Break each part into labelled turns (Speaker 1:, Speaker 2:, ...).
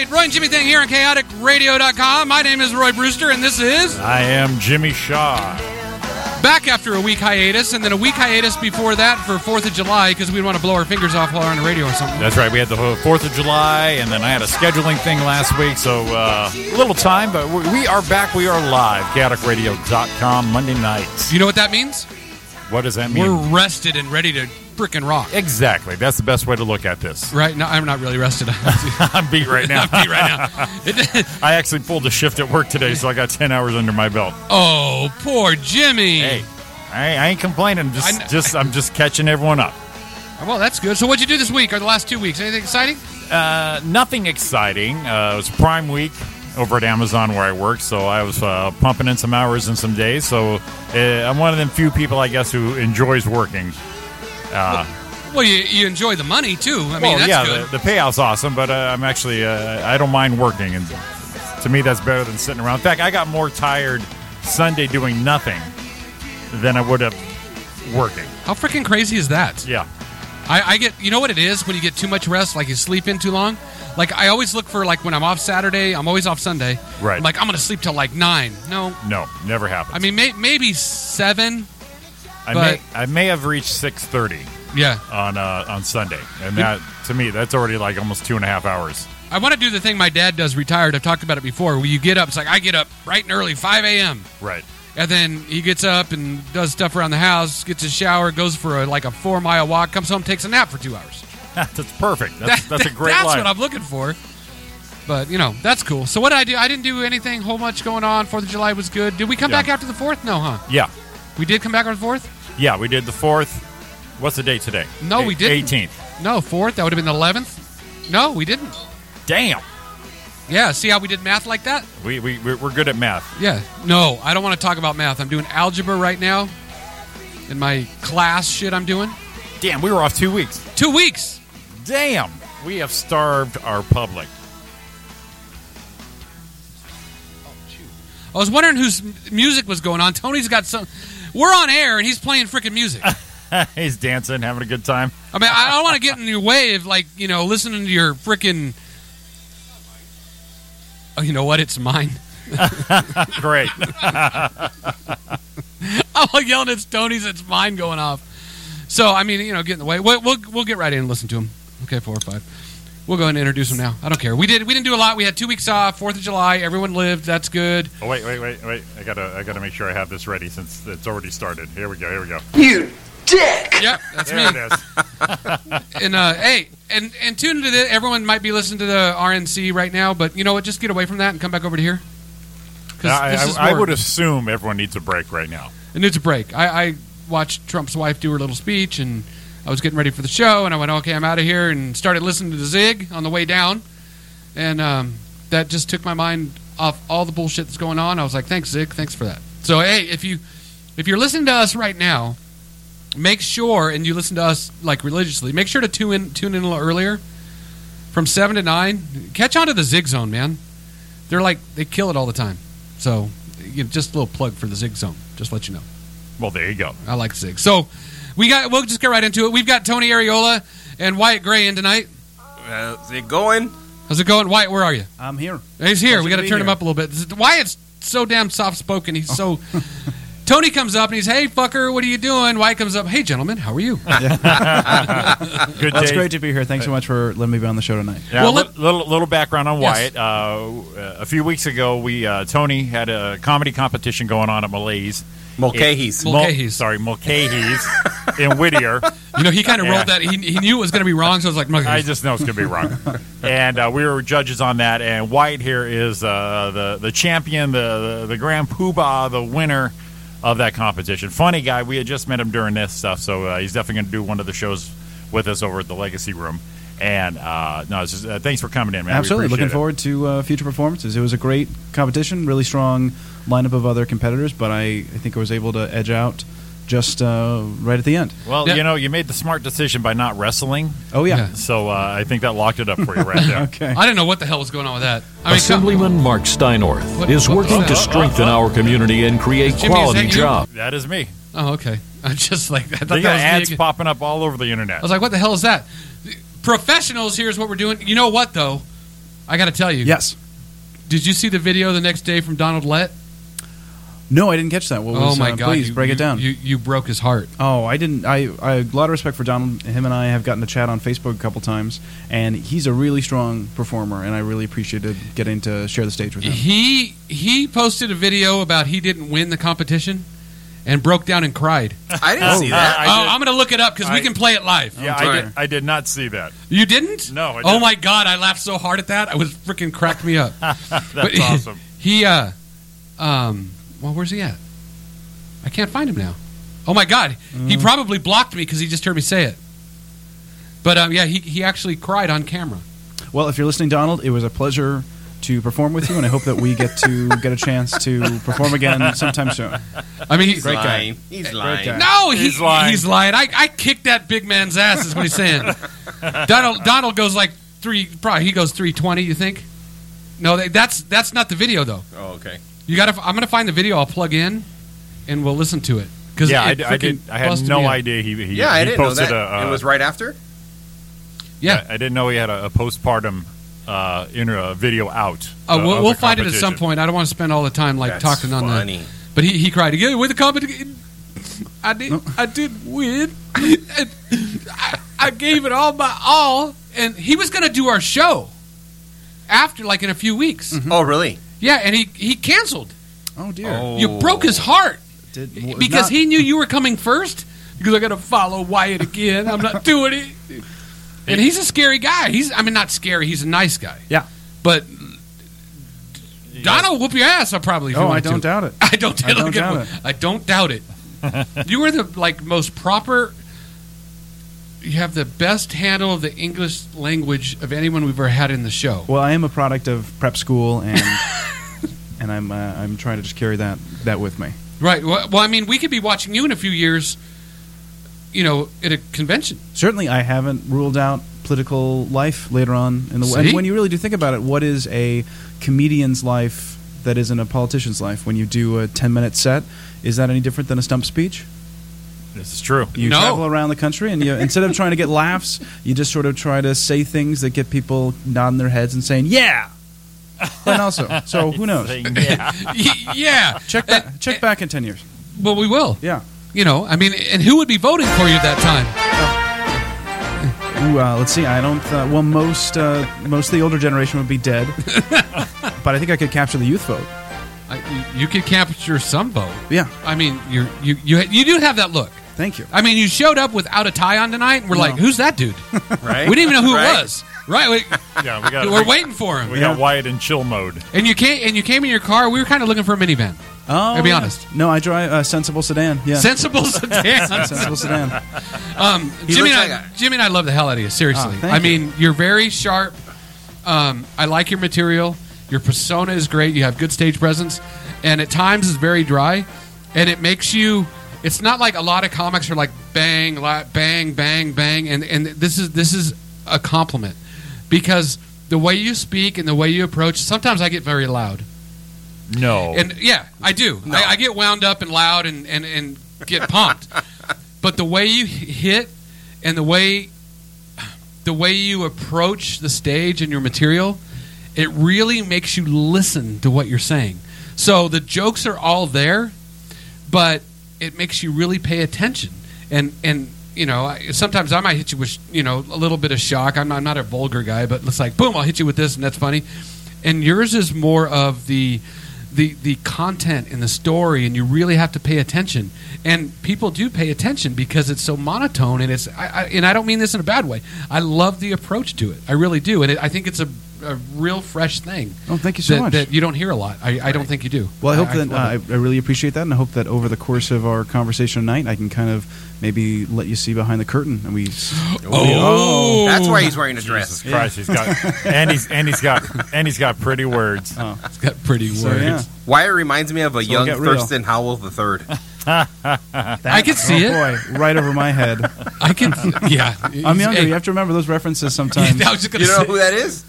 Speaker 1: everything here on chaoticradio.com. My name is Roy Brewster, and this is
Speaker 2: I am Jimmy Shaw.
Speaker 1: back after a week hiatus, and then a week hiatus before that for 4th of July because we want to blow our fingers off while we're on the radio or something.
Speaker 2: That's right. We had the whole Fourth of July, and then I had a scheduling thing last week, so uh, a little time, but we- we are back. We are live. ChaoticRadio.com Monday nights.
Speaker 1: You know what that means?
Speaker 2: What does that mean?
Speaker 1: We're rested and ready to freaking rock.
Speaker 2: exactly. That's the best way to look at this.
Speaker 1: Right? No, I'm not really rested. I'm
Speaker 2: I'm beat right now.
Speaker 1: beat right now. It-
Speaker 2: I actually pulled a shift at work today, so I got ten hours under my belt.
Speaker 1: oh, poor Jimmy.
Speaker 2: Hey, I, I ain't complaining.
Speaker 1: I
Speaker 2: I'm
Speaker 1: kn-
Speaker 2: Just, just, I'm just catching everyone up.
Speaker 1: Well, that's good. So, what'd you do this week or the last two weeks? Anything exciting?
Speaker 2: Uh, nothing exciting. Uh, it was Prime Week over at Amazon where I work, so I was uh, pumping in some hours and some days. So uh, I'm one of them few people, I guess, who enjoys working.
Speaker 1: Well, you, you enjoy the money too. I mean,
Speaker 2: well,
Speaker 1: that's
Speaker 2: yeah,
Speaker 1: good.
Speaker 2: The, the payout's awesome, but uh, I'm actually uh, I don't mind working, and to me that's better than sitting around. In fact, I got more tired Sunday doing nothing than I would have working.
Speaker 1: How freaking crazy is that?
Speaker 2: Yeah.
Speaker 1: I, I get, you know what it is when you get too much rest, like you sleep in too long. Like I always look for, like when I'm off Saturday, I'm always off Sunday.
Speaker 2: Right.
Speaker 1: I'm like I'm gonna sleep till like nine. No,
Speaker 2: No, never happened.
Speaker 1: I mean may, maybe seven.
Speaker 2: I
Speaker 1: but-
Speaker 2: may I may have reached six thirty
Speaker 1: Yeah.
Speaker 2: on uh, on Sunday, and that to me that's already like almost two and a half hours.
Speaker 1: I want to do the thing my dad does retired. I've talked about it before. Where you get up, it's like I get up bright and early, five a.m.
Speaker 2: Right.
Speaker 1: And then he gets up and does stuff around the house, gets a shower, goes for a, like a four mile walk, comes home, takes a nap for two hours.
Speaker 2: that's perfect. That's, that's a great
Speaker 1: That's
Speaker 2: life.
Speaker 1: what I'm looking for. But you know, that's cool. So what did I do? I didn't do anything whole much going on. Fourth of July was good. Did we come
Speaker 2: Yeah.
Speaker 1: back after the fourth? No, huh?
Speaker 2: yeah.
Speaker 1: We did come back on the fourth.
Speaker 2: Yeah, we did the fourth. What's the date today?
Speaker 1: No, we didn't.
Speaker 2: 18th.
Speaker 1: No, fourth. That would have been the eleventh. No, we didn't.
Speaker 2: Damn.
Speaker 1: Yeah. See how we did math like that?
Speaker 2: We, we, we're we're good at math.
Speaker 1: Yeah. No, I don't want to talk about math. I'm doing algebra right now. In my class, shit, I'm doing
Speaker 2: Damn, we were off two weeks.
Speaker 1: two weeks.
Speaker 2: Damn. We have starved our public.
Speaker 1: I was wondering whose m- music was going on. Tony's got some. We're on air and he's playing freaking music.
Speaker 2: He's dancing, having a good time.
Speaker 1: I mean, I don't want to get in your way of like you know listening to your freaking. Oh, you know what? It's mine.
Speaker 2: Great.
Speaker 1: I'm like yelling, "It's Tony's! It's mine!" Going off. So I mean, you know, get in the way. We'll we'll, we'll get right in and listen to him. Okay, four or five. We'll go ahead and introduce him now. I don't care. We did. We didn't do a lot. We had two weeks off. Fourth of July. Everyone lived. That's good.
Speaker 2: oh, wait, wait, wait, wait. I gotta I gotta make sure I have this ready since it's already started. Here we go. Here we go.
Speaker 3: You dick!
Speaker 1: Yep, that's me.
Speaker 2: There it is.
Speaker 1: and uh, hey, and and tune into the. Everyone might be listening to the RNC right now, but you know what? Just get away from that and come back over to here. 'Cause
Speaker 2: I,
Speaker 1: this is
Speaker 2: I, I
Speaker 1: more-
Speaker 2: would assume everyone needs a break right now.
Speaker 1: It needs a break. I, I watched Trump's wife do her little speech, and I was getting ready for the show, and I went, okay, I'm out of here, and started listening to the Zig on the way down, and um, that just took my mind off all the bullshit that's going on. I was like, thanks, Zig, thanks for that. So hey, if you if you're listening to us right now, make sure and you listen to us like religiously. Make sure to tune in tune in a little earlier, from seven to nine. Catch on to the Zig Zone, man. They're like they kill it all the time. So you know, just a little plug for the Zig Zone. Just let you know.
Speaker 2: Well, there you go.
Speaker 1: I like Zig. So we got. We'll just get right into it. We've got Tony Areola and Wyatt Gray in tonight.
Speaker 4: Uh, is it going?
Speaker 1: How's it going, Wyatt? Where are you?
Speaker 5: I'm here.
Speaker 1: He's here.
Speaker 5: Pleasure
Speaker 1: we got
Speaker 5: to
Speaker 1: to
Speaker 5: be
Speaker 1: turn him
Speaker 5: here.
Speaker 1: up a little bit. This is- Wyatt's so damn soft spoken. He's so. Tony comes up and he's, "Hey, fucker, what are you doing?" Wyatt comes up, "Hey, gentlemen, how are you?"
Speaker 2: Good
Speaker 5: Well, it's
Speaker 2: day.
Speaker 5: great to be here. Thanks so much for letting me be on the show tonight.
Speaker 2: Yeah,
Speaker 1: Well,
Speaker 2: well,
Speaker 1: let-
Speaker 2: little little background on
Speaker 1: Yes.
Speaker 2: Wyatt. Uh, a few weeks ago, we uh, Tony had a comedy competition going on at Malaise.
Speaker 4: Mulcahy's.
Speaker 1: Mul-
Speaker 2: Mul-
Speaker 1: Mulcahy's.
Speaker 2: sorry, Mulcahy's in Whittier.
Speaker 1: You know, he kind of
Speaker 2: Yeah.
Speaker 1: rolled that. He, he knew it was going to be wrong, so I was like, "Mug."
Speaker 2: I just know it's gonna be wrong. And uh, we were judges on that. And Wyatt here is uh, the the champion, the the, the grand poobah, the winner of that competition. Funny guy. We had just met him during this stuff, so uh, he's definitely gonna do one of the shows with us over at the Legacy Room. And uh, no, it's just, uh, thanks for coming in, man. We
Speaker 5: Absolutely.
Speaker 2: appreciate
Speaker 5: Looking
Speaker 2: it.
Speaker 5: forward to uh, future performances. It was a great competition, really strong lineup of other competitors, but I, I think I was able to edge out just uh, right at the end.
Speaker 2: Well,
Speaker 1: Yeah.
Speaker 2: you know, you made the smart decision by not wrestling,
Speaker 5: Oh, yeah.
Speaker 1: Yeah.
Speaker 2: so uh, I think that locked it up for you right there.
Speaker 5: Okay.
Speaker 1: I didn't know what the hell was going on with that. I mean, come-
Speaker 6: Assemblyman Mark Steinorth
Speaker 1: What-
Speaker 6: is
Speaker 1: what
Speaker 6: working
Speaker 1: was
Speaker 6: to
Speaker 1: that?
Speaker 6: strengthen our community and create
Speaker 1: Jimmy, is
Speaker 6: quality
Speaker 1: that you?
Speaker 6: jobs.
Speaker 2: That is me.
Speaker 1: oh, okay. I just like I thought
Speaker 2: They got
Speaker 1: that was
Speaker 2: ads
Speaker 1: me again.
Speaker 2: popping up all over the
Speaker 1: I
Speaker 2: internet.
Speaker 1: was like, "What the hell is that?" Professionals, here's what we're doing. You know what though? I got to tell you.
Speaker 5: Yes.
Speaker 1: Did you see the video the next day from Donald Lett?
Speaker 5: No, I didn't catch that. What
Speaker 1: oh
Speaker 5: was,
Speaker 1: my
Speaker 5: uh,
Speaker 1: God!
Speaker 5: Please
Speaker 1: you-
Speaker 5: break
Speaker 1: you-
Speaker 5: it down.
Speaker 1: You you broke his heart.
Speaker 5: Oh, I didn't. I, I a lot of respect for Donald. Him and I have gotten to chat on Facebook a couple times, and he's a really strong performer, and I really appreciated getting to share the stage with him.
Speaker 1: He he posted a video about he didn't win the competition and broke down and cried.
Speaker 4: I didn't see
Speaker 2: Uh,
Speaker 4: that.
Speaker 1: oh,
Speaker 2: I
Speaker 1: I'm gonna look it up because we
Speaker 2: I-
Speaker 1: can play it live.
Speaker 2: did, yeah, I did, I did not see that.
Speaker 1: You didn't?
Speaker 2: No, I
Speaker 1: oh
Speaker 2: didn't.
Speaker 1: my God! I laughed so hard at that. I was freaking cracked me up.
Speaker 2: That's awesome.
Speaker 1: He uh, um, well, where's he at? I can't find him now. Oh my God! He
Speaker 5: Mm.
Speaker 1: probably blocked me because he just heard me say it. But um, yeah, he he actually cried on camera.
Speaker 5: Well, if you're listening, Donald, it was a pleasure to perform with you, and I hope that we get to get a chance to perform again sometime soon.
Speaker 1: I mean, he,
Speaker 4: He's
Speaker 5: guy.
Speaker 4: lying. He's lying.
Speaker 5: guy.
Speaker 1: No, he-
Speaker 2: He's lying.
Speaker 1: He's lying. I, I kicked that big man's ass. Is what he's saying. Donald Donald goes like three. Probably he goes three twenty. You think? No, they, that's that's not the video though.
Speaker 4: Oh, okay.
Speaker 1: You got to. I'm gonna find the video. I'll plug in, and we'll listen to it. Cause
Speaker 2: Yeah, I,
Speaker 1: it
Speaker 2: d- I did.
Speaker 1: freaking
Speaker 2: I had
Speaker 1: busted
Speaker 2: no
Speaker 1: me up.
Speaker 2: idea he, he,
Speaker 4: Yeah, I
Speaker 2: he
Speaker 4: didn't know
Speaker 2: posted
Speaker 4: that.
Speaker 2: a. Uh,
Speaker 4: it was right after.
Speaker 1: Yeah.
Speaker 2: I didn't know he had a, a postpartum uh, inter, uh, video out.
Speaker 1: Uh,
Speaker 2: uh, of
Speaker 1: we'll
Speaker 2: the
Speaker 1: we'll find it at some
Speaker 2: competition.
Speaker 1: point. I don't want to spend all the time like
Speaker 4: That's
Speaker 1: talking on that.
Speaker 4: funny.
Speaker 1: But he, he cried again with the competition. I did I did win. And I, I gave it all my all, and he was going to do our show after like in a few
Speaker 5: Mm.
Speaker 1: weeks.
Speaker 4: Oh, really?
Speaker 1: Yeah, and he he canceled.
Speaker 5: Oh dear!
Speaker 4: Oh.
Speaker 1: You broke his heart
Speaker 5: Did- w-
Speaker 1: because
Speaker 5: not-
Speaker 1: he knew you were coming first. Because I got to follow Wyatt again. I'm not doing it. And he's a scary guy. He's I mean not scary. He's a nice guy.
Speaker 5: Yeah.
Speaker 1: but. Donald, whoop your ass! I probably. if you
Speaker 5: Oh, I
Speaker 1: want to.
Speaker 5: don't doubt it.
Speaker 1: I don't,
Speaker 5: I
Speaker 1: doubt
Speaker 5: don't doubt
Speaker 1: it. I don't doubt it. you were the like most proper. You have the best handle of the English language of anyone we've ever had in the show.
Speaker 5: Well, I am a product of prep school, and and I'm uh, I'm trying to just carry that that with me.
Speaker 1: Right. Well, well, I mean, we could be watching you in a few years. You know, at a convention.
Speaker 5: Certainly, I haven't ruled out political life later on in the
Speaker 1: See?
Speaker 5: and when you really do think about it, what is a comedian's life that isn't a politician's life? When you do a ten minute set, is that any different than a stump speech?
Speaker 2: This is true.
Speaker 5: You
Speaker 1: No.
Speaker 5: travel around the country, and you instead of trying to get laughs, you just sort of try to say things that get people nodding their heads and saying "Yeah." And also, so who knows?
Speaker 2: Yeah.
Speaker 1: Y- yeah.
Speaker 5: Check back, check back in ten years.
Speaker 1: Well, we will.
Speaker 5: Yeah.
Speaker 1: You know, I mean, and who would be voting for you at that time?
Speaker 5: Ooh, uh, let's see. I don't. Uh, well, most uh, most of the older generation would be dead, but I think I could capture the youth vote.
Speaker 1: I, you, you could capture some vote.
Speaker 5: Yeah.
Speaker 1: I mean, you're, you you you do have that look.
Speaker 5: Thank you.
Speaker 1: I mean, you showed up without a tie on tonight, and we're like, "Who's that dude?"
Speaker 4: Right?
Speaker 1: We didn't even know who
Speaker 4: Right?
Speaker 1: it was. Right? We,
Speaker 2: yeah, we got
Speaker 1: we're
Speaker 2: we,
Speaker 1: waiting for him.
Speaker 2: we got Wyatt in chill mode.
Speaker 1: And you came and you came in your car. We were kind of looking for a minivan.
Speaker 5: Oh,
Speaker 1: I'll be
Speaker 5: yeah.
Speaker 1: honest.
Speaker 5: No, I drive a sensible sedan. Yeah,
Speaker 1: Sensible sedan.
Speaker 5: sensible sedan.
Speaker 4: He
Speaker 1: Jimmy
Speaker 4: looks
Speaker 1: and I,
Speaker 4: like a- Oh,
Speaker 1: Jimmy and I love the hell out of you. Seriously,
Speaker 5: Ah, thank
Speaker 1: I
Speaker 5: you.
Speaker 1: mean, you're very sharp. Um, I like your material. Your persona is great. You have good stage presence, and at times is very dry, and it makes you. It's not like a lot of comics are like bang, la- bang, bang, bang, and and this is this is a compliment because the way you speak and the way you approach. Sometimes I get very loud.
Speaker 2: No.
Speaker 1: And yeah, I do. I, I get wound up and loud and, and, and get pumped. but the way you hit and the way the way you approach the stage and your material, it really makes you listen to what you're saying. So the jokes are all there, but it makes you really pay attention. And and you know, I, sometimes I might hit you with you know a little bit of shock. I'm, I'm not a vulgar guy, but it's like boom, I'll hit you with this, and that's funny. And yours is more of the the the content and the story, and you really have to pay attention. And people do pay attention because it's so monotone, and it's I, I, and I don't mean this in a bad way. I love the approach to it. I really do, and it, I think it's a a real fresh thing.
Speaker 5: Oh, thank you so
Speaker 1: that,
Speaker 5: much.
Speaker 1: That you don't hear a lot. I, I don't think you do.
Speaker 5: Well, I hope that
Speaker 1: love it.
Speaker 5: I, I really appreciate that, and I hope that over the course of our conversation tonight, I can kind of maybe let you see behind the curtain, and we. s-
Speaker 1: Oh,
Speaker 4: That's why he's wearing a dress.
Speaker 2: Jesus Christ, he's got and he's and he's got and he's got pretty words.
Speaker 1: It's got pretty words.
Speaker 5: So, yeah.
Speaker 4: Why it reminds me of a
Speaker 5: So
Speaker 4: young
Speaker 5: get real.
Speaker 4: Thurston Howell the third.
Speaker 5: That-
Speaker 1: I can see
Speaker 5: oh,
Speaker 1: it.
Speaker 5: Boy, right over my head.
Speaker 1: I can. Yeah,
Speaker 5: I'm younger.
Speaker 1: Hey,
Speaker 5: You have to remember those references sometimes.
Speaker 1: I was just gonna
Speaker 4: You know
Speaker 1: say,
Speaker 4: who that is?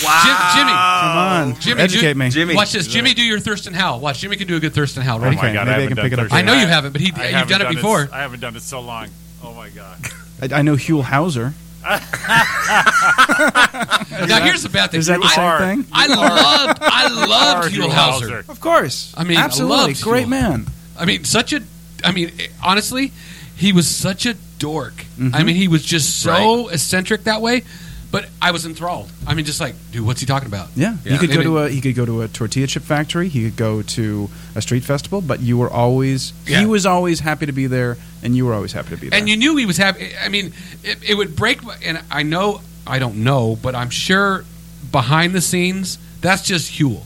Speaker 1: Jim, Jimmy,
Speaker 5: Come on,
Speaker 1: Oh. Jimmy,
Speaker 5: educate
Speaker 1: do-
Speaker 5: me.
Speaker 4: Jimmy.
Speaker 1: watch this. Jimmy, do your Thurston Howell. Watch Jimmy can do a good Thurston Howell.
Speaker 2: Oh
Speaker 1: Ready?
Speaker 2: my
Speaker 5: Okay,
Speaker 2: god,
Speaker 5: maybe I
Speaker 2: I
Speaker 5: can
Speaker 2: haven't
Speaker 5: pick it
Speaker 2: done
Speaker 5: up.
Speaker 2: Thursday
Speaker 1: I know you
Speaker 2: night.
Speaker 1: haven't, but he,
Speaker 2: I
Speaker 1: you've
Speaker 2: haven't
Speaker 1: done it before.
Speaker 2: I haven't done it so long. Oh my god.
Speaker 5: I, I know Huell Hauser.
Speaker 1: Now here's the bad thing.
Speaker 5: Is that the
Speaker 1: I,
Speaker 5: same
Speaker 2: are-
Speaker 5: thing?
Speaker 1: I loved I loved
Speaker 2: Hugh
Speaker 1: Huell Hauser.
Speaker 5: Of course.
Speaker 1: I mean, I
Speaker 5: absolutely,
Speaker 1: loved
Speaker 5: great
Speaker 1: Huell.
Speaker 5: man.
Speaker 1: I mean, such a. I mean, honestly, he was such a dork.
Speaker 5: Mm-hmm.
Speaker 1: I mean, he was just so eccentric that way. But I was enthralled. I mean, just like, dude, what's he talking about?
Speaker 5: Yeah,
Speaker 4: Yeah.
Speaker 5: you could go
Speaker 1: Maybe-
Speaker 5: to a he could go to a tortilla chip factory. He could go to a street festival, but you were always
Speaker 1: Yeah.
Speaker 5: he was always happy to be there, and you were always happy to be there.
Speaker 1: And you knew he was happy. I mean, it, it would break. my- And I know, I don't know, but I'm sure behind the scenes, that's just Huell.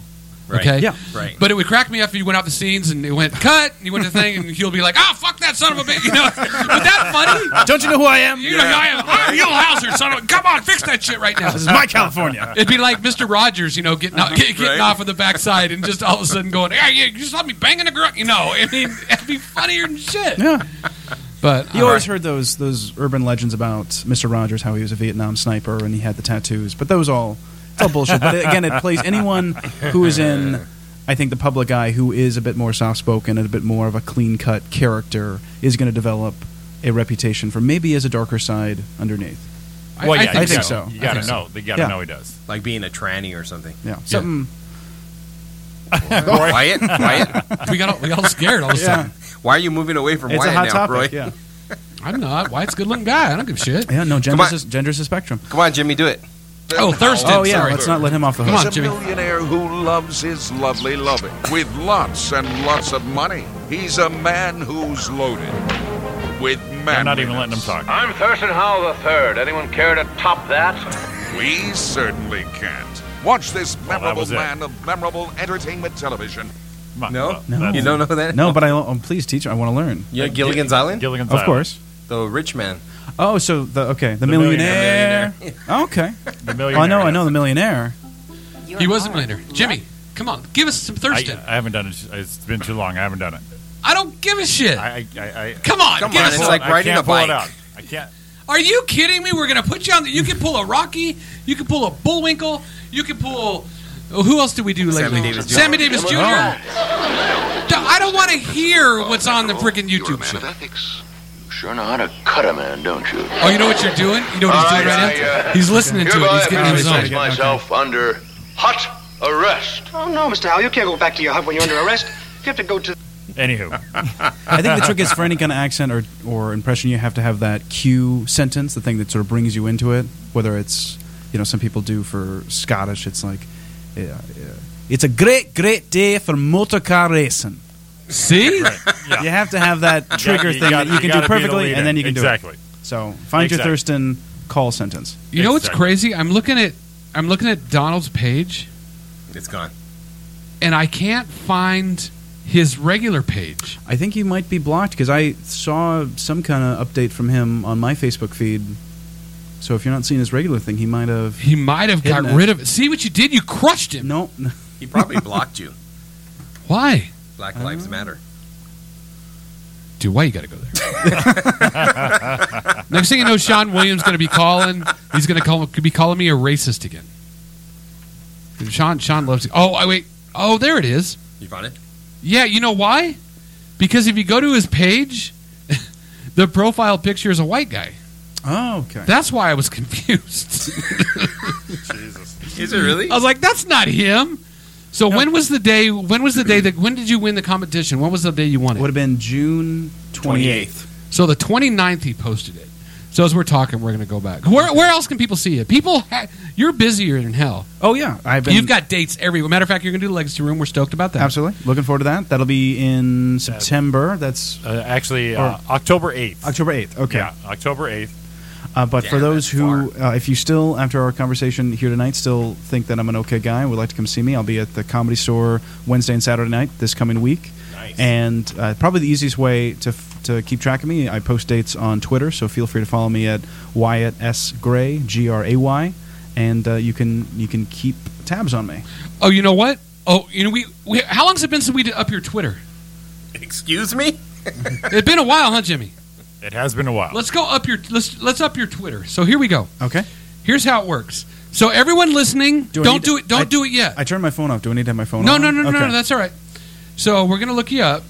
Speaker 4: Right.
Speaker 1: Okay.
Speaker 5: Yeah.
Speaker 4: Right.
Speaker 1: But it would crack me up if you went off the scenes and it went cut, and you went to the thing, and Huell would be like, "Ah, fuck that son of a bitch!" You know, was that funny?
Speaker 5: Don't you know who I am?
Speaker 1: You're like, I am, I'm Huell Hauser, son of a. Come on, fix that shit right now.
Speaker 5: This is my California.
Speaker 1: It'd be like Mr. Rogers, you know, getting off, getting
Speaker 4: Right.
Speaker 1: off of the backside and just all of a sudden going, "Hey, you you just let me bang in the grunt," you know. I mean, it'd be funnier than shit.
Speaker 5: yeah,
Speaker 1: But
Speaker 5: you always heard those those urban legends about Mister Rogers, how he was a Vietnam sniper and he had the tattoos, but those all it's all bullshit. but again, it plays anyone who is in. I think the public eye who is a bit more soft spoken and a bit more of a clean cut character is going to develop a reputation for maybe as a darker side underneath.
Speaker 1: I-
Speaker 2: well,
Speaker 1: I
Speaker 2: yeah,
Speaker 1: think
Speaker 2: you gotta-
Speaker 5: so.
Speaker 2: You
Speaker 5: I
Speaker 2: gotta
Speaker 5: think so.
Speaker 2: know. You gotta
Speaker 5: Yeah.
Speaker 2: know he does.
Speaker 4: Like being a tranny or something.
Speaker 5: Yeah, something.
Speaker 4: Wyatt, Wyatt,
Speaker 1: we got all, we got all scared all of a
Speaker 5: Yeah.
Speaker 1: sudden.
Speaker 4: why are you moving away from
Speaker 5: It's
Speaker 4: Wyatt
Speaker 5: a
Speaker 4: now,
Speaker 5: hot
Speaker 4: Roy?
Speaker 5: topic. Yeah.
Speaker 1: I'm not. White's a good looking guy. I don't give a shit.
Speaker 5: Yeah, no,
Speaker 4: Come
Speaker 5: gender's
Speaker 4: on.
Speaker 5: is, gender's a spectrum.
Speaker 4: Come on, Jimmy, do it.
Speaker 1: Oh, Thurston.
Speaker 5: Oh yeah,
Speaker 1: sorry.
Speaker 5: let's not let him off the
Speaker 1: Come
Speaker 5: hook.
Speaker 1: on,
Speaker 3: He's a
Speaker 1: Jimmy.
Speaker 3: millionaire who loves his lovely loving with lots and lots of money. He's a man who's loaded with man.
Speaker 2: I'm not even letting him talk.
Speaker 7: I'm Thurston Howell III. Anyone care to top that?
Speaker 3: We certainly can't. Watch this
Speaker 2: that
Speaker 3: memorable
Speaker 2: was it.
Speaker 3: man of memorable entertainment television.
Speaker 2: Come on.
Speaker 4: No,
Speaker 2: Well,
Speaker 4: you
Speaker 2: that's-
Speaker 4: don't know that.
Speaker 5: No, but I oh, please teach. I want to learn.
Speaker 4: you know Gilligan's Island,
Speaker 2: Gilligan's
Speaker 5: Of
Speaker 2: Island.
Speaker 5: course.
Speaker 4: the rich man.
Speaker 5: Oh, so the okay, the,
Speaker 2: millionaire.
Speaker 5: millionaire. Oh, okay.
Speaker 2: The
Speaker 5: Oh,
Speaker 2: millionaire.
Speaker 5: I know. I know the millionaire.
Speaker 1: He was a millionaire. Jimmy, come on, give us some
Speaker 2: I, uh,
Speaker 1: Thurston.
Speaker 2: I haven't done it. It's been too long. I haven't done it.
Speaker 1: I don't give a shit.
Speaker 2: I, I, I, I
Speaker 1: Come on,
Speaker 4: Come
Speaker 1: give
Speaker 4: on,
Speaker 1: us
Speaker 4: it's
Speaker 1: some-
Speaker 4: like
Speaker 2: I
Speaker 4: riding
Speaker 2: can't
Speaker 4: a
Speaker 2: pull
Speaker 4: bike.
Speaker 2: It out. I can't.
Speaker 1: Are you kidding me? We're gonna put you on. The, you can pull a Rocky. You can pull a Bullwinkle. You can pull. oh, Who else did we do
Speaker 4: Sammy
Speaker 1: lately?
Speaker 4: Davis Jr.
Speaker 1: Sammy Davis Jr. D- I don't want to hear what's on the frickin'
Speaker 8: You're a
Speaker 1: YouTube
Speaker 8: man of
Speaker 1: shit.
Speaker 8: ethics. You sure know how to cut a man, don't you?
Speaker 1: Oh, you know what you're doing? You know what he's
Speaker 8: All
Speaker 1: doing
Speaker 8: right,
Speaker 1: right
Speaker 8: I,
Speaker 1: now?
Speaker 8: uh,
Speaker 1: He's listening to it.
Speaker 8: Hereby
Speaker 1: He's getting on his
Speaker 8: place
Speaker 1: own.
Speaker 8: myself under hot arrest.
Speaker 9: Oh, no, Mr. Howell, you can't go back to your hut when you're under arrest. You have to go to
Speaker 2: Anywho,
Speaker 5: I think the trick is for any kind of accent or or impression, you have to have that cue sentence, the thing that sort of brings you into it. Whether it's you know some people do for Scottish, it's like. Yeah, yeah. It's a great, great day for motor car racing.
Speaker 1: See?
Speaker 5: You have to have that trigger
Speaker 2: you
Speaker 5: thing
Speaker 2: gotta-
Speaker 5: that you can
Speaker 2: gotta be the
Speaker 5: do perfectly,
Speaker 2: leader.
Speaker 5: and then you can
Speaker 2: exactly.
Speaker 5: do it. So find
Speaker 2: Exactly.
Speaker 5: your Thurston call sentence.
Speaker 1: You know what's
Speaker 2: Exactly.
Speaker 1: crazy? I'm looking at I'm looking at Donald's page,
Speaker 4: It's gone.
Speaker 1: and I can't find his regular page.
Speaker 5: I think he might be blocked because I saw some kind of update from him on my Facebook feed. So if you're not seeing his regular thing, he might have.
Speaker 1: He might have got
Speaker 5: Hidden it.
Speaker 1: rid of it. See what you did? You crushed him.
Speaker 5: No,
Speaker 4: He probably blocked you.
Speaker 1: Why?
Speaker 4: Black Lives Matter.
Speaker 1: Dude, why you got to go there? Next thing you know, Sean Williams going to be calling. He's going to call, could be calling me a racist again. Dude, Sean Sean loves. Oh, I wait. Oh, there it is.
Speaker 4: You found it.
Speaker 1: Yeah, you know why? Because if you go to his page, the profile picture is a white guy.
Speaker 5: oh, okay.
Speaker 1: That's why I was confused.
Speaker 4: Is it really?
Speaker 5: Oh,
Speaker 1: I was like, that's not him. So when was the day? When was the day that? When did you win the competition? When was the day you won it?
Speaker 5: Would have been June 28th.
Speaker 1: So the 29th, he posted it. So as we're talking, we're going to go back. Where, where else can people see it? People, ha- you're busier than hell.
Speaker 5: Oh yeah, I've been.
Speaker 1: You've got dates everywhere. Matter of fact, you're going to do the Legacy Room. We're stoked about that.
Speaker 5: absolutely looking forward to that. That'll be in September. That's
Speaker 2: Uh, actually, uh, October eighth.
Speaker 5: October 8th. Okay.
Speaker 2: Yeah, October eighth.
Speaker 5: Uh, but for
Speaker 4: Damn,
Speaker 5: those
Speaker 4: that's
Speaker 5: who, uh, if you still, after our conversation here tonight, still think that I'm an okay guy and would like to come see me, I'll be at the Comedy Store Wednesday and Saturday night this coming week. Nice. And uh, probably the easiest way to, f- to keep track of me, I post dates on Twitter, so feel free to follow me at Wyatt S. Gray, G R A Y, and uh, you can you can keep tabs on me.
Speaker 1: Oh, you know what? Oh, you know we. we how long's it been since we did up your Twitter?
Speaker 4: Excuse me.
Speaker 1: It's been a while, huh, Jimmy?
Speaker 2: It has been a while.
Speaker 1: Let's go up your. Let's let's up your Twitter. So here we go.
Speaker 5: Okay.
Speaker 1: Here's how it works. So everyone listening,
Speaker 5: Do I
Speaker 1: not
Speaker 5: need to-
Speaker 1: do it. Don't
Speaker 5: I-
Speaker 1: do it yet.
Speaker 5: I turned my phone off. Do I need to have my phone
Speaker 1: no,
Speaker 5: on?
Speaker 1: no, no, no,
Speaker 5: Okay.
Speaker 1: no, That's all right. So we're going to look you up.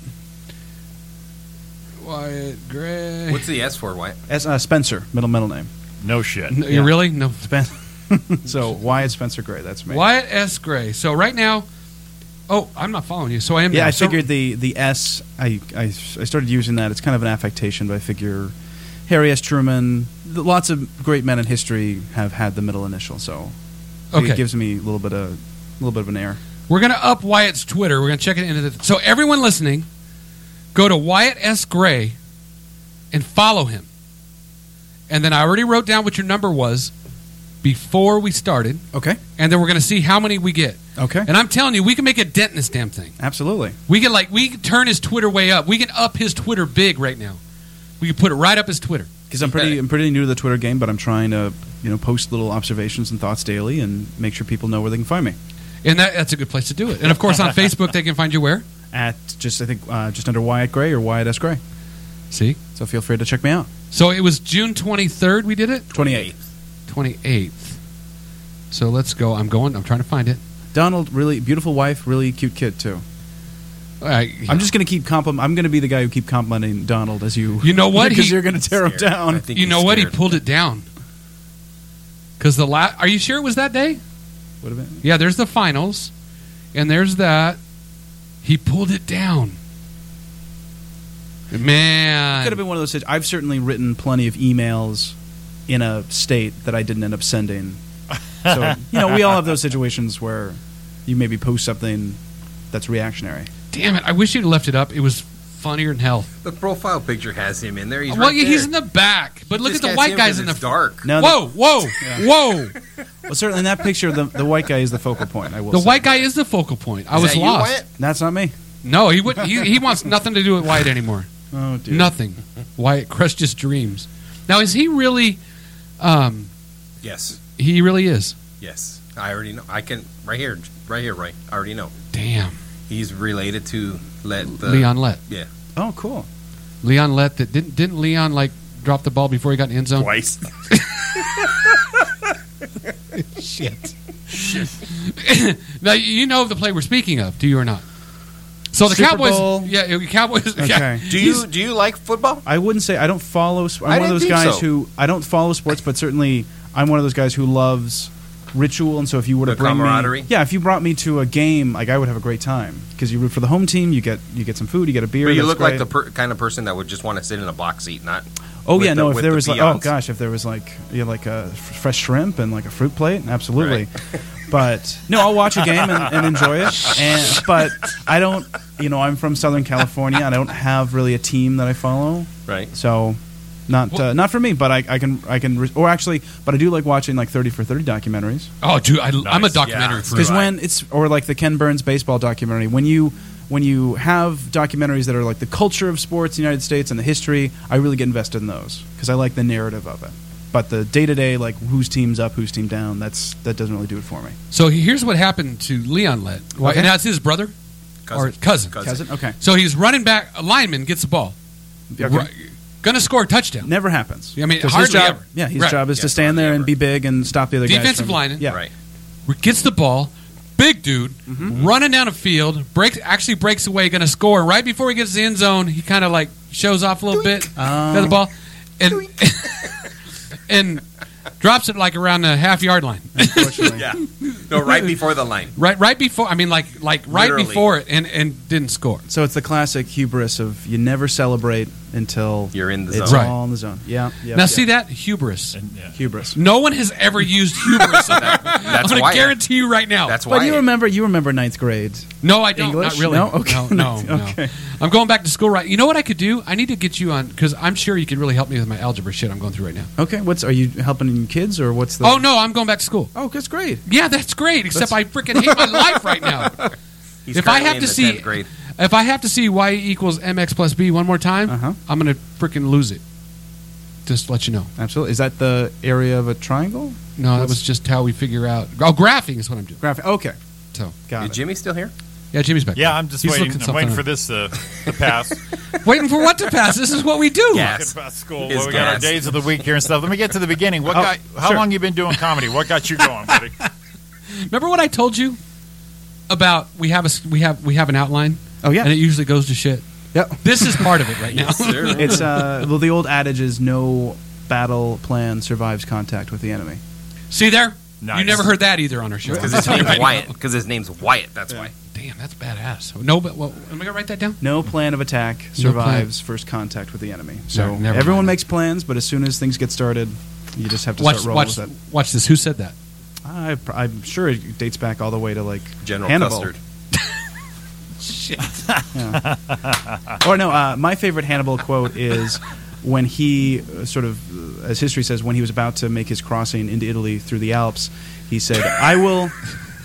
Speaker 1: Wyatt Gray.
Speaker 4: What's the S for, Wyatt?
Speaker 5: As, uh, Spencer, middle middle name.
Speaker 2: No shit.
Speaker 1: N-
Speaker 5: Yeah.
Speaker 1: Really? No.
Speaker 5: So Wyatt Spencer Gray, that's me.
Speaker 1: Wyatt S. Gray. So right now, oh, I'm not following you. So I am.
Speaker 5: Yeah,
Speaker 1: now.
Speaker 5: I
Speaker 1: So-
Speaker 5: figured the the S. I, I I started using that. It's kind of an affectation, but I figure Harry S. Truman. th- Lots of great men in history have had the middle initial, so
Speaker 1: Okay.
Speaker 5: it gives me a little bit of a little bit of an air.
Speaker 1: We're gonna up Wyatt's Twitter. We're gonna check it into the. So everyone listening, go to Wyatt S Gray, and follow him. And then I already wrote down what your number was before we started,
Speaker 5: Okay.
Speaker 1: and then we're gonna see how many we get.
Speaker 5: Okay.
Speaker 1: And I'm telling you, we can make a dent in this damn thing.
Speaker 5: Absolutely.
Speaker 1: We can like we can turn his Twitter way up. We can up his Twitter big right now. We can put it right up his Twitter.
Speaker 5: Because I'm pretty I'm pretty new to the Twitter game, but I'm trying to you know post little observations and thoughts daily and make sure people know where they can find me.
Speaker 1: And that, that's a good place to do it. And of course, on Facebook, they can find you where?
Speaker 5: At just I think uh, just under Wyatt Gray or Wyatt S. Gray.
Speaker 1: See?
Speaker 5: So feel free to check me out.
Speaker 1: So it was June 23rd we did it?
Speaker 5: Twenty eight.
Speaker 1: 28th. So let's go. I'm going. I'm trying to find it.
Speaker 5: Donald, really beautiful wife, really cute kid too.
Speaker 1: All right.
Speaker 5: I'm just gonna keep compliment. I'm gonna be the guy who keep complimenting Donald as you.
Speaker 1: You know what?
Speaker 5: Because
Speaker 1: He-
Speaker 5: you're gonna tear him
Speaker 4: Scared. I
Speaker 5: down.
Speaker 4: think
Speaker 1: you
Speaker 4: he's
Speaker 1: know what? He
Speaker 4: scared.
Speaker 1: pulled it down. Because the last. Are you sure it was that day?
Speaker 5: What about-
Speaker 1: Yeah, there's the finals. And there's that. He pulled it down. Man.
Speaker 5: Could have been one of those. situ- I've certainly written plenty of emails in a state that I didn't end up sending. So you know, we all have those situations where you maybe post something that's reactionary.
Speaker 1: Damn it. I wish you'd left it up. It was funnier than hell.
Speaker 4: The profile picture has him in there. He's
Speaker 1: well,
Speaker 4: right
Speaker 1: yeah, he's
Speaker 4: there.
Speaker 1: in the back. But look
Speaker 4: Just
Speaker 1: at the
Speaker 4: has
Speaker 1: white
Speaker 4: him
Speaker 1: guys
Speaker 4: 'cause
Speaker 1: in the
Speaker 4: it's dark.
Speaker 5: No,
Speaker 1: Whoa, whoa, whoa.
Speaker 5: The, well, certainly in that picture, the, the white guy is the focal point. I will.
Speaker 1: The
Speaker 5: say.
Speaker 1: white guy is the focal point. I
Speaker 4: Is
Speaker 1: was
Speaker 4: that you,
Speaker 1: lost.
Speaker 4: Wyatt?
Speaker 5: That's not me.
Speaker 1: No, he would. He, he wants nothing to do with Wyatt anymore.
Speaker 5: Oh dear.
Speaker 1: Nothing. Wyatt crushed his dreams. Now, is he really? Um,
Speaker 4: Yes,
Speaker 1: he really is.
Speaker 4: yes. I already know. I can right here, right here, right. I already know.
Speaker 1: Damn,
Speaker 4: He's related to let the
Speaker 1: Leon Lett.
Speaker 5: Oh, cool.
Speaker 1: Leon Lett. That didn't didn't Leon like drop the ball before he got in the end zone.
Speaker 4: twice.
Speaker 1: Shit. Shit. now you know the play we're speaking of, do you or not? So the
Speaker 5: Super
Speaker 1: Cowboys.
Speaker 5: Bowl.
Speaker 1: Yeah, the Cowboys. Yeah.
Speaker 5: Okay.
Speaker 4: Do you do you like football?
Speaker 5: I wouldn't say I don't follow. sp- I'm
Speaker 4: I
Speaker 5: one of
Speaker 4: didn't
Speaker 5: those
Speaker 4: think
Speaker 5: guys
Speaker 4: so.
Speaker 5: who I don't follow sports, but certainly I'm one of those guys who loves ritual. And so if you were to
Speaker 4: The
Speaker 5: bring
Speaker 4: camaraderie?
Speaker 5: me, yeah, if you brought me to a game, like I would have a great time because you root for the home team. You get you get some food, you get a beer.
Speaker 4: But you
Speaker 5: that's
Speaker 4: look like
Speaker 5: great.
Speaker 4: the per- kind of person that would just want to sit in a box seat, not
Speaker 5: oh
Speaker 4: with
Speaker 5: yeah
Speaker 4: the-
Speaker 5: no if
Speaker 4: with
Speaker 5: there
Speaker 4: the
Speaker 5: was like oh
Speaker 4: peons.
Speaker 5: gosh if there was like you know, like a f- fresh shrimp and like a fruit plate absolutely. But no, I'll watch a game and, and enjoy it. And, but I don't, you know, I'm from Southern California. and I don't have really a team that I follow.
Speaker 4: right.
Speaker 5: So, not uh, not for me, but I, I can I can re- or actually, but I do like watching like thirty for thirty documentaries
Speaker 1: Oh, dude, I, I'm a
Speaker 2: Nice.
Speaker 1: documentary
Speaker 4: Yeah.
Speaker 1: freak.
Speaker 5: because when it's or like the Ken Burns baseball documentary when you when you have documentaries that are like the culture of sports in the United States and the history, I really get invested in those because I like the narrative of it. But the day to day, like whose team's up, whose team down, that's that doesn't really do it for me.
Speaker 1: So here's what happened to Leon Lett.
Speaker 5: Okay.
Speaker 1: And that's his brother or cousin.
Speaker 5: Cousin, okay,
Speaker 1: So he's running back. A lineman gets the ball.
Speaker 5: Okay.
Speaker 1: Ru- Gonna score a touchdown.
Speaker 5: never happens.
Speaker 1: I mean,
Speaker 5: 'Cause
Speaker 1: hardly
Speaker 5: his job,
Speaker 1: ever.
Speaker 5: yeah, his
Speaker 1: Right.
Speaker 5: job is
Speaker 4: Yeah,
Speaker 5: to stand
Speaker 4: hardly
Speaker 5: there
Speaker 4: ever.
Speaker 5: and be big and stop the other guys.
Speaker 1: Defensive
Speaker 5: from-
Speaker 1: lineman.
Speaker 5: yeah,
Speaker 4: Right.
Speaker 1: Gets the ball, big dude,
Speaker 5: Mm-hmm.
Speaker 1: running down a field, breaks actually breaks away, gonna score. Right before he gets the end zone, he kind of like shows off a little bit.
Speaker 5: Oh.
Speaker 1: Got the ball, and and drops it like around the half yard line.
Speaker 5: unfortunately.
Speaker 4: Yeah. No, right before the line.
Speaker 1: Right, right before. I mean, like like right
Speaker 4: Literally.
Speaker 1: before it, and and didn't score.
Speaker 5: So it's the classic hubris of you never celebrate until
Speaker 4: You're in the
Speaker 5: it's
Speaker 4: zone.
Speaker 1: Right.
Speaker 5: all in the zone. Yeah. yeah
Speaker 1: now
Speaker 5: yeah.
Speaker 1: see that hubris.
Speaker 2: And, yeah.
Speaker 5: hubris.
Speaker 1: No one has ever used hubris. in that. I'm
Speaker 4: That's
Speaker 1: gonna
Speaker 4: why.
Speaker 1: guarantee you right now.
Speaker 4: That's why.
Speaker 5: But you remember you remember ninth grade.
Speaker 1: No, I don't.
Speaker 5: English?
Speaker 1: Not really.
Speaker 5: No? Okay.
Speaker 1: No, no, no.
Speaker 5: Okay.
Speaker 1: I'm going back to school right. You know what I could do? I need to get you on because I'm sure you can really help me with my algebra shit I'm going through right now.
Speaker 5: Okay, what's are you helping kids or what's the
Speaker 1: oh no, I'm going back to school.
Speaker 5: Oh, that's great.
Speaker 1: Yeah, that's great. Except I freaking hate my life right now.
Speaker 4: He's
Speaker 1: if I
Speaker 4: currently in
Speaker 1: have to
Speaker 4: the
Speaker 1: see-
Speaker 4: 10th grade.
Speaker 1: If I have to see y equals mx plus b one more time,
Speaker 5: Uh-huh.
Speaker 1: I'm gonna freaking lose it. Just let you know.
Speaker 5: Absolutely. Is that the area of a triangle?
Speaker 1: No, that
Speaker 5: What's-
Speaker 1: was just how we figure out. Oh, graphing is what I'm doing.
Speaker 5: Graphic. Okay.
Speaker 1: So.
Speaker 5: Got
Speaker 4: Is
Speaker 5: it.
Speaker 4: Jimmy still here?
Speaker 1: Yeah, Jimmy's back.
Speaker 2: Yeah, I'm just
Speaker 1: He's
Speaker 2: waiting.
Speaker 1: looking
Speaker 2: I'm waiting
Speaker 1: something
Speaker 2: for
Speaker 1: up.
Speaker 2: this uh, to pass.
Speaker 1: waiting for what to pass. This is what we do.
Speaker 4: Yeah.
Speaker 2: Talking about school.
Speaker 4: His
Speaker 2: Well, we got our
Speaker 4: gas.
Speaker 2: days of the week here and stuff. Let me get to the beginning. What
Speaker 5: Oh,
Speaker 2: got? How
Speaker 5: sure.
Speaker 2: long you been doing comedy? What got you going, buddy?
Speaker 1: Remember what I told you about? We have a s- we have we have an outline.
Speaker 5: Oh yeah.
Speaker 1: and it usually goes to shit.
Speaker 5: Yep.
Speaker 1: This is part of it right now.
Speaker 4: Sir.
Speaker 5: It's uh well the old adage is no battle plan survives contact with the enemy.
Speaker 1: See there? You
Speaker 2: Nice.
Speaker 1: never heard that either on our show.
Speaker 4: Because his name's Wyatt. Because his name's Wyatt. That's why.
Speaker 1: Damn, that's badass. No, but well, am I gonna write that down?
Speaker 5: No plan of attack survives first contact with the enemy. So
Speaker 1: No, never
Speaker 5: everyone
Speaker 1: mind.
Speaker 5: makes plans, but as soon as things get started, you just have to
Speaker 1: Watch,
Speaker 5: start rolling
Speaker 1: watch,
Speaker 5: with it.
Speaker 1: watch this. Who said that?
Speaker 5: I, I'm sure it dates back all the way to like
Speaker 4: General
Speaker 5: Hannibal.
Speaker 4: Custard.
Speaker 5: or no, uh, my favorite Hannibal quote is when he uh, sort of, uh, as history says, when he was about to make his crossing into Italy through the Alps, he said, "I will,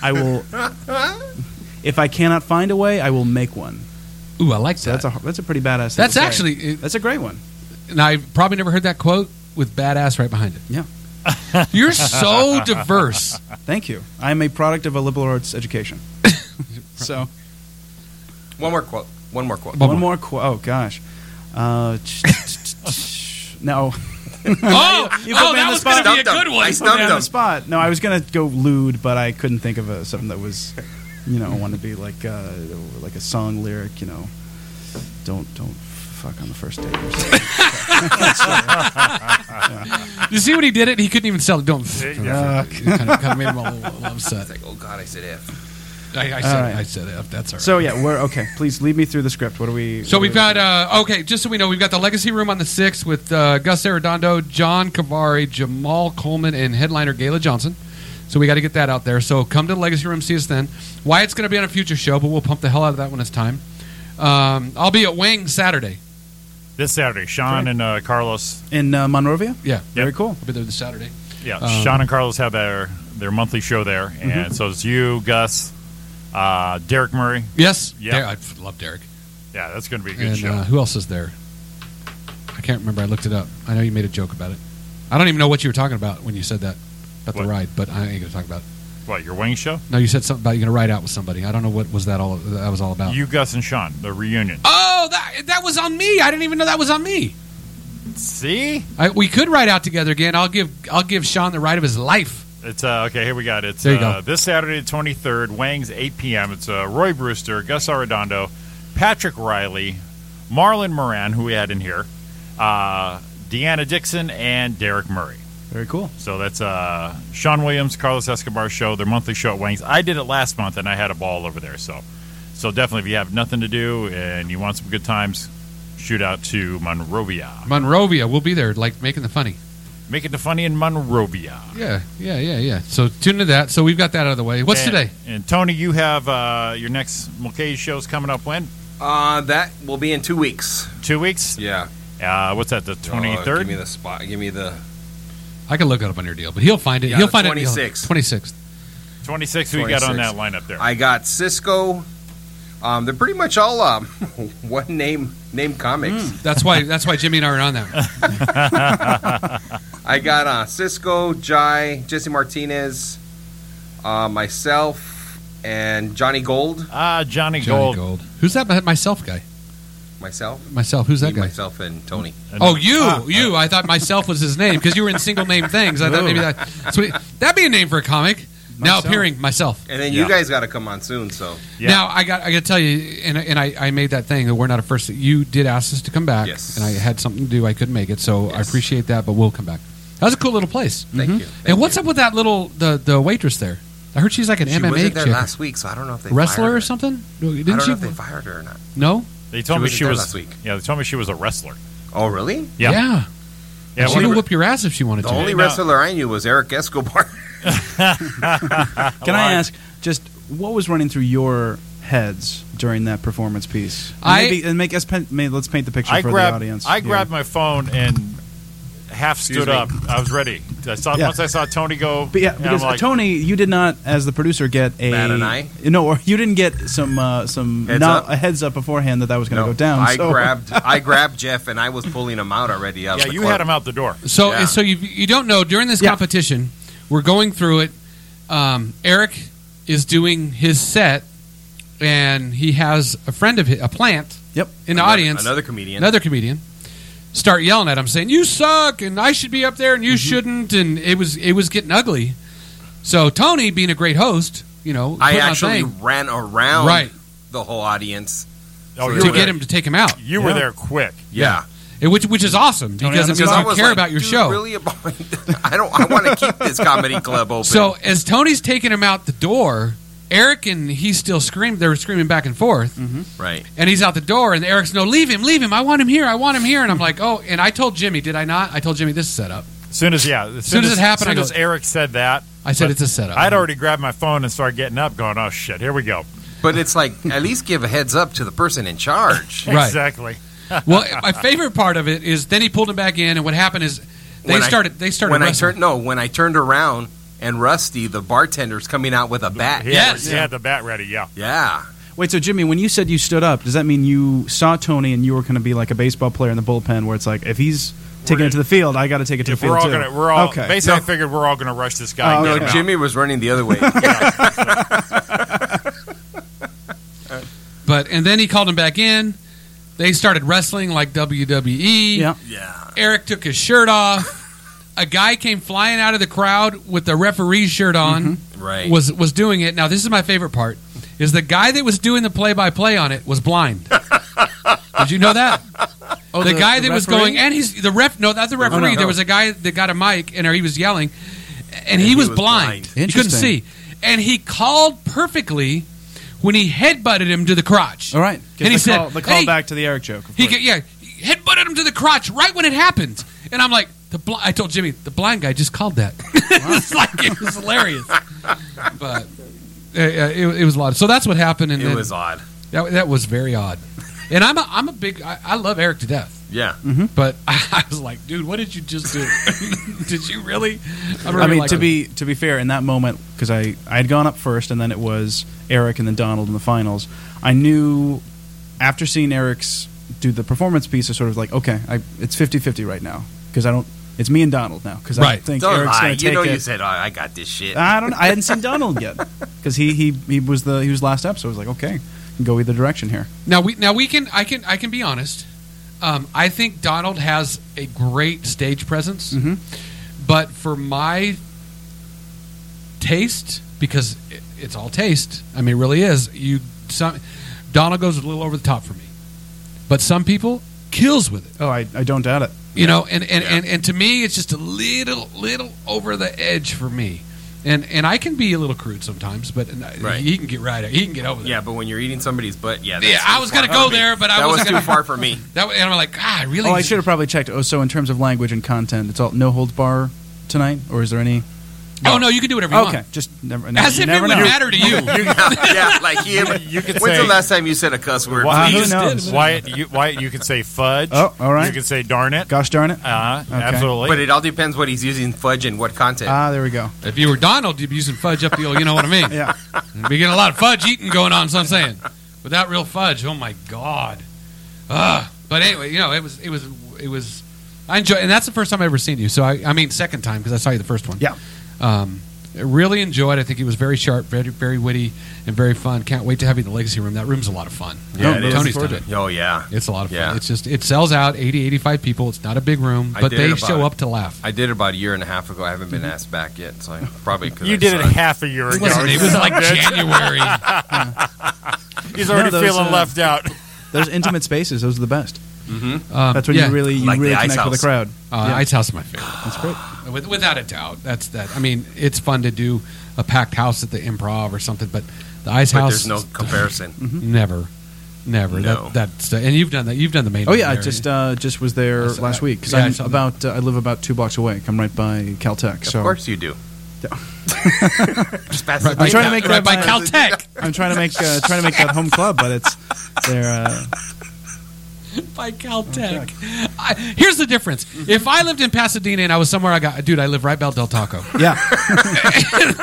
Speaker 5: I will, if I cannot find a way, I will make one."
Speaker 1: Ooh, I like
Speaker 5: So
Speaker 1: that.
Speaker 5: that's a that's a pretty badass. thing
Speaker 1: That's
Speaker 5: to say.
Speaker 1: actually, it,
Speaker 5: that's a great one.
Speaker 1: and I probably never heard that quote with badass right behind it.
Speaker 5: Yeah.
Speaker 1: You're so diverse.
Speaker 5: Thank you. I am a product of a liberal arts education. so
Speaker 4: One more quote. One more quote.
Speaker 5: one, more quote. Oh gosh. Uh, no.
Speaker 1: oh,
Speaker 5: you
Speaker 1: oh,
Speaker 5: put me on
Speaker 1: that
Speaker 5: the
Speaker 1: was going to
Speaker 4: Stumped
Speaker 1: be a
Speaker 4: him.
Speaker 1: good one.
Speaker 4: I stumped him.
Speaker 5: on the spot. No, I was gonna go lewd, but I couldn't think of a, something that was, you know, I want to be like uh, like a song lyric. You know, don't don't fuck on the first date. Or something.
Speaker 1: You see what he did? It he couldn't even sell it. Don't. It kind, of, kind of made him a little, little upset.
Speaker 4: It's like, oh God, I said F.
Speaker 1: I, I
Speaker 5: All
Speaker 1: said,
Speaker 5: right.
Speaker 1: I said it. That's all right.
Speaker 5: So yeah, we're okay. Please lead me through the script. What are we?
Speaker 1: So
Speaker 5: what
Speaker 1: we've
Speaker 5: are we-
Speaker 1: got uh, okay. Just so we know, we've got the Legacy Room on the sixth with uh, Gus Arredondo, John Cavari, Jamal Coleman, and headliner Gayla Johnson. So we got to get that out there. So come to the Legacy Room, see us then. Wyatt's going to be on a future show, but we'll pump the hell out of that when it's time. Um, I'll be at Wang Saturday.
Speaker 2: This Saturday, Sean and uh, Carlos.
Speaker 5: in uh, Monrovia.
Speaker 1: Yeah,
Speaker 5: Very cool.
Speaker 1: I'll be there this Saturday.
Speaker 2: Yeah,
Speaker 1: Um,
Speaker 2: Sean and Carlos have their their monthly show there,
Speaker 5: Mm-hmm.
Speaker 2: and so it's you, Gus, uh, Derek Murray.
Speaker 1: Yes,
Speaker 2: Yeah.
Speaker 1: Der- I f- love Derek.
Speaker 2: Yeah, that's going to be a good
Speaker 1: And
Speaker 2: show.
Speaker 1: uh, who else is there? I can't remember. I looked it up. I know you made a joke about it. I don't even know what you were talking about when you said that about
Speaker 2: What?
Speaker 1: the ride, but I ain't going to talk about it.
Speaker 2: what your wing show?
Speaker 1: No, you said something about you're going to ride out with somebody. I don't know what was that all that was all about.
Speaker 2: You, Gus, and Sean, the reunion.
Speaker 1: oh, that that was on me. I didn't even know that was on me.
Speaker 2: See,
Speaker 1: I, we could ride out together again. I'll give I'll give Sean the ride of his life.
Speaker 2: it's uh, okay. Here we got it. It's,
Speaker 1: There you
Speaker 2: uh,
Speaker 1: go.
Speaker 2: This Saturday, the twenty third, Wang's eight p.m. It's uh, Roy Brewster, Gus Arredondo, Patrick Riley, Marlon Moran, who we had in here, uh, Deanna Dixon, and Derek Murray.
Speaker 5: Very cool.
Speaker 2: So that's uh, Sean Williams, Carlos Escobar show, their monthly show at Wang's. I did it last month and I had a ball over there. So, so definitely, if you have nothing to do and you want some good times, shoot out to Monrovia.
Speaker 1: Monrovia, we'll be there, like making the funny.
Speaker 2: Make it to funny in Monrovia.
Speaker 1: Yeah, yeah, yeah, yeah. So tune into that. So we've got that out of the way. What's
Speaker 2: And-
Speaker 1: today?
Speaker 2: And Tony, you have uh, your next Mulcahy show's coming up when?
Speaker 4: Uh, that will be in two weeks.
Speaker 2: Two weeks.
Speaker 4: Yeah.
Speaker 2: Uh, what's that? The twenty
Speaker 4: Oh, give me
Speaker 2: third.
Speaker 4: the spot. Give me the
Speaker 1: I can look it up on your deal, but he'll find it.
Speaker 4: Yeah,
Speaker 1: he'll
Speaker 4: the
Speaker 1: find it.
Speaker 4: 26th.
Speaker 1: Twenty sixth.
Speaker 2: Twenty sixth. Who you got on
Speaker 4: 26th.
Speaker 2: that lineup there?
Speaker 4: I got Cisco. Um, they're pretty much all um, one name name comics.
Speaker 1: That's why. That's why Jimmy and I are on that. one.
Speaker 4: I got uh, Cisco, Jai, Jesse Martinez, uh, myself, and Johnny Gold.
Speaker 2: Ah, Johnny,
Speaker 1: Johnny
Speaker 2: Gold.
Speaker 1: Gold. Who's that? Myself guy.
Speaker 4: Myself,
Speaker 1: Myself. Who's that
Speaker 4: me,
Speaker 1: guy?
Speaker 4: myself, and ah, Tony.
Speaker 1: Oh, you, you. I thought myself was his name because you were in single name things. I thought maybe that that's what- that'd be a name for a comic. Now
Speaker 5: Myself.
Speaker 1: appearing myself.
Speaker 4: And then
Speaker 2: Yeah.
Speaker 4: you guys got to come on soon. So
Speaker 2: Yeah.
Speaker 1: Now I got I got to tell you, and, and I, I made that thing that we're not a first. You did ask us to come back,
Speaker 4: Yes.
Speaker 1: and I had something to do. I couldn't make it, so I
Speaker 4: Yes.
Speaker 1: appreciate that. But we'll come back. That was a cool little place.
Speaker 4: thank you.
Speaker 1: and Mm-hmm. what's up with that little the the waitress there? I heard she's like an
Speaker 4: She
Speaker 1: MMA
Speaker 4: wasn't there
Speaker 1: chick.
Speaker 4: last week, so I don't know if they
Speaker 1: wrestler
Speaker 4: fired her.
Speaker 1: or something? No,
Speaker 4: I
Speaker 1: didn't
Speaker 4: don't
Speaker 1: she?
Speaker 4: know if they fired her or not.
Speaker 1: no.
Speaker 2: They told
Speaker 4: She
Speaker 2: me
Speaker 4: wasn't
Speaker 2: she
Speaker 4: there
Speaker 2: was
Speaker 4: last week.
Speaker 2: Yeah, they told me she was a wrestler.
Speaker 4: Oh, really?
Speaker 2: Yeah.
Speaker 1: Yeah.
Speaker 2: Yeah,
Speaker 1: she
Speaker 2: one
Speaker 1: would
Speaker 2: of-
Speaker 1: whoop your ass if she wanted
Speaker 4: The
Speaker 1: to.
Speaker 4: only
Speaker 2: no.
Speaker 4: wrestler I knew was Eric Escobar.
Speaker 5: Can
Speaker 2: Well,
Speaker 5: I
Speaker 2: I-
Speaker 5: ask just what was running through your heads during that performance piece? And
Speaker 1: I-
Speaker 5: maybe, and make us pen, maybe let's paint the picture
Speaker 2: I
Speaker 5: for
Speaker 2: grabbed,
Speaker 5: the audience.
Speaker 2: I
Speaker 5: Yeah.
Speaker 2: grabbed my phone and half stood
Speaker 4: me.
Speaker 2: up. I was ready. I saw
Speaker 5: Yeah.
Speaker 2: once I saw Tony go.
Speaker 5: But yeah,
Speaker 2: and
Speaker 5: because
Speaker 2: I'm like,
Speaker 5: Tony, you did not, as the producer, get a
Speaker 4: Bat an eye?
Speaker 5: No, or you didn't get some uh, some
Speaker 4: Heads
Speaker 5: no-
Speaker 4: up?
Speaker 5: a heads up beforehand that that was going to go down.
Speaker 4: I
Speaker 5: so-
Speaker 4: grabbed I grabbed Jeff and I was pulling him out already. Out
Speaker 2: yeah,
Speaker 4: of the
Speaker 2: you
Speaker 4: club.
Speaker 2: had him out the door.
Speaker 1: So,
Speaker 4: Yeah.
Speaker 1: so you you don't know during this
Speaker 5: Yeah.
Speaker 1: competition, we're going through it. Um, Eric is doing his set, and he has a friend of his, a plant
Speaker 5: Yep.
Speaker 1: in the
Speaker 4: Another-
Speaker 1: audience,
Speaker 4: Another comedian.
Speaker 1: another comedian, start yelling at him, saying "You suck," and "I should be up there," and "You
Speaker 4: Mm-hmm.
Speaker 1: shouldn't," and it was it was getting ugly. So Tony, being a great host, you know,
Speaker 4: I
Speaker 1: put on a
Speaker 4: actually
Speaker 1: thing
Speaker 4: ran around
Speaker 1: Right.
Speaker 4: the whole audience. So
Speaker 2: Oh, you
Speaker 4: they
Speaker 1: to
Speaker 2: were
Speaker 1: get
Speaker 2: there.
Speaker 1: him to take him out.
Speaker 2: You were there quick.
Speaker 4: Yeah.
Speaker 1: It- which which is awesome because it
Speaker 5: Adams
Speaker 1: means
Speaker 5: is
Speaker 1: you
Speaker 5: awesome.
Speaker 1: care
Speaker 4: like,
Speaker 1: about your
Speaker 4: "Dude,
Speaker 1: show.
Speaker 4: Really about? I don't. I want to keep this comedy club open.
Speaker 1: So as Tony's taking him out the door, Eric and he still scream. They were screaming back and forth,
Speaker 4: Mm-hmm. right.
Speaker 1: and he's out the door, and Eric's no, leave him, leave him. I want him here. I want him here. And I'm like, oh. And I told Jimmy, did I not? I told Jimmy this is set up.
Speaker 2: As soon as yeah, as soon,
Speaker 1: as it happened,
Speaker 2: as, soon
Speaker 1: I
Speaker 2: as
Speaker 1: go- "Uh-huh."
Speaker 2: Eric said that,
Speaker 1: I said
Speaker 2: But
Speaker 1: it's a setup.
Speaker 2: I'd already grabbed my phone and started getting up, going, "Oh shit, here we go."
Speaker 4: But it's like at least give a heads up to the person in charge.
Speaker 1: Right.
Speaker 2: Exactly.
Speaker 1: well, my favorite part of it is then he pulled him back in, and what happened is they
Speaker 4: When I-
Speaker 1: started. they started.
Speaker 4: when I
Speaker 1: wrestling.
Speaker 4: turned no, when I turned around and Rusty, the bartender's coming out with a bat.
Speaker 2: He
Speaker 1: Yes.
Speaker 2: Had, he had the bat ready. Yeah.
Speaker 4: Yeah.
Speaker 5: Wait, so Jimmy, when you said you stood up, does that mean you saw Tony and you were going to be like a baseball player in the bullpen, where it's like if he's taking it to the field, I got to take it to
Speaker 2: If
Speaker 5: the field
Speaker 2: we're all
Speaker 5: too.
Speaker 2: gonna, we're all
Speaker 5: okay.
Speaker 2: basically I figured we're all gonna rush this guy. and get
Speaker 5: Oh,
Speaker 4: No,
Speaker 2: him out.
Speaker 4: Jimmy was running the other way. Yeah.
Speaker 1: But and then he called him back in. They started wrestling like WWE.
Speaker 5: Yeah.
Speaker 4: yeah.
Speaker 1: Eric took his shirt off. A guy came flying out of the crowd with the referee's shirt on.
Speaker 4: Mm-hmm. Right.
Speaker 1: was was doing it. Now this is my favorite part: is the guy that was doing the play by play on it was blind. Did you know that?
Speaker 5: Oh,
Speaker 1: the, guy that was
Speaker 5: referee? Oh,
Speaker 1: going and he's the ref. No, not the referee.
Speaker 5: no.
Speaker 1: There was a guy that got a mic and or he was yelling, and, he,
Speaker 4: he
Speaker 1: was,
Speaker 4: was
Speaker 1: blind.
Speaker 4: blind.
Speaker 1: He couldn't see,
Speaker 5: Interesting.
Speaker 1: and he called perfectly when he headbutted him to the crotch.
Speaker 5: All right. 'Cause
Speaker 1: And he
Speaker 5: the
Speaker 1: said,
Speaker 5: call, the call
Speaker 1: "Hey."
Speaker 5: back to the Eric joke. of
Speaker 1: He
Speaker 5: course.
Speaker 1: ca- yeah, he headbutted him to the crotch right when it happened, and I'm like, the bl- I told Jimmy the blind guy just called that. it's like it was hilarious, but uh, uh, it, it was a lot. So that's what happened, and
Speaker 4: It
Speaker 1: then-
Speaker 4: was odd.
Speaker 1: that, that was very odd. And I'm a, I'm a big I, I love Eric to death,
Speaker 4: Yeah.
Speaker 1: but I, was like, dude, what did you just do? did you really? I, remember
Speaker 5: I mean,
Speaker 1: like-
Speaker 5: to be to be fair, in that moment, because I I had gone up first, and then it was Eric and then Donald in the finals. I knew after seeing Eric's do the performance piece, I sort of like, okay, I, it's 50-50 right now because I don't. It's me and Donald now because I
Speaker 1: Right.
Speaker 5: don't think
Speaker 4: Don't
Speaker 5: Eric's
Speaker 4: lie.
Speaker 5: going to
Speaker 4: You
Speaker 5: take
Speaker 4: know
Speaker 5: it. Ah.
Speaker 4: you said, oh, I got this shit.
Speaker 5: I don't. I hadn't seen Donald yet because he, he he was the he was last up. So I was like, okay, can go either direction here.
Speaker 1: now we now we can I can I can be honest. Um, I think Donald has a great stage presence.
Speaker 5: Mhm.
Speaker 1: But for my taste, because it, it's all taste. I mean, it really is. You some Donald goes a little over the top for me, but some people kills with it.
Speaker 5: Oh, I, I don't doubt it.
Speaker 1: You know, and and, and and to me, it's just a little little over the edge for me. And and I can be a little crude sometimes, but uh,
Speaker 4: Right.
Speaker 1: he can get right. He can get over there.
Speaker 4: Yeah, but when you're eating somebody's butt, yeah.
Speaker 1: Yeah,
Speaker 4: too
Speaker 1: I was
Speaker 4: far
Speaker 1: gonna go
Speaker 4: for me.
Speaker 1: there, but I
Speaker 4: that
Speaker 1: wasn't
Speaker 4: was too
Speaker 1: gonna-
Speaker 4: far for me.
Speaker 1: That, and I'm like, ah, really?
Speaker 5: Oh, I should have probably checked. Oh, so in terms of language and content, it's all no holds bar tonight, or is there any?
Speaker 1: Oh no, you can do whatever you
Speaker 5: Okay,
Speaker 1: want.
Speaker 5: just never. never
Speaker 1: As
Speaker 5: you
Speaker 1: if it
Speaker 5: never
Speaker 1: would
Speaker 5: know.
Speaker 1: matter to you.
Speaker 4: yeah, like he.
Speaker 2: You could
Speaker 4: when's
Speaker 2: say-
Speaker 4: the last time you said a cuss word?
Speaker 5: Wow.
Speaker 2: Wyatt,
Speaker 5: who
Speaker 2: you-
Speaker 5: knows?
Speaker 2: Wyatt, you, Wyatt, you can say fudge.
Speaker 5: Oh, all right.
Speaker 2: You can say darn it.
Speaker 5: Gosh darn it!
Speaker 2: Uh,
Speaker 5: Okay.
Speaker 2: Absolutely.
Speaker 4: But it all depends what he's using fudge and what content.
Speaker 5: Ah, there we go.
Speaker 1: If you were Donald, you'd be using fudge up the old. You know what I mean?
Speaker 5: Yeah.
Speaker 1: We get a lot of fudge eating going on. So I'm saying, without real fudge, oh my god. Ugh. But anyway, you know, it was it was it was. I enjoy, and that's the first time I ever seen you. So I, I mean, second time because I saw you the first one.
Speaker 5: Yeah.
Speaker 1: Um, I really enjoyed. I think it was very sharp, very very witty, and very fun. Can't wait to have you in the legacy room. That room's a lot of fun.
Speaker 5: Yeah,
Speaker 4: it is.
Speaker 1: Tony's done it.
Speaker 4: Oh yeah,
Speaker 1: It's a lot of fun.
Speaker 4: Yeah.
Speaker 1: It's just it sells out 80, 85 people. It's not a big room,
Speaker 4: I
Speaker 1: but
Speaker 4: did it
Speaker 1: they
Speaker 4: about
Speaker 1: show
Speaker 4: it.
Speaker 1: up to laugh.
Speaker 4: I did about a year and a half ago. I haven't been asked back yet, so I probably could.
Speaker 2: you did it half a year ago.
Speaker 1: Listen, it was like January.
Speaker 2: He's already
Speaker 5: No, those,
Speaker 2: feeling
Speaker 5: uh,
Speaker 2: left out.
Speaker 5: Those intimate spaces, those are the best.
Speaker 1: Um,
Speaker 5: That's when
Speaker 1: yeah.
Speaker 5: you really you
Speaker 4: Like the
Speaker 5: really
Speaker 4: Ice
Speaker 5: connect
Speaker 4: House.
Speaker 5: with the crowd.
Speaker 1: Uh,
Speaker 5: Yeah.
Speaker 1: Ice House is my favorite.
Speaker 5: That's great.
Speaker 1: With, without a doubt, that's that. I mean, it's fun to do a packed house at the Improv or something, but the Ice
Speaker 4: But
Speaker 1: House, Mm-hmm.
Speaker 4: there's no comparison.
Speaker 5: Mm-hmm.
Speaker 1: never, never.
Speaker 4: No.
Speaker 1: That that's and you've done that. You've done the main.
Speaker 5: Oh yeah, I
Speaker 1: one there.
Speaker 5: just uh, just was there
Speaker 1: I saw
Speaker 5: last
Speaker 1: that.
Speaker 5: week because
Speaker 1: Yeah, I
Speaker 5: I'm
Speaker 1: saw that.
Speaker 5: about uh, I live about two blocks away. I'm right by Caltech.
Speaker 4: Of
Speaker 5: so
Speaker 4: course you do. Just pass
Speaker 1: Right
Speaker 4: the
Speaker 1: by
Speaker 5: I'm trying to
Speaker 1: Cal-
Speaker 5: make
Speaker 1: right
Speaker 5: that
Speaker 1: by
Speaker 5: my-
Speaker 1: Caltech.
Speaker 5: I'm trying to make uh, trying to make that home club, but it's there. Uh,
Speaker 1: by Caltech. I, here's the difference. If I lived in Pasadena and I was somewhere, I got dude. I live right by Del Taco.
Speaker 5: yeah,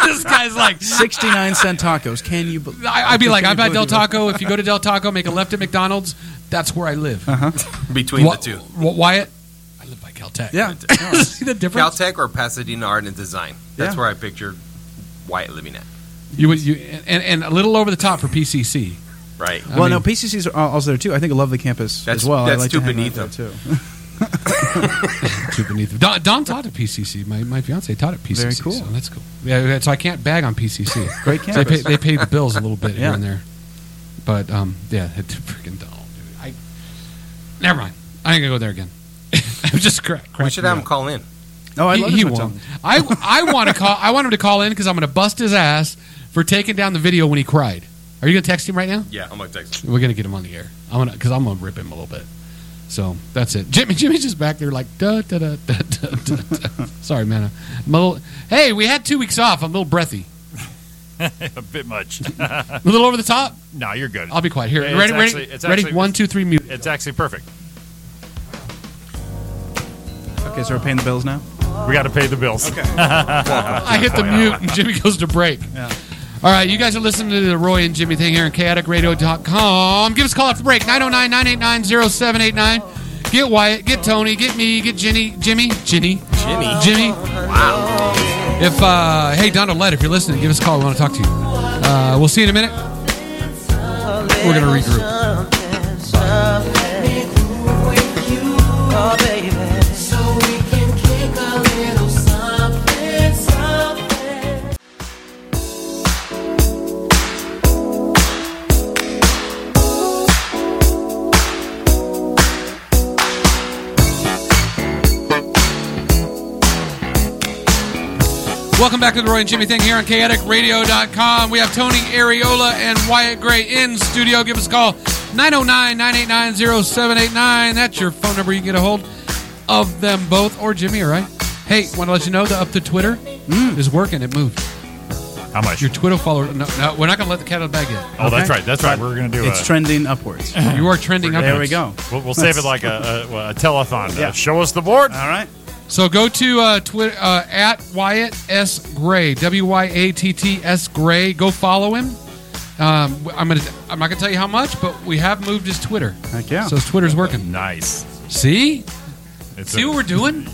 Speaker 1: this guy's like.
Speaker 5: 69 cent tacos. Can you? bel-
Speaker 1: I, I'd be like,
Speaker 5: Can you
Speaker 1: I'm by Del
Speaker 5: believe it?
Speaker 1: Taco. If you go to Del Taco, make a left at McDonald's. That's where I live.
Speaker 4: between
Speaker 1: Wha-
Speaker 4: the two.
Speaker 1: Wha- Wyatt, I live by Caltech.
Speaker 5: Yeah.
Speaker 1: See the difference?
Speaker 4: Caltech or Pasadena Art and Design. That's
Speaker 5: Yeah.
Speaker 4: where I pictured Wyatt living at.
Speaker 1: You would you and, and a little over the top for PCC.
Speaker 4: Right.
Speaker 1: I
Speaker 5: Well,
Speaker 1: mean-
Speaker 5: no, PCC's are al- also there too. I think I love the campus
Speaker 4: That's-
Speaker 5: as well. I
Speaker 4: that's
Speaker 5: like
Speaker 4: too
Speaker 5: to hang out
Speaker 4: beneath
Speaker 5: there,
Speaker 4: them.
Speaker 5: too.
Speaker 1: Too beneath. it. Don, Don taught at PCC. My, my fiance taught at PCC.
Speaker 5: Very cool.
Speaker 1: So that's cool. Yeah, yeah, so I can't bag on PCC.
Speaker 5: Great
Speaker 1: So they, pay,
Speaker 5: campus.
Speaker 1: they pay the bills a little bit here
Speaker 5: Yeah.
Speaker 1: and there. But um, yeah, it, freaking Donald. Dude. I never mind. I ain't gonna go there again. I'm just crack.
Speaker 10: We should have him call in.
Speaker 5: Oh, I
Speaker 1: he,
Speaker 5: love
Speaker 1: he
Speaker 5: his wits
Speaker 1: won't. I I want to call. I want him to call in because I'm going to bust his ass for taking down the video when he cried. Are you going to text him right now?
Speaker 10: Yeah, I'm gonna text him.
Speaker 1: We're going to get him on the air. I'm gonna because I'm going to rip him a little bit. So that's it. Jimmy Jimmy's just back there like da da da da da. da, da. Sorry, man. I'm a little, hey, we had two weeks off. I'm a little breathy,
Speaker 2: a bit much.
Speaker 1: a little over the top.
Speaker 2: no, you're good.
Speaker 1: I'll be quiet. Here,
Speaker 2: It's
Speaker 1: ready,
Speaker 2: actually-
Speaker 1: ready,
Speaker 2: it's
Speaker 1: ready.
Speaker 2: actually-
Speaker 1: One, two, three, mute.
Speaker 2: It's actually perfect.
Speaker 5: Okay, so we're paying the bills now.
Speaker 2: We got to pay the bills. Okay.
Speaker 1: I hit the mute and Jimmy goes to break. All right, you guys are listening to the Roy and Jimmy thing here on chaoticradio.com. Give us a call after break 909-989-0789. Get Wyatt, get Tony, get me, get Jenny, Jimmy, Jenny, Jimmy, Jimmy. Wow. If uh, hey Donald Lett, if you're listening, give us a call. We want to talk to you. Uh, we'll see you in a minute. We're gonna regroup. Welcome back to the Roy and Jimmy thing here on chaoticradio.com. We have Tony Areola and Wyatt Gray in studio. Give us a call 909 989 0789. That's your phone number. You can get a hold of them both or Jimmy, all right? Hey, want to let you know the up to Twitter
Speaker 5: Mm.
Speaker 1: is working. It moved.
Speaker 2: How much?
Speaker 1: Your Twitter follower. No, no we're not going to let the cat out of the bag yet.
Speaker 2: oh, that's right. That's right. We're gonna do.
Speaker 5: It's
Speaker 2: a,
Speaker 5: trending upwards. All
Speaker 1: You are trending up.
Speaker 5: There we go.
Speaker 2: We'll, we'll save it like a, a, a telethon.
Speaker 5: Yeah.
Speaker 2: Uh, show us the board.
Speaker 5: right.
Speaker 1: So go to uh, Twitter uh, at Wyatt S Gray W Y A T T S Gray. Go follow him. Um, I'm gonna. I'm not gonna tell you how much, but we have moved his Twitter.
Speaker 5: Heck yeah.
Speaker 1: So his Twitter's working.
Speaker 2: Nice.
Speaker 1: See,
Speaker 2: It's
Speaker 1: see
Speaker 2: a-
Speaker 1: what we're doing.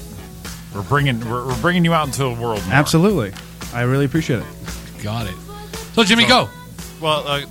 Speaker 2: We're bringing we're, we're bringing you out into the world. More.
Speaker 5: Absolutely. I really appreciate it.
Speaker 1: Got it. So Jimmy, go.
Speaker 2: Well, uh,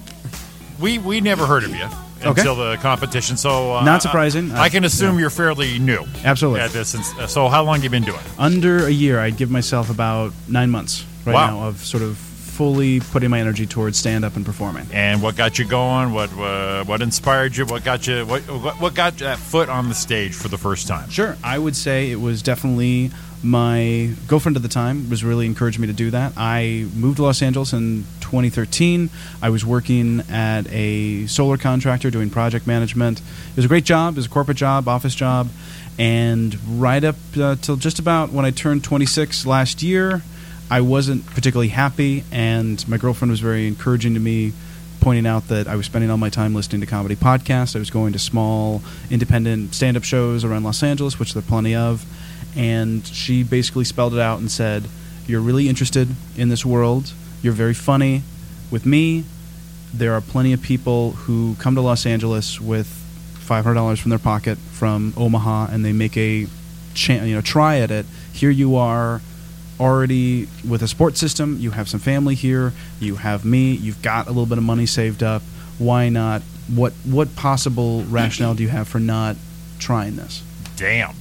Speaker 2: we we never heard of you
Speaker 5: Okay.
Speaker 2: until the competition, so uh,
Speaker 5: Not surprising.
Speaker 2: I, I can
Speaker 5: Uh,
Speaker 2: assume
Speaker 5: yeah.
Speaker 2: you're fairly new.
Speaker 5: Absolutely.
Speaker 2: At this, since- uh, so how long you been doing? it?
Speaker 5: Under a year, I'd give myself about nine months right
Speaker 2: Wow.
Speaker 5: now of sort of fully putting my energy towards stand up and performing.
Speaker 2: And what got you going? What uh, what inspired you? What got you? What what, what got that foot on the stage for the first time?
Speaker 5: Sure. I would say it was definitely my girlfriend at the time was really encouraged me to do that. I moved to Los Angeles in 2013. I was working at a solar contractor doing project management. It was a great job. It was a corporate job, office job, and right up uh, till just about when I turned 26 last year, I wasn't particularly happy, and my girlfriend was very encouraging to me pointing out that I was spending all my time listening to comedy podcasts. I was going to small independent stand up shows around Los Angeles, which there are plenty of. And she basically spelled it out and said, You're really interested in this world. You're very funny. With me, there are plenty of people who come to Los Angeles with $500 from their pocket from Omaha and they make a chan you know, try at it. Here you are already with a sports system. You have some family here. You have me. You've got a little bit of money saved up. Why not? What what possible rationale do you have for not trying this?
Speaker 2: Damn.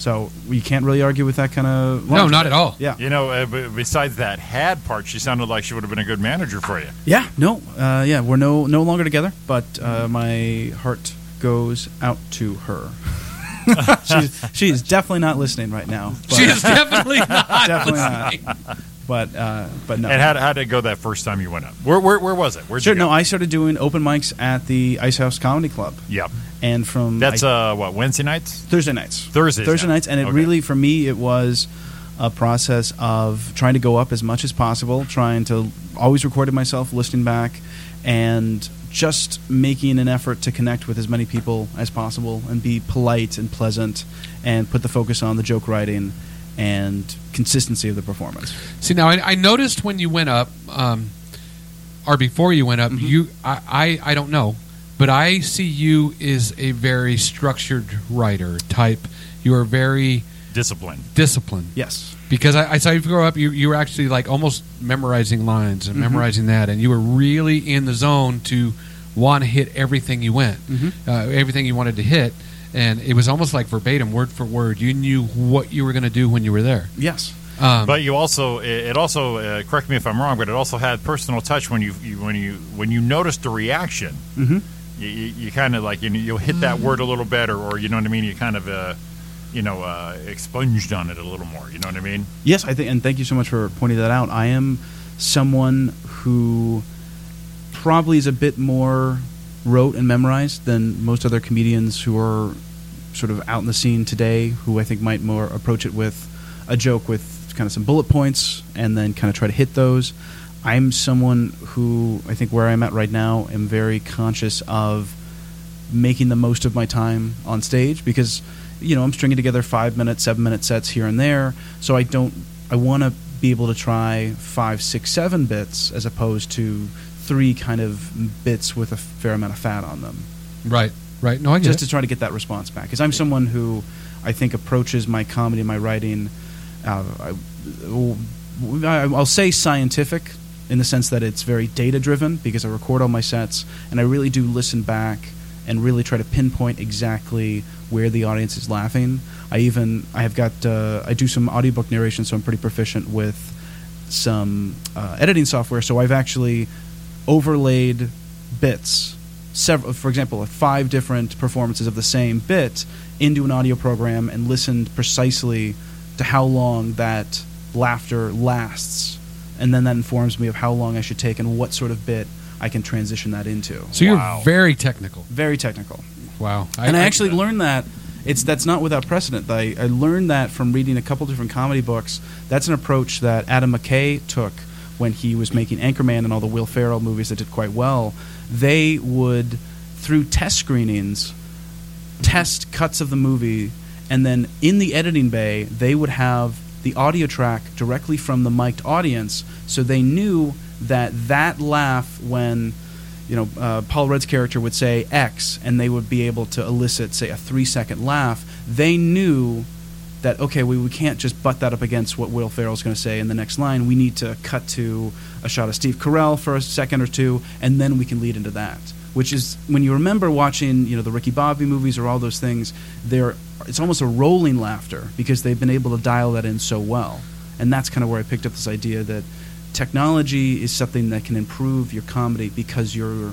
Speaker 5: So you can't really argue with that kind of.
Speaker 1: No, not at all.
Speaker 5: Yeah.
Speaker 2: You know, uh, b- besides that had part, she sounded like she would have been a good manager for you.
Speaker 5: Yeah, no, uh, yeah, we're no no longer together, but uh, my heart goes out to her. she's she is definitely not listening right now. But,
Speaker 1: She is definitely not.
Speaker 5: Definitely
Speaker 1: listening.
Speaker 5: but uh, but no.
Speaker 2: And how how did it go that first time you went up? Where where, where was it? Where'd
Speaker 5: sure,
Speaker 2: you go?
Speaker 5: no, I started doing open mics at the Ice House Comedy Club,
Speaker 2: Yep.
Speaker 5: and from
Speaker 2: That's
Speaker 5: I-
Speaker 2: uh what Wednesday nights.
Speaker 5: Thursday nights.
Speaker 2: Thursdays
Speaker 5: Thursday
Speaker 2: now.
Speaker 5: nights, and it
Speaker 2: Okay.
Speaker 5: really for me it was a process of trying to go up as much as possible, trying to always recorded myself listening back, and just making an effort to connect with as many people as possible and be polite and pleasant, and put the focus on the joke writing and consistency of the performance.
Speaker 1: See now, I, I noticed when you went up, um, or before you went up,
Speaker 5: Mm-hmm.
Speaker 1: you I, I I don't know, but I see you is a very structured writer type. You are very
Speaker 2: Discipline.
Speaker 1: disciplined
Speaker 5: Yes.
Speaker 1: because I, I saw you grow up. You you were actually like almost memorizing lines and memorizing that, and you were really in the zone to want to hit everything you went, uh, everything you wanted to hit, and it was almost like verbatim, word for word. You knew what you were going to do when you were there.
Speaker 5: Yes.
Speaker 1: Um,
Speaker 2: But you also, it- it also uh, correct me if I'm wrong, but it also had personal touch when you, you when you when you noticed the reaction. Mm-hmm. You, you, you kind of like you, you'll hit that word a little better, or you know what I mean. You kind of uh, you know, uh, expunged on it a little more. You know what I mean?
Speaker 5: Yes, I think, and thank you so much for pointing that out. I am someone who probably is a bit more rote and memorized than most other comedians who are sort of out in the scene today, who I think might more approach it with a joke with kind of some bullet points and then kind of try to hit those. I'm someone who I think where I'm at right now am very conscious of making the most of my time on stage because you know I'm stringing together five minute, seven minute sets here and there. So I don't. I want to be able to try five, six, seven bits as opposed to three kind of bits with a fair amount of fat on them,
Speaker 1: Right. Right. No, I get
Speaker 5: just
Speaker 1: it.
Speaker 5: to try to get that response back. Because I'm someone who I think approaches my comedy, my writing. Uh, I, I- I'll say scientific in the sense that it's very data driven because I record all my sets and I really do listen back and really try to pinpoint exactly where the audience is laughing. I even I have got uh, I do some audiobook narration, so I'm pretty proficient with some uh, editing software. So I've actually overlaid bits, several, for example, five different performances of the same bit into an audio program and listened precisely to how long that laughter lasts, and then that informs me of how long I should take and what sort of bit I can transition that into.
Speaker 1: So you're very technical.
Speaker 5: Very technical
Speaker 1: Wow.
Speaker 5: and I, actually learned that it's that's not without precedent. I, I learned that from reading a couple different comedy books. That's an approach that Adam McKay took when he was making Anchorman and all the Will Ferrell movies that did quite well. They would through test screenings test cuts of the movie, and then in the editing bay, they would have the audio track directly from the mic'd audience, so they knew that that laugh when you know uh, Paul Rudd's character would say X, and they would be able to elicit say a three second laugh. They knew that okay, we, we can't just butt that up against what Will Ferrell's going to say in the next line. We need to cut to a shot of Steve Carell for a second or two, and then we can lead into that. Which is when you remember watching, you know, the Ricky Bobby movies or all those things. They're it's almost a rolling laughter because they've been able to dial that in so well, and that's kind of where I picked up this idea that technology is something that can improve your comedy because you're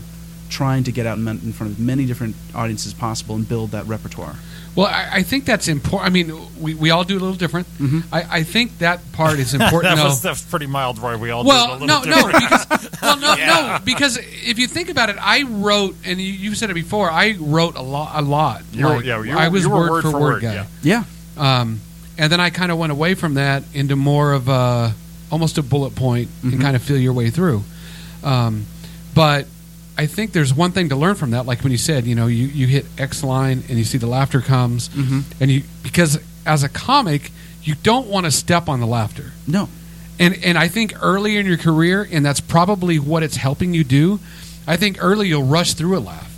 Speaker 5: trying to get out in in front of many different audiences possible and build that repertoire.
Speaker 1: Well, I, I think that's important. I mean, we, we all do it a little different. I, I think that part is important.
Speaker 2: that
Speaker 1: though.
Speaker 2: was that's pretty mild, Roy. We all
Speaker 1: well,
Speaker 2: did a
Speaker 1: no,
Speaker 2: little
Speaker 1: no,
Speaker 2: different.
Speaker 1: because well, no, no, because if you think about it, I wrote, and you, you said it before. I wrote a lot, a lot.
Speaker 2: You were- yeah, you were-
Speaker 1: I was
Speaker 2: you were
Speaker 1: word, for word, guy.
Speaker 2: yeah.
Speaker 5: Yeah,
Speaker 1: Um, and then I kind of went away from that into more of a almost a bullet point
Speaker 2: Mm-hmm.
Speaker 1: and kind of feel your way through. Um, but I think there's one thing to learn from that. Like when you said, you know, you, you hit X line and you see the laughter comes,
Speaker 2: Mm-hmm.
Speaker 1: and you because as a comic, you don't want to step on the laughter.
Speaker 5: no,
Speaker 1: And and I think early in your career, and that's probably what it's helping you do. I think early you'll rush through a laugh,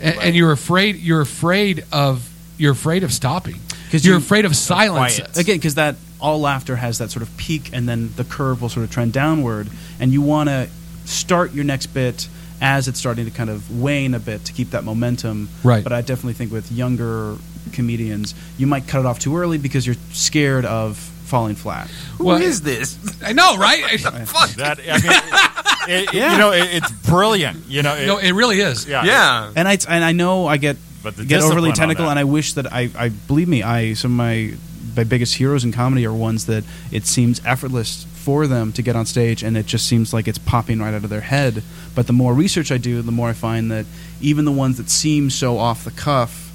Speaker 1: A- and, you're afraid you're afraid of you're afraid of stopping because you're
Speaker 5: you-
Speaker 1: afraid of silence.
Speaker 2: quiet.
Speaker 5: again because that all laughter has that sort of peak and then the curve will sort of trend downward and you want to start your next bit as it's starting to kind of wane a bit to keep that momentum
Speaker 1: Right.
Speaker 5: but i definitely think with younger comedians you might cut it off too early because you're scared of falling flat
Speaker 1: Well,
Speaker 10: this?
Speaker 1: I know, right? Fuck.
Speaker 2: That I mean, it, it- you know, it, it's brilliant. You know, it,
Speaker 1: No, it really is.
Speaker 2: yeah,
Speaker 10: Yeah.
Speaker 5: and i and i know i get
Speaker 2: But the
Speaker 5: get
Speaker 2: discipline
Speaker 5: overly
Speaker 2: on
Speaker 5: technical
Speaker 2: that.
Speaker 5: and i wish that i i believe me i some of my my biggest heroes in comedy are ones that it seems effortless for them to get on stage and it just seems like it's popping right out of their head but the more research i do the more i find that even the ones that seem so off the cuff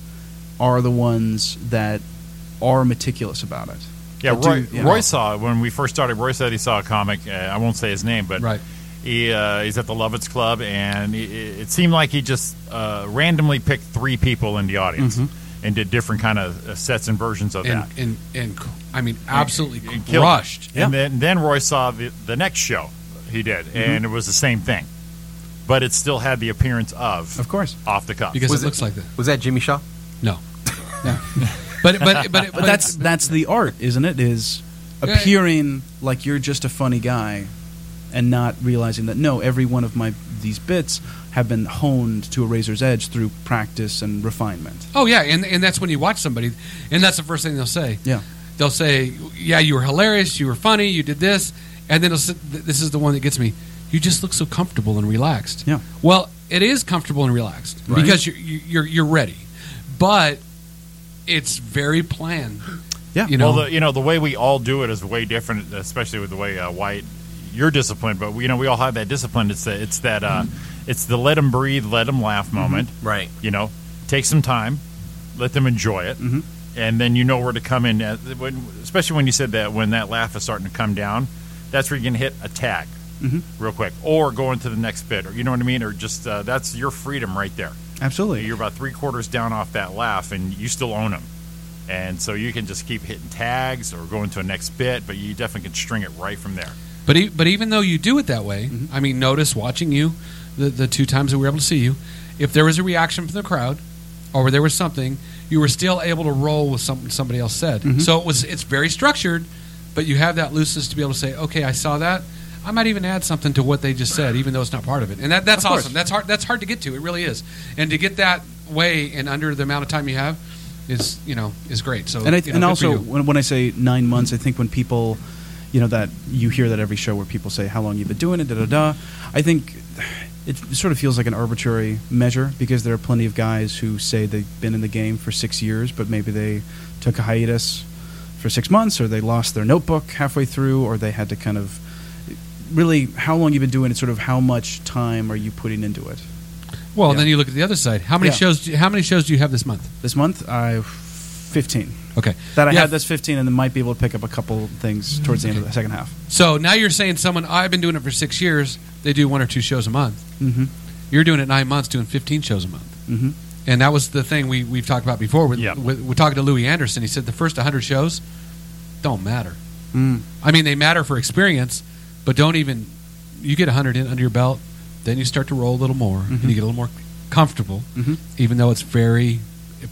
Speaker 5: are the ones that are meticulous about it
Speaker 2: Yeah,
Speaker 5: But do-
Speaker 2: Roy,
Speaker 5: yeah.
Speaker 2: Roy saw when we first started. Roy said he saw a comic. Uh, I won't say his name, but
Speaker 1: Right.
Speaker 2: he uh, he's at the Lovitz Club, and he, it seemed like he just uh, randomly picked three people in the audience
Speaker 5: Mm-hmm.
Speaker 2: and did different kind of uh, sets and versions of
Speaker 1: And,
Speaker 2: that.
Speaker 1: and and cr- I mean, absolutely
Speaker 2: It killed it.
Speaker 1: crushed.
Speaker 2: And then then Roy saw the, the next show he did,
Speaker 5: Mm-hmm.
Speaker 2: and it was the same thing, but it still had the appearance of
Speaker 5: of course
Speaker 2: off the cuff.
Speaker 1: because
Speaker 10: Was
Speaker 1: it,
Speaker 10: it-
Speaker 1: looks like that.
Speaker 10: Was that Jimmy Shaw?
Speaker 1: No, no. but but but,
Speaker 5: but that's that's the art isn't it is
Speaker 1: Yeah.
Speaker 5: appearing like you're just a funny guy and not realizing that no every one of my these bits have been honed to a razor's edge through practice and refinement
Speaker 1: Oh yeah, and and that's when you watch somebody, and that's the first thing they'll say.
Speaker 5: Yeah.
Speaker 1: they'll say, "Yeah, you were hilarious. You were funny. You did this," and then they'll say, th- this is the one that gets me. You just look so comfortable and relaxed.
Speaker 5: Yeah.
Speaker 1: Well, it is comfortable and relaxed because you're you're, you're ready, but it's very planned.
Speaker 5: Yeah.
Speaker 1: you know,
Speaker 2: well, the, you know the way we all do it is way different, especially with the way uh, White you're disciplined. But we- you know we all have that discipline. It's that it's that uh,
Speaker 1: Mm-hmm.
Speaker 2: it's the let them breathe, let them laugh moment.
Speaker 4: Right.
Speaker 2: You know, take some time, let them enjoy it,
Speaker 1: Mm-hmm.
Speaker 5: Mhm.
Speaker 2: and then you know where to come in. At, when, especially when you said that when that laugh is starting to come down, that's where you can hit a tag
Speaker 5: Mhm.
Speaker 1: Mm-hmm.
Speaker 2: real quick, or go into the next bit, or you know what I mean, or just uh, that's your freedom right there.
Speaker 5: Absolutely.
Speaker 2: You're about three quarters down off that laugh, and you still own them. And so you can just keep hitting tags or going to a next bit, but you definitely can string it right from there.
Speaker 1: But e- but even though you do it that way,
Speaker 5: Mm-hmm.
Speaker 1: I mean, notice watching you, the the two times that we were able to see you, if there was a reaction from the crowd, or there was something, you were still able to roll with something somebody else said.
Speaker 5: Mhm.
Speaker 1: So it was it's very structured, but you have that looseness to be able to say, okay, I saw that. I might even add something to what they just said, even though it's not part of it. And that, that's
Speaker 5: Of course.
Speaker 1: awesome. That's hard. That's hard to get to. It really is. And to get that way and under the amount of time you have is you know is great. So
Speaker 5: and I,
Speaker 1: you know,
Speaker 5: and
Speaker 1: good for
Speaker 5: also
Speaker 1: you.
Speaker 5: when, when I say nine months, I think when people, you know, that you hear that every show where people say how long you've been doing it, da da da. I think it sort of feels like an arbitrary measure because there are plenty of guys who say they've been in the game for six years, but maybe they took a hiatus for six months, or they lost their notebook halfway through, or they had to kind of really how long you've been doing it, sort of how much time are you putting into it.
Speaker 1: well,
Speaker 5: yeah.
Speaker 1: then you look at the other side. How many
Speaker 5: Yeah.
Speaker 1: shows? Do you, how many shows do you have this month?
Speaker 5: This month, I fifteen.
Speaker 1: Okay.
Speaker 5: That I
Speaker 1: Yeah.
Speaker 5: had that's 15, and then might be able to pick up a couple things towards the end of the second half.
Speaker 1: So now you're saying someone I've been doing it for six years. They do one or two shows a month.
Speaker 5: Mm-hmm.
Speaker 1: You're doing it nine months, doing 15 shows a month.
Speaker 5: Mm-hmm.
Speaker 1: And that was the thing we we've talked about before. With,
Speaker 2: Yeah.
Speaker 1: with we're talking to Louis Anderson. He said the first 100 shows don't matter. I mean, they matter for experience, but don't even. You get 100 in under your belt, then you start to roll a little more, and you get a little more comfortable,
Speaker 5: Mhm.
Speaker 1: even though it's very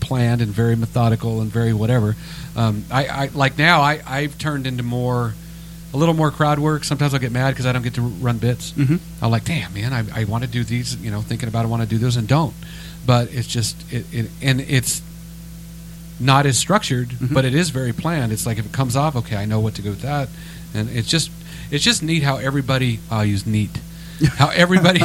Speaker 1: planned and very methodical and very whatever. Um, I, I like now. I I've turned into more. A little more crowd work. Sometimes I'll get mad because I don't get to run bits.
Speaker 5: Mhm.
Speaker 1: I'm like, damn, man, I, I want to do these, you know, thinking about I want to do those and don't. But it's just, it, it and it's not as structured,
Speaker 5: Mhm.
Speaker 1: but it is very planned. It's like if it comes off, okay, I know what to do with that, and it's just it's just neat how everybody I use neat how everybody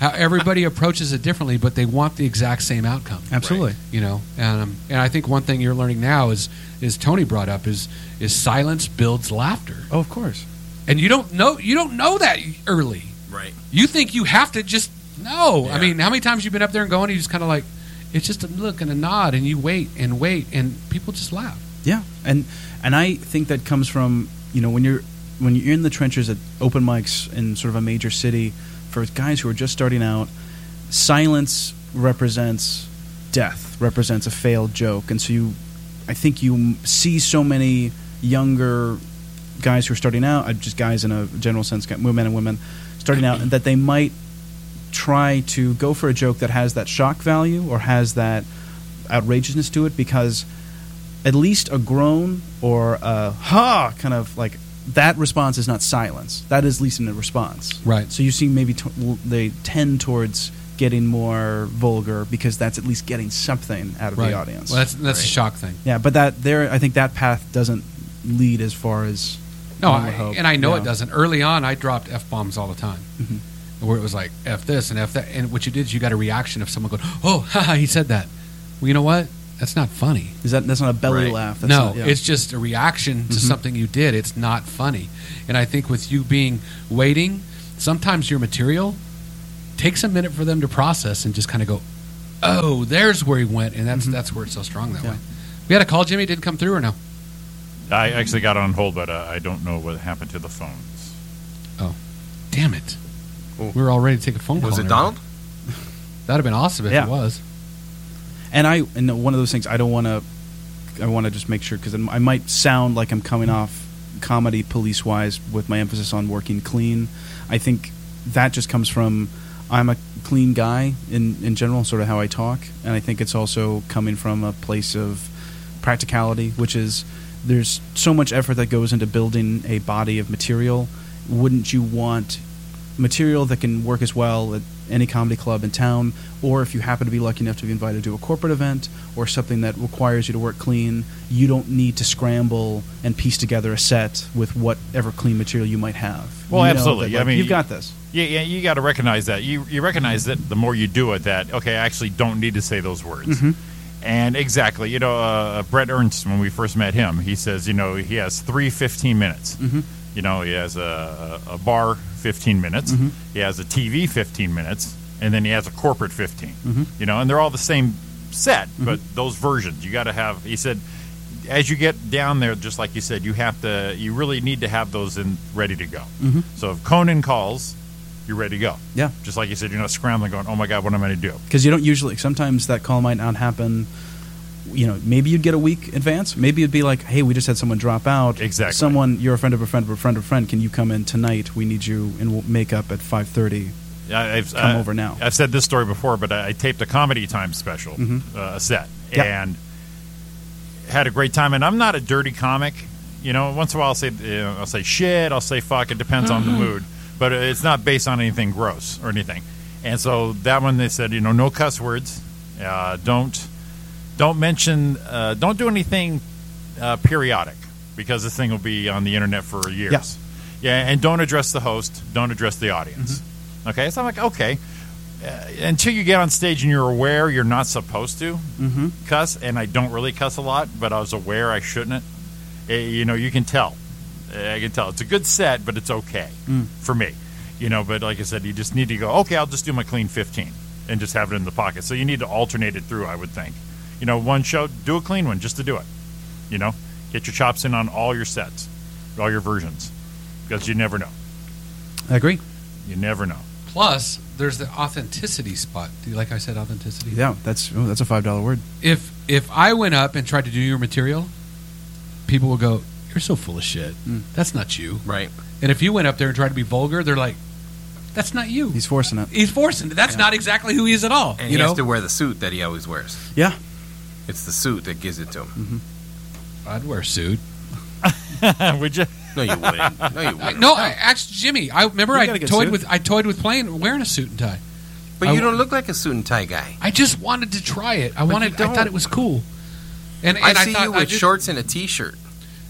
Speaker 1: how everybody approaches it differently, but they want the exact same outcome.
Speaker 5: Absolutely. Right.
Speaker 1: you know, and um, and I think one thing you're learning now is is Tony brought up is is silence builds laughter,
Speaker 5: Oh, of course.
Speaker 1: and you don't know you don't know that early.
Speaker 4: Right.
Speaker 1: You think you have to just no. I
Speaker 4: Yeah.
Speaker 1: mean, how many times you've been up there and going, you just kind of like. It's just a look and a nod, and you wait and wait, and people just laugh.
Speaker 5: Yeah, and and I think that comes from you know when you're when you're in the trenches at open mics in sort of a major city for guys who are just starting out, silence represents death, represents a failed joke, and so you, I think you m- see so many younger guys who are starting out, uh, just guys in a general sense, gu- men and women starting out, that they might try to go for a joke that has that shock value or has that outrageousness to it because at least a groan or a ha kind of like that response is not silence. That is at least in a response.
Speaker 1: Right.
Speaker 5: So you see maybe t- well, they tend towards getting more vulgar because that's at least getting something out of the audience.
Speaker 1: Well, that's that's a shock thing.
Speaker 5: yeah, but that there I think that path doesn't lead as far as
Speaker 1: No,
Speaker 5: one
Speaker 1: I,
Speaker 5: would hope.
Speaker 1: and I know
Speaker 5: Yeah.
Speaker 1: it doesn't. Early on, I dropped f bombs all the time,
Speaker 5: Mm-hmm.
Speaker 1: where it was like f this and f that. And what you did is you got a reaction of someone going, "Oh, haha, he said that." Well, you know what? That's not funny.
Speaker 5: Is that that's not a belly
Speaker 4: Right. Mm-hmm.
Speaker 5: laugh? That's
Speaker 1: no,
Speaker 5: not- yeah.
Speaker 1: it's just a reaction to something you did. It's not funny. And I think with you being waiting, sometimes your material takes a minute for them to process and just kind of go, "Oh, there's where he went," and that's
Speaker 4: Mm-hmm.
Speaker 1: that's where it's so strong that
Speaker 5: Yeah.
Speaker 1: way. We had a call, Jimmy. Did not come through or no?
Speaker 2: I actually got on hold, but uh, I don't know what happened to the phones.
Speaker 1: Damn it.
Speaker 4: Oh.
Speaker 1: We were all ready to take a phone call.
Speaker 4: Was it
Speaker 1: and
Speaker 4: Donald?
Speaker 1: everything. That'd have been awesome if
Speaker 5: Yeah.
Speaker 1: it was.
Speaker 5: and I and one of those things I don't want to. I want to just make sure because I might sound like I'm coming off comedy police wise with my emphasis on working clean. I think that just comes from I'm a clean guy in in general, sort of how I talk, and I think it's also coming from a place of practicality, which is there's so much effort that goes into building a body of material. Wouldn't you want material that can work as well at any comedy club in town, or if you happen to be lucky enough to be invited to a corporate event or something that requires you to work clean, you don't need to scramble and piece together a set with whatever clean material you might have.
Speaker 2: Well,
Speaker 5: You know
Speaker 2: absolutely.
Speaker 5: that, like,
Speaker 2: I mean,
Speaker 5: you've
Speaker 2: you-
Speaker 5: got this.
Speaker 2: Yeah, yeah, you got to recognize that. You you recognize that the more you do it, that okay, I actually don't need to say those words. And exactly, you know, uh, Brett Ernst, when we first met him, he says, you know, he has three 15 minutes.
Speaker 5: Mhm.
Speaker 2: You know, he has a, a bar 15 minutes,
Speaker 5: Mhm.
Speaker 2: he has a TV 15 minutes, and then he has a corporate 15.
Speaker 5: Mhm.
Speaker 2: You know, and they're all the same set, but those versions, you got to have, he said, as you get down there, just like you said, you have to, you really need to have those in ready to go.
Speaker 5: Mhm.
Speaker 2: So if Conan calls, you're ready to go.
Speaker 5: Yeah.
Speaker 2: Just like you said, you're not scrambling, going, oh my God, what am I going to do?
Speaker 5: because you don't usually. Sometimes that call might not happen. You know, maybe you'd get a week advance. Maybe it'd be like, "Hey, we just had someone drop out.
Speaker 2: Exactly.
Speaker 5: Someone, you're a friend of a friend of a friend of a friend. Can you come in tonight? We need you in w- makeup at 5:30.
Speaker 2: I- I've,
Speaker 5: Come
Speaker 2: I-
Speaker 5: over now."
Speaker 2: I've said this story before, but I, I taped a comedy time special
Speaker 5: Mhm.
Speaker 2: uh, set
Speaker 5: Yep.
Speaker 2: and had a great time. And I'm not a dirty comic, you know. Once in a while, I'll say you know, I'll say shit, I'll say fuck. It depends on the
Speaker 5: Mm-hmm.
Speaker 2: mood, but it's not based on anything gross or anything. And so that one, they said, you know, no cuss words. Uh, don't don't mention. Uh, don't do anything uh, periodic because this thing will be on the internet for years.
Speaker 5: Yeah.
Speaker 2: Yeah, and don't address the host. Don't address the audience.
Speaker 5: Mm-hmm.
Speaker 2: Okay, so I'm like, okay. Uh, until you get on stage and you're aware you're not supposed to
Speaker 5: Mm-hmm.
Speaker 2: cuss, and I don't really cuss a lot, but I was aware I shouldn't. Eh, you know, you can tell. Eh, I can tell. It's a good set, but it's okay
Speaker 5: Mm.
Speaker 2: for me. You know, but like I said, you just need to go, okay, I'll just do my clean 15 and just have it in the pocket. So you need to alternate it through, I would think. You know, one show, do a clean one just to do it. You know, get your chops in on all your sets, all your versions, because you never know.
Speaker 5: I agree.
Speaker 2: You never know.
Speaker 1: Plus, there's the authenticity spot. Do you- Like I said, authenticity.
Speaker 5: Yeah, that's oh, that's a five dollar word.
Speaker 1: If if I went up and tried to do your material, people will go, "You're so full of shit.
Speaker 5: Mm.
Speaker 1: That's not you."
Speaker 4: Right.
Speaker 1: And if you went up there and tried to be vulgar, they're like, "That's not you."
Speaker 5: He's forcing it.
Speaker 1: He's forcing. it. That's not exactly who he is at all.
Speaker 10: And
Speaker 1: you
Speaker 10: he
Speaker 1: know,
Speaker 10: has to wear the suit that he always wears.
Speaker 5: Yeah.
Speaker 10: It's the suit that gives it to him.
Speaker 1: I'd wear a suit.
Speaker 2: would you?
Speaker 10: No, you wouldn't. No, you wouldn't.
Speaker 1: Uh, no, I asked Jimmy. I remember
Speaker 5: You
Speaker 1: I
Speaker 5: gotta get
Speaker 1: toyed
Speaker 5: suit.
Speaker 1: with I toyed with playing wearing a suit and tie.
Speaker 10: But
Speaker 1: I
Speaker 10: you don't look like a suit and tie guy.
Speaker 1: I just wanted to try it. I
Speaker 10: you
Speaker 1: wanted. I
Speaker 10: don't.
Speaker 1: thought it was cool. And, and
Speaker 10: I see
Speaker 1: thought,
Speaker 10: you with
Speaker 1: did-
Speaker 10: shorts and a t-shirt.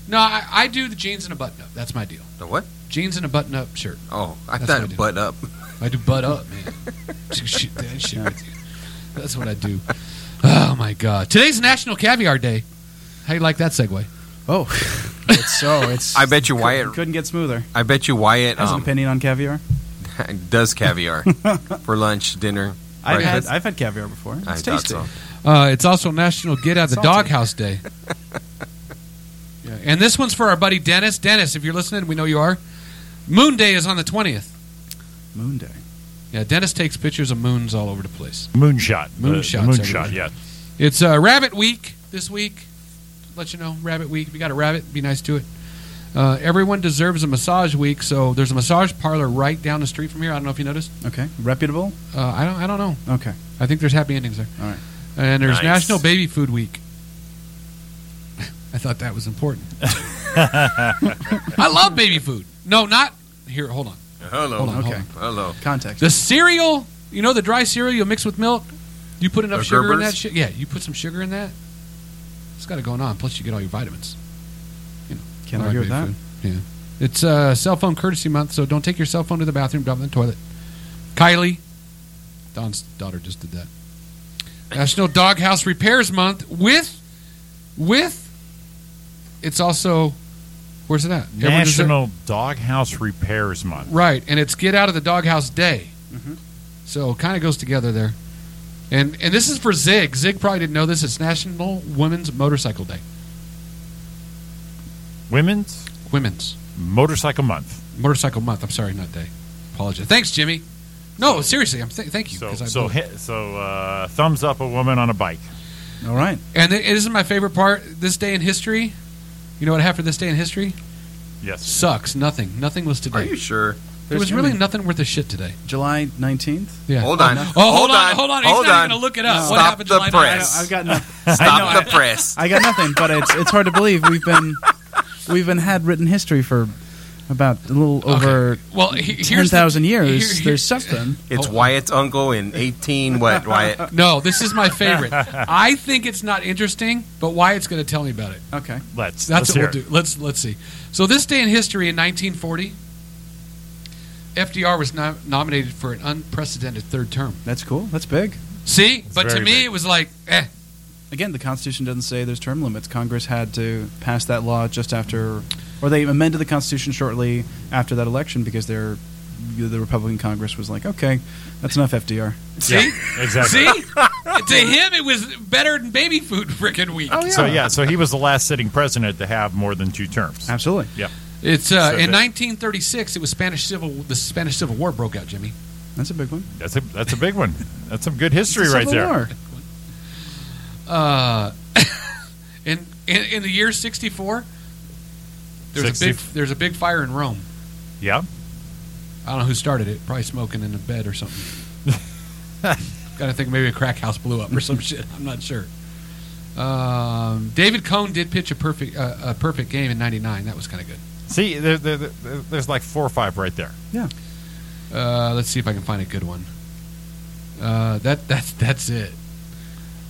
Speaker 1: No, I, I do the jeans and a button up. That's my deal.
Speaker 10: The what?
Speaker 1: Jeans and a button up shirt.
Speaker 10: Oh, I
Speaker 1: That's what I do.
Speaker 10: thought butt up.
Speaker 1: I do butt up, man. Shoot that shit with you. That's what I do. Oh my god! Today's National Caviar Day. How you like that segue?
Speaker 5: Oh, it's so it's.
Speaker 10: I bet you Wyatt.
Speaker 5: couldn't, couldn't get smoother.
Speaker 10: I bet you Wyatt
Speaker 5: Has an
Speaker 10: um,
Speaker 5: opinion on caviar.
Speaker 10: does caviar for lunch, dinner.
Speaker 5: I've had,
Speaker 10: breakfast.
Speaker 5: I've had caviar before. It's
Speaker 10: I thought
Speaker 5: tasty.
Speaker 10: so.
Speaker 1: Uh, it's also National Get Out of the
Speaker 5: Salty.
Speaker 1: Doghouse Day. Yeah, and this one's for our buddy Dennis. Dennis, if you're listening, we know you are. Moon Day is on the twentieth.
Speaker 5: Moon Day.
Speaker 1: Yeah, Dennis takes pictures of moons all over the place.
Speaker 2: Moonshot. The- the
Speaker 1: Moonshots,
Speaker 2: Moonshot,
Speaker 1: everybody.
Speaker 2: yeah.
Speaker 1: It's uh, Rabbit Week this week. Let you know, Rabbit Week. If you got a rabbit, be nice to it. Uh, everyone deserves a massage week, so there's a massage parlor right down the street from here. I don't know if you noticed.
Speaker 5: Okay. Reputable.
Speaker 1: Uh, I don't. I don't know.
Speaker 5: Okay.
Speaker 1: I think there's happy endings there.
Speaker 5: All right.
Speaker 1: And there's
Speaker 10: Nice.
Speaker 1: National Baby Food Week. I thought that was important. I love baby food. No, not here. Hold on.
Speaker 10: Hello.
Speaker 1: Hold on. Hold
Speaker 5: Oh, okay.
Speaker 1: on.
Speaker 10: Hello.
Speaker 5: Context.
Speaker 1: The cereal, you know, the dry cereal you mix with milk. You put enough
Speaker 10: The
Speaker 1: sugar in
Speaker 10: Gerbers?
Speaker 1: that shit. Yeah, you put some sugar in that. It's got it going on. Plus, you get all your vitamins.
Speaker 5: Can't
Speaker 1: I like
Speaker 5: argue with that.
Speaker 1: baby food. Yeah, it's uh, cell phone courtesy month, so don't take your cell phone to the bathroom. Drop it in the toilet. Kylie, Don's daughter just did that. National Doghouse Repairs Month with with. It's also where's it at? Everyone deserves-
Speaker 2: National Doghouse Repairs Month.
Speaker 1: Right, and it's Get Out of the Doghouse Day.
Speaker 10: Mm-hmm.
Speaker 5: Mhm.
Speaker 1: So it kind of goes together there. And and this is for Zig. Zig probably didn't know this. It's National Women's Motorcycle Day.
Speaker 2: Women's
Speaker 1: Women's
Speaker 2: Motorcycle Month.
Speaker 1: Motorcycle Month. I'm sorry, not day. Apologize. Thanks, Jimmy. No, seriously, I'm th- thank you.
Speaker 2: So,
Speaker 1: 'cause I
Speaker 2: so,
Speaker 1: believe-
Speaker 2: hit, so uh, thumbs up a woman on a bike.
Speaker 5: All right.
Speaker 1: and th- this is my favorite part. This day in history. You know what I have for this day in history?
Speaker 2: Yes.
Speaker 1: Sucks. Nothing. Nothing was
Speaker 10: Are
Speaker 1: today.
Speaker 10: you sure?
Speaker 1: there was really nothing worth a shit today.
Speaker 5: July 19th.
Speaker 1: Yeah.
Speaker 10: Hold on.
Speaker 1: Oh, hold, on, Hold on. He's
Speaker 10: Hold
Speaker 1: not
Speaker 10: on.
Speaker 1: even gonna look it up.
Speaker 5: No.
Speaker 1: What
Speaker 10: Stop
Speaker 1: happened
Speaker 10: the
Speaker 1: July
Speaker 5: I,
Speaker 10: press.
Speaker 5: I've got nothing.
Speaker 10: Stop the press.
Speaker 5: I got nothing, but it's it's hard to believe we've been we've been had written history for about a little over
Speaker 1: Well, he- here's the-
Speaker 5: ten thousand years.
Speaker 1: here- here-
Speaker 5: There's something.
Speaker 10: It's
Speaker 1: Oh.
Speaker 10: Wyatt's uncle in 18 what, Wyatt?
Speaker 1: No, this is my favorite. I think it's not interesting, but Wyatt's going to tell me about it.
Speaker 5: Okay.
Speaker 2: Let's.
Speaker 1: That's
Speaker 2: let's hear
Speaker 1: what we'll do. Let's let's see. So this day in history in 1940, FDR was nom- nominated for an unprecedented third term.
Speaker 5: That's cool. That's big.
Speaker 1: See, but to
Speaker 2: very
Speaker 1: me
Speaker 2: big.
Speaker 1: it was like, eh,
Speaker 5: again, the Constitution doesn't say there's term limits. Congress had to pass that law just after, or they amended the Constitution shortly after that election because they're, the Republican Congress was like, okay, that's enough FDR.
Speaker 1: See? See? to him, it was better than baby food freaking week.
Speaker 2: So Oh, yeah, so he was the last sitting president to have more than two terms.
Speaker 5: Absolutely.
Speaker 2: Yeah.
Speaker 1: It's uh,
Speaker 2: So
Speaker 1: in
Speaker 2: that-
Speaker 1: 1936. It was Spanish civil. The Spanish Civil War broke out, Jimmy.
Speaker 5: That's a big one.
Speaker 2: That's a that's a big one. That's some good history
Speaker 1: It's a
Speaker 2: right
Speaker 1: Civil
Speaker 2: there.
Speaker 1: War. Uh, in, in in the year 64, there's a
Speaker 2: 60
Speaker 1: big there's a big fire in Rome.
Speaker 2: Yeah.
Speaker 1: I don't know who started it. Probably smoking in a bed or something. Got to think maybe a crack house blew up or some shit. I'm not sure. Um, David Cohn did pitch a perfect uh, a perfect game in '99. That was kind of good.
Speaker 2: See, there, there, there- there's like four or five right there.
Speaker 5: Yeah.
Speaker 1: Uh, let's see if I can find a good one. Uh, that that's that's it.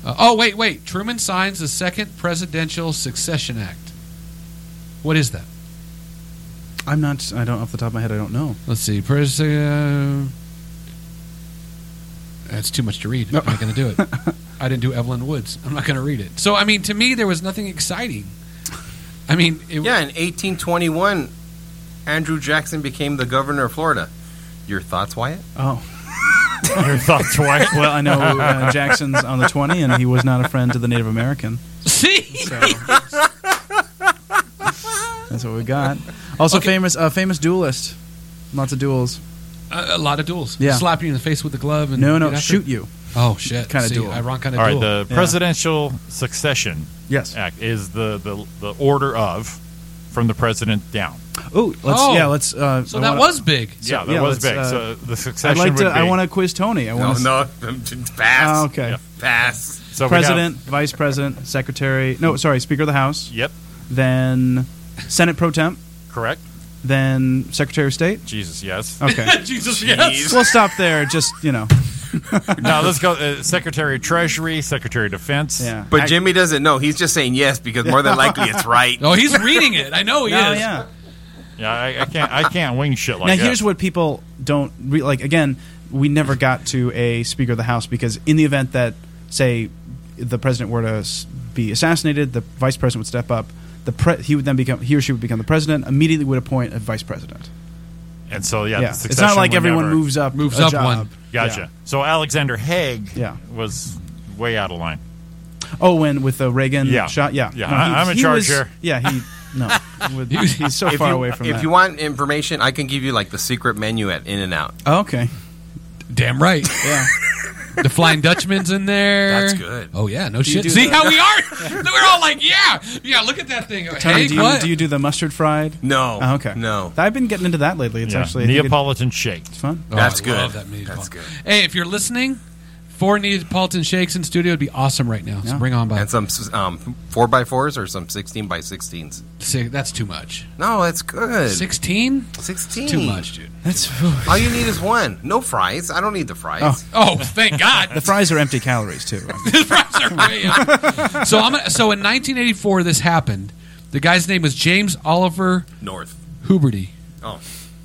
Speaker 1: Uh, oh wait, wait. Truman signs the second Presidential Succession Act. What is that?
Speaker 5: I'm not. I don't off the top of my head. I don't know.
Speaker 1: Let's see. Pres- uh, that's too much to read. I'm not going to do it. I didn't do Evelyn Woods. I'm not going to read it. So I mean, to me, there was nothing exciting. I mean, it,
Speaker 10: Yeah, in 1821, Andrew Jackson became the governor of Florida. Your thoughts, Wyatt?
Speaker 5: Oh.
Speaker 2: Your thoughts, Wyatt?
Speaker 5: well, I know uh, Jackson's on the 20, and he was not a friend to the Native American.
Speaker 1: See?
Speaker 5: That's what we got. Also, famous uh, famous duelist. Lots of duels.
Speaker 1: a, a lot of duels.
Speaker 5: Yeah.
Speaker 1: slap you in the face with a glove and
Speaker 5: No, no,
Speaker 1: get after
Speaker 5: shoot
Speaker 1: it.
Speaker 5: you.
Speaker 1: Oh shit!
Speaker 5: Kinda
Speaker 1: See,
Speaker 5: duel.
Speaker 1: I wrong kind
Speaker 2: All
Speaker 1: of
Speaker 2: right,
Speaker 1: duel.
Speaker 2: the
Speaker 5: Yeah.
Speaker 2: Presidential Succession
Speaker 5: Yes.
Speaker 2: Act is the, the the order of from the president down.
Speaker 5: Ooh, let's
Speaker 1: Oh.
Speaker 5: yeah, let's. Uh,
Speaker 1: So
Speaker 5: I
Speaker 1: that
Speaker 5: wanna-
Speaker 1: was big.
Speaker 2: yeah, that was
Speaker 5: let's,
Speaker 2: big.
Speaker 5: uh,
Speaker 2: so the succession
Speaker 5: I'd like
Speaker 2: would
Speaker 5: to.
Speaker 2: be.
Speaker 5: I want to quiz Tony. I want to.
Speaker 10: no, pass.
Speaker 5: Oh, okay.
Speaker 2: Yeah.
Speaker 10: Pass.
Speaker 2: so we have-
Speaker 5: president, vice president, secretary. No, sorry, Speaker of the House.
Speaker 2: yep,
Speaker 5: Then Senate pro temp.
Speaker 2: correct.
Speaker 5: Then Secretary of State.
Speaker 2: Jesus, yes.
Speaker 5: Okay.
Speaker 1: Jesus, yes.
Speaker 5: we'll stop there. Just you know.
Speaker 2: now let's go. Uh, Secretary of Treasury, Secretary of Defense.
Speaker 5: Yeah.
Speaker 10: But
Speaker 5: I-
Speaker 10: Jimmy doesn't know. He's just saying yes because more than likely it's right.
Speaker 1: Oh, he's reading it. I know he
Speaker 5: No,
Speaker 1: is.
Speaker 5: yeah.
Speaker 2: yeah. I, I can't. I can't wing shit like
Speaker 5: now
Speaker 2: that.
Speaker 5: here's what people don't re- like again we never got to a speaker of the house because in the event that say the president were to s- be assassinated the vice president would step up the pre- he would then become he or she would become the president immediately would appoint a vice president
Speaker 2: and so yeah, the
Speaker 5: yeah, it's not
Speaker 2: succession
Speaker 5: like
Speaker 2: would
Speaker 5: everyone
Speaker 2: never-
Speaker 5: moves up
Speaker 1: Moves
Speaker 5: a
Speaker 1: up
Speaker 5: job.
Speaker 1: one.
Speaker 2: Gotcha. So Alexander Haig
Speaker 5: Yeah.
Speaker 2: was way out of line.
Speaker 5: Yeah. oh when with the reagan
Speaker 2: Yeah.
Speaker 5: shot yeah
Speaker 2: Yeah,
Speaker 5: No,
Speaker 2: I-
Speaker 5: he-
Speaker 2: I'm in
Speaker 5: he
Speaker 2: charge
Speaker 5: was-
Speaker 2: here.
Speaker 5: yeah he no With- he's so
Speaker 10: If
Speaker 5: far
Speaker 10: you,
Speaker 5: away from
Speaker 10: if
Speaker 5: that
Speaker 10: you want information, I can give you like the secret menu at In and Out.
Speaker 5: oh, okay
Speaker 1: Damn right.
Speaker 5: yeah
Speaker 1: The Flying Dutchman's in there.
Speaker 10: That's good.
Speaker 1: Oh yeah, no
Speaker 5: you
Speaker 1: shit.
Speaker 5: do
Speaker 1: See
Speaker 5: the-
Speaker 1: how we are? We're all like, yeah, yeah. Look at that thing.
Speaker 5: Tony,
Speaker 1: hey,
Speaker 5: do, you,
Speaker 1: what?
Speaker 5: do you do the mustard fried
Speaker 10: No.
Speaker 5: oh, okay
Speaker 10: No.
Speaker 5: i've been getting into that lately it's
Speaker 2: Yeah.
Speaker 5: actually I think it-
Speaker 2: Neapolitan shake.
Speaker 5: it's fun
Speaker 1: Oh,
Speaker 10: That's
Speaker 1: I love
Speaker 10: good.
Speaker 1: that meatball.
Speaker 10: That's good.
Speaker 1: Hey, if you're listening, four Neapolitan shakes in studio would be awesome right now. So bring on by.
Speaker 10: And some um, 4x4s or some 16x16s.
Speaker 1: Six, that's too much.
Speaker 10: No, that's good.
Speaker 1: Sixteen?
Speaker 10: 16.
Speaker 1: Too much, dude.
Speaker 5: that's
Speaker 10: All you need is one. No fries. I don't need the fries.
Speaker 5: Oh.
Speaker 1: Oh, thank God.
Speaker 5: The fries are empty calories too.
Speaker 1: His price are way up. so I'm gonna- so in 1984 this happened. The guy's name was James Oliver
Speaker 10: North.
Speaker 1: Huberty.
Speaker 10: Oh.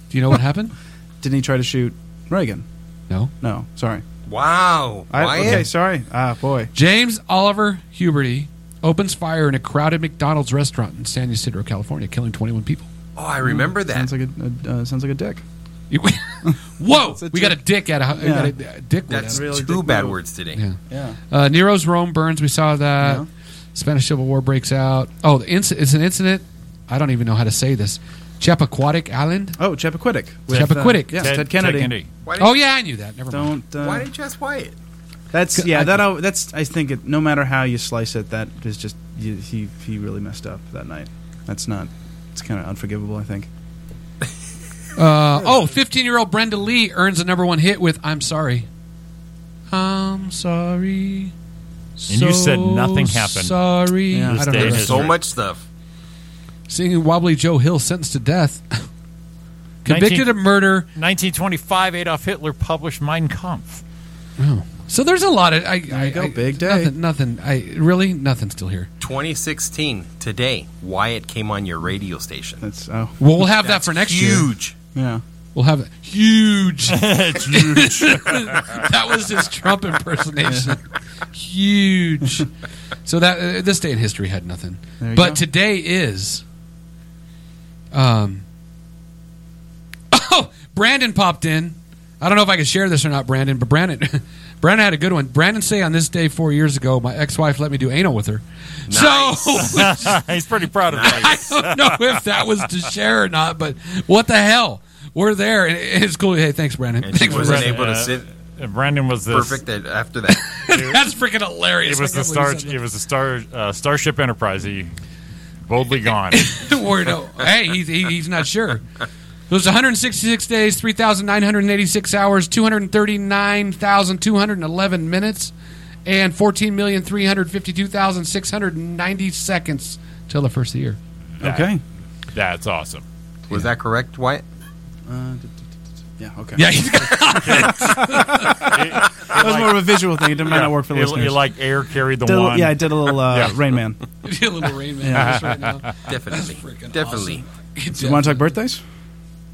Speaker 1: Do you know what happened?
Speaker 5: Didn't he try to shoot Reagan?
Speaker 1: No.
Speaker 5: No, sorry.
Speaker 10: Wow.
Speaker 5: I,
Speaker 10: Wyatt?
Speaker 5: okay, sorry. Ah, boy.
Speaker 1: James Oliver Huberty opens fire in a crowded McDonald's restaurant in San Ysidro, California, killing 21 people.
Speaker 10: Oh, I remember that.
Speaker 5: mm, Sounds like a, uh, sounds like a dick.
Speaker 1: Whoa!
Speaker 5: It's a
Speaker 1: We got a dick out of we got a a dick.
Speaker 10: That's
Speaker 1: with
Speaker 5: really
Speaker 10: two
Speaker 5: dick
Speaker 10: bad
Speaker 5: move.
Speaker 10: words today.
Speaker 1: Yeah.
Speaker 5: Yeah.
Speaker 1: Uh, Nero's Rome burns. We saw that. Spanish Civil War breaks out. Oh, the inc- it's an incident. I don't even know how to say this. Chappaquiddick Island.
Speaker 5: Oh, Chappaquiddick.
Speaker 1: Chappaquiddick.
Speaker 5: Uh, yeah, Ted, Kennedy.
Speaker 10: Why did,
Speaker 1: Oh yeah, I knew that. Never mind.
Speaker 5: Don't. Uh,
Speaker 10: Why did you ask Wyatt?
Speaker 5: that's
Speaker 1: I-
Speaker 5: yeah. That I, that's. I think it. No matter how you slice it, that is just you, he. He really messed up that night. That's not. It's kind of unforgivable. I think.
Speaker 1: Uh, oh, 15 year old Brenda Lee earns a number one hit with I'm Sorry. I'm sorry.
Speaker 2: And you said nothing happened.
Speaker 1: Sorry.
Speaker 5: Yeah.
Speaker 1: I
Speaker 2: This
Speaker 1: don't
Speaker 2: day
Speaker 1: know.
Speaker 2: in
Speaker 1: that.
Speaker 2: history.
Speaker 10: So much stuff.
Speaker 1: Singing Wobbly Joe Hill sentenced to death. Convicted
Speaker 2: 19
Speaker 1: of murder.
Speaker 2: 1925, Adolf Hitler published Mein Kampf.
Speaker 1: So there's a lot of. I, I,
Speaker 5: you go,
Speaker 1: I-
Speaker 5: big day.
Speaker 1: Nothing. nothing I Really? Nothing still here.
Speaker 10: 2016, today, Wyatt came on your radio station.
Speaker 5: That's. Oh.
Speaker 1: Well, we'll have that
Speaker 10: That's
Speaker 1: for next year.
Speaker 10: huge.
Speaker 5: Yeah.
Speaker 1: We'll have a huge.
Speaker 2: It's huge.
Speaker 1: that was his Trump impersonation. huge. So that uh, this day in history had nothing,
Speaker 5: There you
Speaker 1: but
Speaker 5: go.
Speaker 1: today is. Um. Oh, Brandon popped in. I don't know if I can share this or not, Brandon, but Brandon, Brandon had a good one. Brandon say on this day four years ago, my ex-wife let me do anal with her. So
Speaker 2: He's pretty proud of that.
Speaker 1: I don't know if that was to share or not, but what the hell? We're there, and it- it's cool. Hey, thanks, Brandon.
Speaker 10: And she
Speaker 1: Thanks for
Speaker 10: wasn't
Speaker 1: listening.
Speaker 10: able to
Speaker 2: Uh,
Speaker 10: sit
Speaker 2: And Brandon was this.
Speaker 10: perfect at- after that.
Speaker 1: That's freaking hilarious.
Speaker 2: It was
Speaker 1: I can't
Speaker 2: the star.
Speaker 1: believe you
Speaker 2: It was the star. Uh, Starship Enterprise. He boldly gone.
Speaker 1: said that. Or no. Hey, he, he, he's not sure. It was 166 days, 3,986 hours, 239,211 minutes, and 14,352,690 seconds till the first of the year.
Speaker 5: Okay.
Speaker 2: That's awesome.
Speaker 10: Was that correct, Wyatt?
Speaker 5: Uh, d- d- d- d- yeah. Okay.
Speaker 1: Yeah, he's got
Speaker 5: That was more of a visual thing. It didn't matter work for the
Speaker 2: you,
Speaker 5: listeners.
Speaker 2: you like air carried the
Speaker 5: Did a-
Speaker 2: one.
Speaker 5: yeah, I did a little uh,
Speaker 2: Yeah.
Speaker 5: Rain Man.
Speaker 1: a little rain man on us right now.
Speaker 10: Definitely.
Speaker 1: freaking
Speaker 10: Definitely.
Speaker 5: Do you want to talk birthdays?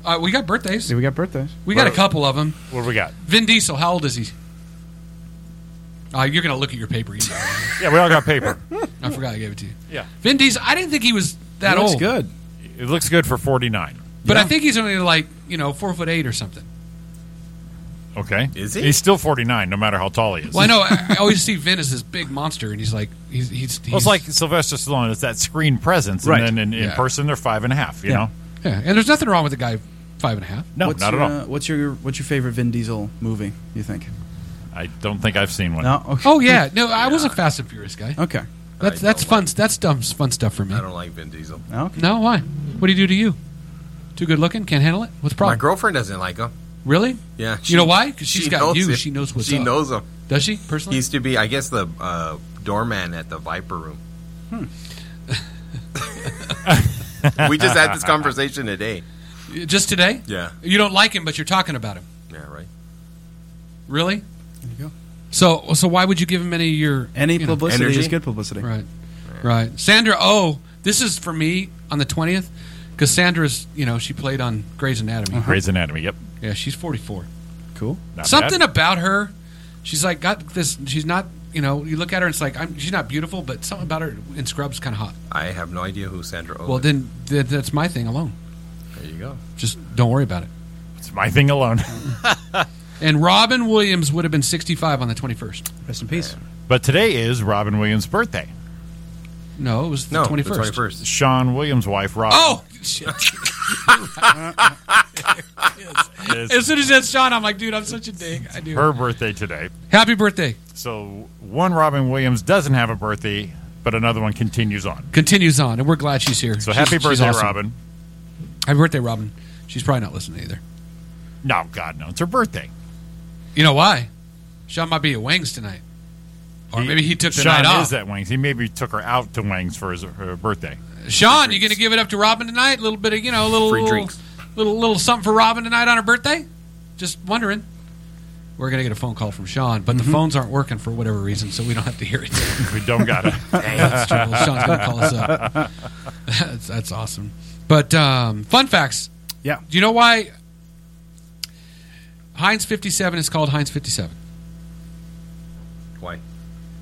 Speaker 1: Uh, we got birthdays.
Speaker 5: See, we got birthdays.
Speaker 1: We got a couple of them.
Speaker 2: What do we got?
Speaker 1: Vin Diesel, how old is he? Uh, you're gonna look at your paper. You know.
Speaker 2: Yeah, we all got paper.
Speaker 1: I forgot I gave it to you.
Speaker 2: Yeah.
Speaker 1: Vin Diesel. I didn't think he was that
Speaker 5: He looks
Speaker 1: old.
Speaker 5: good.
Speaker 2: It looks good for forty nine.
Speaker 1: but
Speaker 5: Yeah.
Speaker 1: I think he's only like you know four foot eight or something.
Speaker 2: Okay.
Speaker 10: Is he?
Speaker 2: He's still forty nine, no matter how tall he is.
Speaker 1: Well, I know I, I always see Vin as this big monster, and he's like he's he's, he's
Speaker 2: Well, it's like Sylvester Stallone. It's that screen presence,
Speaker 5: Right.
Speaker 2: and then in, in
Speaker 1: Yeah.
Speaker 2: person they're five and a half. You
Speaker 5: Yeah.
Speaker 2: know?
Speaker 1: yeah. And there's nothing wrong with the guy five and a half.
Speaker 2: No,
Speaker 5: what's
Speaker 2: not
Speaker 5: your,
Speaker 2: at all.
Speaker 5: Uh, what's your What's your favorite Vin Diesel movie? You think?
Speaker 2: I don't think I've seen one.
Speaker 5: No. Okay.
Speaker 1: Oh yeah, no, I was a Fast and Furious guy.
Speaker 5: Okay.
Speaker 1: That's
Speaker 10: I
Speaker 1: that's
Speaker 10: don't
Speaker 1: fun. That's dumb, fun stuff for me.
Speaker 10: I don't like Vin Diesel.
Speaker 5: Okay.
Speaker 1: No, why? What do you do to you? Too good looking? Can't handle it? What's the
Speaker 10: My
Speaker 1: problem?
Speaker 10: girlfriend doesn't like him.
Speaker 1: really?
Speaker 10: Yeah.
Speaker 1: You know why? Because she's
Speaker 10: she
Speaker 1: got
Speaker 10: knows
Speaker 1: you.
Speaker 10: it.
Speaker 1: She knows what's
Speaker 10: She
Speaker 1: up.
Speaker 10: knows him.
Speaker 1: Does she personally?
Speaker 10: He used to be, I guess, the uh, doorman at the Viper Room.
Speaker 1: Hmm.
Speaker 10: we just had this conversation today.
Speaker 1: Just today?
Speaker 10: Yeah.
Speaker 1: You don't like him, but you're talking about him.
Speaker 10: Yeah, right.
Speaker 1: Really?
Speaker 5: There you go.
Speaker 1: So, so why would you give him any of your
Speaker 5: Any
Speaker 1: you know-
Speaker 5: publicity is
Speaker 10: energy.
Speaker 5: good publicity.
Speaker 1: Right, right. Sandra Oh, this is for me on the twentieth because Sandra's, you know, she played on Grey's Anatomy.
Speaker 2: Grey's Anatomy. Yep.
Speaker 1: Yeah, she's forty four.
Speaker 5: Cool.
Speaker 2: Uh-huh. Not
Speaker 1: Something
Speaker 2: bad.
Speaker 1: about her, she's like got this. She's not, you know, you look at her and it's like I'm, she's not beautiful, but something about her in Scrubs kind of hot.
Speaker 10: I have no idea who Sandra Oh
Speaker 1: Well,
Speaker 10: is.
Speaker 1: then th- that's my thing alone.
Speaker 10: there you go.
Speaker 1: Just don't worry about it.
Speaker 2: It's my thing alone.
Speaker 1: And Robin Williams would have been sixty five on the twenty first.
Speaker 5: Rest in peace.
Speaker 2: but today is Robin Williams' birthday.
Speaker 1: No, it was the
Speaker 10: No,
Speaker 1: twenty
Speaker 10: the twenty
Speaker 1: first.
Speaker 10: first.
Speaker 2: Sean Williams' wife, Robin.
Speaker 1: Oh. shit.
Speaker 2: is
Speaker 1: As soon as that's Sean, I'm like, dude, I'm such a dick. I do.
Speaker 2: her birthday today.
Speaker 1: Happy birthday.
Speaker 2: So one Robin Williams doesn't have a birthday, but another one continues on.
Speaker 1: continues on, and we're glad she's here.
Speaker 2: So
Speaker 1: She's-
Speaker 2: happy
Speaker 1: she's
Speaker 2: birthday,
Speaker 1: awesome.
Speaker 2: Robin.
Speaker 1: Happy birthday, Robin. She's probably not listening either.
Speaker 2: No, God, no. It's her birthday.
Speaker 1: You know why? Sean might be at Wings tonight, or maybe he took the
Speaker 2: Sean
Speaker 1: night off.
Speaker 2: is at Wings. He maybe took her out to Wings for his her birthday.
Speaker 1: Sean, you going to give it up to Robin tonight? A little bit of you know, a little
Speaker 10: Free
Speaker 1: little,
Speaker 10: drinks.
Speaker 1: little little something for Robin tonight on her birthday. Just wondering. We're going to get a phone call from Sean, but the phones aren't working for whatever reason, so we don't have to hear it.
Speaker 2: We don't got it.
Speaker 1: That's true. Sean's going to call us up. that's, that's awesome. But um, fun facts.
Speaker 5: Yeah.
Speaker 1: Do you know why Heinz 57 is called Heinz 57?
Speaker 10: Why?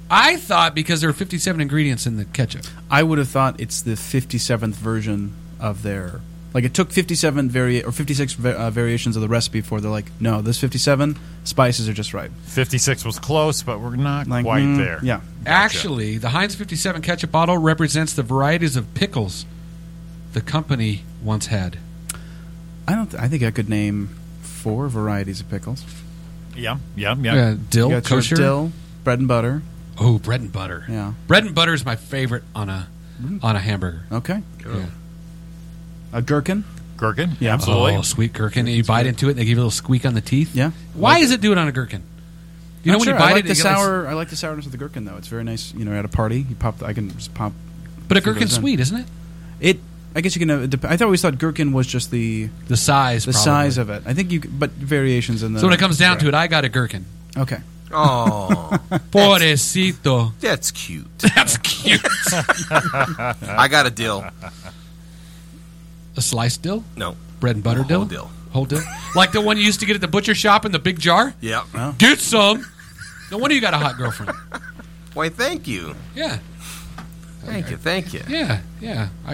Speaker 1: I thought because there were 57 ingredients in the ketchup.
Speaker 5: I would have thought it's the 57th version of their. Like it took 57 vari- or 56 va- uh, variations of the recipe before they're like, no, this 57 spices are just right.
Speaker 2: Fifty-six was close, but we're not
Speaker 5: Like
Speaker 2: quite
Speaker 5: mm,
Speaker 2: there.
Speaker 5: Yeah.
Speaker 1: Actually, the Heinz 57 ketchup bottle represents the varieties of pickles the company once had.
Speaker 5: I don't. Th- I think I could name four varieties of pickles.
Speaker 2: yeah, yeah, yeah.
Speaker 1: Uh, dill,
Speaker 5: you got your
Speaker 1: kosher.
Speaker 5: dill, bread and butter.
Speaker 1: Oh, bread and butter.
Speaker 5: Yeah. Mm-hmm.
Speaker 1: Bread and butter is my favorite on a on a hamburger.
Speaker 5: Okay.
Speaker 1: Yeah.
Speaker 5: A gherkin.
Speaker 2: Gherkin,
Speaker 5: Yeah.
Speaker 2: absolutely.
Speaker 1: Oh, sweet gherkin. And you bite into it and they give you a little squeak on the teeth.
Speaker 5: Yeah.
Speaker 1: Why is it doing on a gherkin? You know
Speaker 5: Not
Speaker 1: when
Speaker 5: sure.
Speaker 1: you bite
Speaker 5: I like
Speaker 1: it,
Speaker 5: the
Speaker 1: you get like-
Speaker 5: sour. I like the sourness of the gherkin though. It's very nice. You know, at a party, you pop. The, I can just pop.
Speaker 1: but a
Speaker 5: few
Speaker 1: gherkin's
Speaker 5: goes in.
Speaker 1: sweet, isn't it?
Speaker 5: It. I guess you can. Have, it dep- I thought always thought gherkin was just the
Speaker 1: The size.
Speaker 5: the
Speaker 1: probably.
Speaker 5: size of it. I think you. c- But variations in the.
Speaker 1: So when it comes down to it, I got a gherkin.
Speaker 5: Okay.
Speaker 10: Oh,
Speaker 1: Pobrecito.
Speaker 10: that's cute.
Speaker 1: That's cute.
Speaker 10: I got a deal.
Speaker 1: A sliced dill?
Speaker 10: No.
Speaker 1: Bread and butter
Speaker 10: A whole
Speaker 1: dill?
Speaker 10: dill.
Speaker 1: Whole dill? like the one you used to get at the butcher shop in the big jar?
Speaker 10: Yeah.
Speaker 1: Get some. No wonder you got a hot girlfriend.
Speaker 10: Why, thank you.
Speaker 1: Yeah.
Speaker 10: Thank you, thank you.
Speaker 1: Yeah, yeah. I,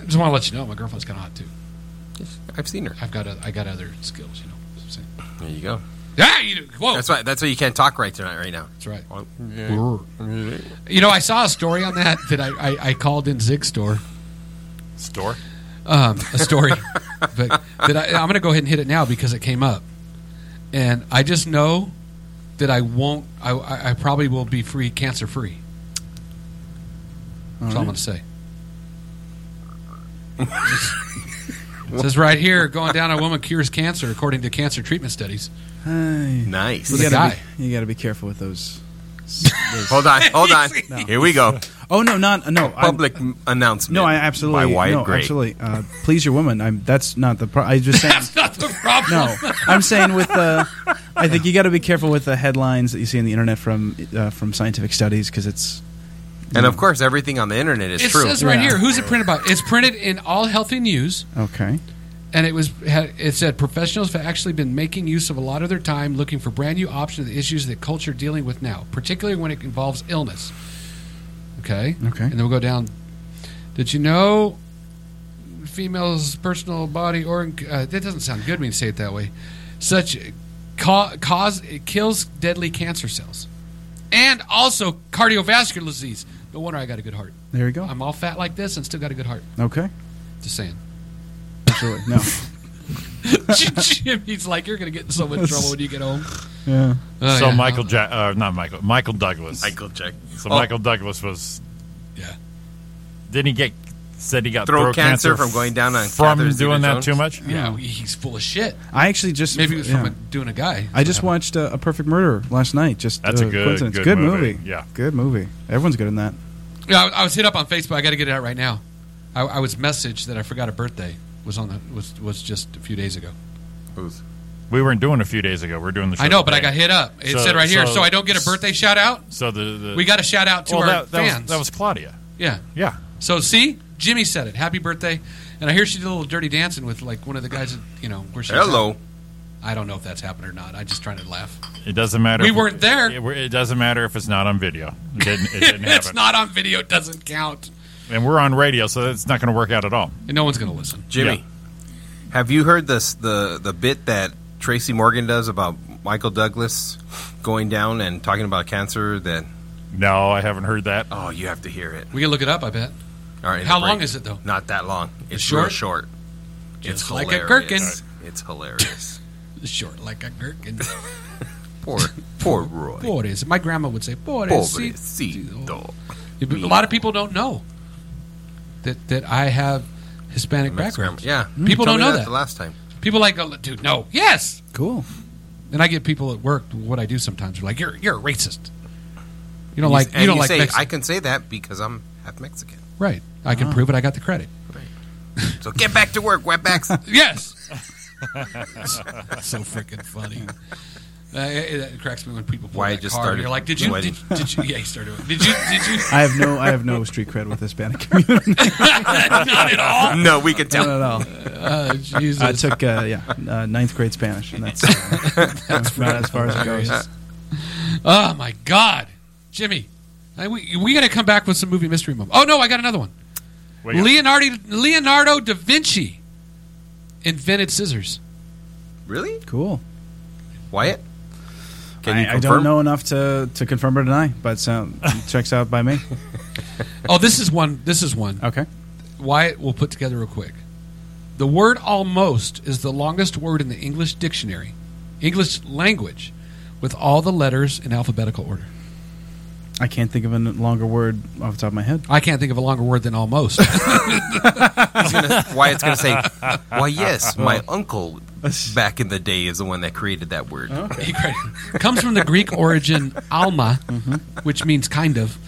Speaker 1: I just want to let you know my girlfriend's kind of hot too.
Speaker 10: I've seen her.
Speaker 1: I've got oth- I got other skills, you know. what I'm saying?
Speaker 10: There you go.
Speaker 1: Yeah, you do. Whoa.
Speaker 10: That's why. That's why you can't talk right tonight. Right now.
Speaker 1: That's right.
Speaker 10: Yeah.
Speaker 1: You know, I saw a story on that that I, I, I called in Zig Store.
Speaker 2: Store.
Speaker 1: um, a story, but that I, I'm going to go ahead and hit it now because it came up, and I just know that I won't. I, I I probably will be free, cancer free. That's all I'm going to say. It says right here, going down a woman cures cancer according to cancer treatment studies.
Speaker 5: Hey.
Speaker 10: Nice.
Speaker 1: With a
Speaker 5: You gotta,
Speaker 1: guy.
Speaker 5: be, you gotta be careful with those. those-
Speaker 10: Hold on. Hold on. Here we go.
Speaker 5: Oh no, not no. I'm-
Speaker 10: Public m- announcement.
Speaker 5: no, I absolutely
Speaker 10: By Wyatt
Speaker 5: no,
Speaker 10: Gray.
Speaker 5: absolutely. Uh, please your woman. I'm, that's not the. Pro- I just saying.
Speaker 1: Not the problem.
Speaker 5: No, I'm saying with the. I think you got to be careful with the headlines that you see on the internet from uh, from scientific studies because it's
Speaker 10: And of course, everything on the internet is
Speaker 1: It
Speaker 10: true.
Speaker 1: says right
Speaker 5: Yeah.
Speaker 1: here who's it printed by. It's printed in All Healthy News.
Speaker 5: okay.
Speaker 1: and it was had- it said professionals have actually been making use of a lot of their time looking for brand new options to the issues that culture dealing with now, particularly when it involves illness. Okay.
Speaker 5: Okay.
Speaker 1: And then we'll go down. Did you know females' personal body organ? Uh, that doesn't sound good when you say it that way. Such ca- cause it kills deadly cancer cells, and also cardiovascular disease. No wonder I got a good heart.
Speaker 5: There you go.
Speaker 1: I'm all fat like this and still got a good heart.
Speaker 5: Okay.
Speaker 1: Just saying.
Speaker 5: Absolutely. No.
Speaker 1: Jimmy's like, you're going to get in so much trouble when you get home.
Speaker 5: Yeah.
Speaker 1: Oh,
Speaker 2: so
Speaker 1: yeah.
Speaker 2: Michael, ja- uh, not Michael, Michael Douglas.
Speaker 10: Michael Jack.
Speaker 2: So
Speaker 10: Oh.
Speaker 2: Michael Douglas was.
Speaker 1: Yeah.
Speaker 2: Didn't he get? Said he got
Speaker 10: Throat
Speaker 2: throat,
Speaker 10: cancer
Speaker 2: cancer,
Speaker 10: from going down on
Speaker 2: from
Speaker 10: Catherine
Speaker 2: doing that
Speaker 10: Zeta-Jones?
Speaker 2: too much.
Speaker 1: You know, he's full of shit.
Speaker 5: I actually just
Speaker 1: Maybe it was from
Speaker 5: yeah.
Speaker 1: a, doing a guy.
Speaker 5: I just watched uh, a Perfect Murder last night. Just
Speaker 2: That's a
Speaker 5: uh,
Speaker 2: good-
Speaker 5: coincidence.
Speaker 2: good
Speaker 5: good
Speaker 2: movie.
Speaker 5: movie.
Speaker 2: Yeah.
Speaker 5: good movie. Everyone's good in that.
Speaker 1: Yeah, I, I was hit up on Facebook. I got to get it out right now. I, I was messaged that I forgot a birthday was on the was was just a few days ago.
Speaker 2: We weren't doing a few days ago. We are doing the. Show
Speaker 1: I know, but I got
Speaker 2: today.
Speaker 1: hit up. It
Speaker 2: So-
Speaker 1: said right here,
Speaker 2: so-
Speaker 1: so I don't get a birthday shout out.
Speaker 2: So the, the
Speaker 1: We got a shout out to
Speaker 2: well,
Speaker 1: our
Speaker 2: that, that
Speaker 1: fans.
Speaker 2: was that was Claudia.
Speaker 1: yeah.
Speaker 2: Yeah.
Speaker 1: So see, Jimmy said it. Happy birthday, and I hear she did a little dirty dancing with like one of the guys. That, you know where she.
Speaker 10: Hello.
Speaker 1: I don't know if that's happened or not. I just trying to laugh.
Speaker 2: It doesn't matter.
Speaker 1: We
Speaker 2: if-
Speaker 1: weren't there.
Speaker 2: It, it doesn't matter if it's not on video. It didn't, it didn't happen.
Speaker 1: it's not on video. It doesn't count.
Speaker 2: and we're on radio, so it's not going to work out at all.
Speaker 1: And no one's going to listen.
Speaker 10: Jimmy, have you heard this the the bit that Tracy Morgan does about Michael Douglas going down and talking about cancer? That
Speaker 2: No, I haven't heard that.
Speaker 10: oh, you have to hear it.
Speaker 1: We can look it up, I bet.
Speaker 10: All right.
Speaker 1: How
Speaker 10: break.
Speaker 1: long is it, though?
Speaker 10: Not that long. It's,
Speaker 1: short?
Speaker 10: real short. it's
Speaker 1: Just like a
Speaker 10: hilarious. It's hilarious.
Speaker 1: Short like a gherkin.
Speaker 10: poor poor Roy.
Speaker 1: Pobres. My grandma would say, pobres.
Speaker 10: Pobrecito.
Speaker 1: A lot of people don't know that, that I have Hispanic background. Hmm.
Speaker 10: Yeah.
Speaker 1: People
Speaker 10: Told
Speaker 1: don't
Speaker 10: me
Speaker 1: know
Speaker 10: the
Speaker 1: that.
Speaker 10: last time.
Speaker 1: People like, oh, dude, no. Yes.
Speaker 5: Cool.
Speaker 1: And I get people at work, what I do sometimes, are like, you're, you're a racist. You don't
Speaker 10: You
Speaker 1: like,
Speaker 10: s- and
Speaker 1: you don't like
Speaker 10: say, I Uh-huh.
Speaker 1: Mexican.
Speaker 10: can say that because I'm half Mexican.
Speaker 1: right. I can prove it. I got the credit.
Speaker 10: So get back to work, wetbacks.
Speaker 1: Yes. so freaking funny. Uh, it, it cracks me when people pull
Speaker 10: Why I
Speaker 1: that
Speaker 10: just
Speaker 1: card and
Speaker 10: started
Speaker 1: You're like, did you?
Speaker 10: sweating.
Speaker 1: Did, did you? Yeah, you started. Did you? Did you?
Speaker 5: I have no I have no street cred with Hispanic community
Speaker 1: Not at all.
Speaker 10: no, we can tell.
Speaker 5: at all.
Speaker 1: Uh, Jesus.
Speaker 5: I took uh, yeah uh, ninth grade Spanish, and that's, uh, that's about as far as it goes.
Speaker 1: Oh my God, Jimmy, I- we we got to come back with some movie mystery moment. Oh no, I got another one.
Speaker 2: What you got?
Speaker 1: Leonardo Leonardo da Vinci invented scissors.
Speaker 10: Really?
Speaker 5: Cool.
Speaker 10: Wyatt? Can you
Speaker 5: I, I
Speaker 10: confirm?
Speaker 5: don't know enough to, to confirm or deny, but sound, checks out by me.
Speaker 1: Oh, this is one. This is one.
Speaker 5: Okay.
Speaker 1: Wyatt will put together real quick. The word almost is the longest word in the English dictionary, English language, with all the letters in alphabetical order.
Speaker 5: I can't think of a longer word off the top of my head.
Speaker 1: I can't think of a longer word than almost.
Speaker 10: Wyatt's going to say, why, yes,
Speaker 1: Uh-huh.
Speaker 10: my uncle back in the day is the one that created that word.
Speaker 1: He cried- comes from the Greek origin alma, which means kind of.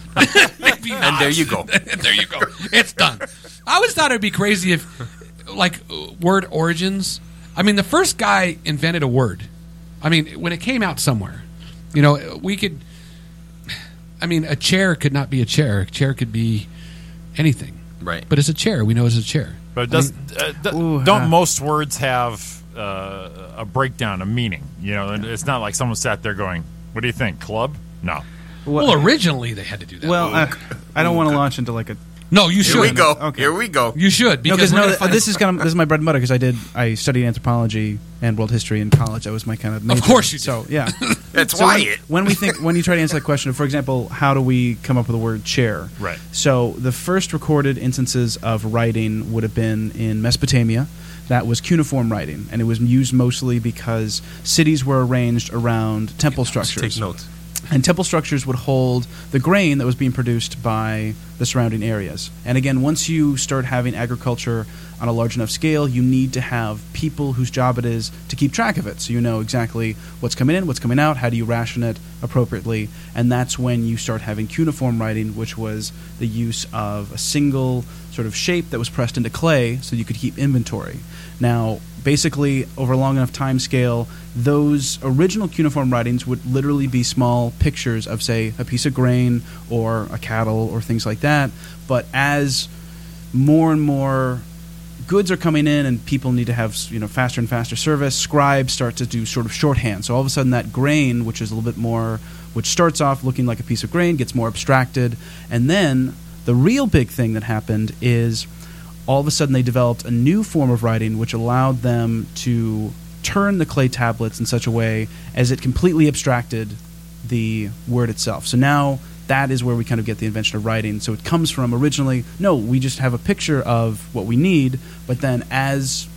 Speaker 1: Maybe
Speaker 10: And
Speaker 1: not.
Speaker 10: there you go.
Speaker 1: there you go. It's done. I always thought it'd be crazy if, like, uh, word origins. I mean, the first guy invented a word. I mean, when it came out somewhere, you know, we could. I mean, a chair could not be a chair. A chair could be anything,
Speaker 10: Right.
Speaker 1: but it's a chair. We know it's a chair.
Speaker 2: But does uh, d-
Speaker 5: Ooh,
Speaker 2: don't
Speaker 5: huh.
Speaker 2: most words have uh, a breakdown, a meaning? You know, and it's not like someone sat there going, "What do you think, club?" No.
Speaker 5: Well,
Speaker 1: Well, originally they had to do that.
Speaker 5: Well, I, I don't want to launch into like a.
Speaker 1: No, you should.
Speaker 10: Here we go.
Speaker 1: You should
Speaker 5: No,
Speaker 1: because
Speaker 5: because
Speaker 1: we're
Speaker 5: no, uh,
Speaker 1: gonna find-
Speaker 5: this is kind of this is my bread and butter because I did I studied anthropology and world history in college. That was my kind of major.
Speaker 1: Of course you do.
Speaker 5: So yeah,
Speaker 10: That's
Speaker 5: So
Speaker 10: why
Speaker 5: when,
Speaker 10: it.
Speaker 5: when we think when you try to answer that question, for example, how do we come up with the word chair?
Speaker 2: Right.
Speaker 5: So the first recorded instances of writing would have been in Mesopotamia. That was cuneiform writing, and it was used mostly because cities were arranged around temple
Speaker 10: Just
Speaker 5: structures
Speaker 10: Take notes.
Speaker 5: and temple structures would hold the grain that was being produced by the surrounding areas. And again, once you start having agriculture on a large enough scale, you need to have people whose job it is to keep track of it. So you know exactly what's coming in, what's coming out, how do you ration it appropriately. And that's when you start having cuneiform writing, which was the use of a single sort of shape that was pressed into clay so you could keep inventory. Now, basically, over a long enough time scale, those original cuneiform writings would literally be small pictures of, say, a piece of grain or a cattle or things like that. But as more and more goods are coming in and people need to have you know faster and faster service scribes start to do sort of shorthand so all of a sudden that grain which is a little bit more which starts off looking like a piece of grain gets more abstracted and then the real big thing that happened is all of a sudden they developed a new form of writing which allowed them to turn the clay tablets in such a way as it completely abstracted the word itself. So now that is where we kind of get the invention of writing. So it comes from originally, no, we just have a picture of what we need, but then as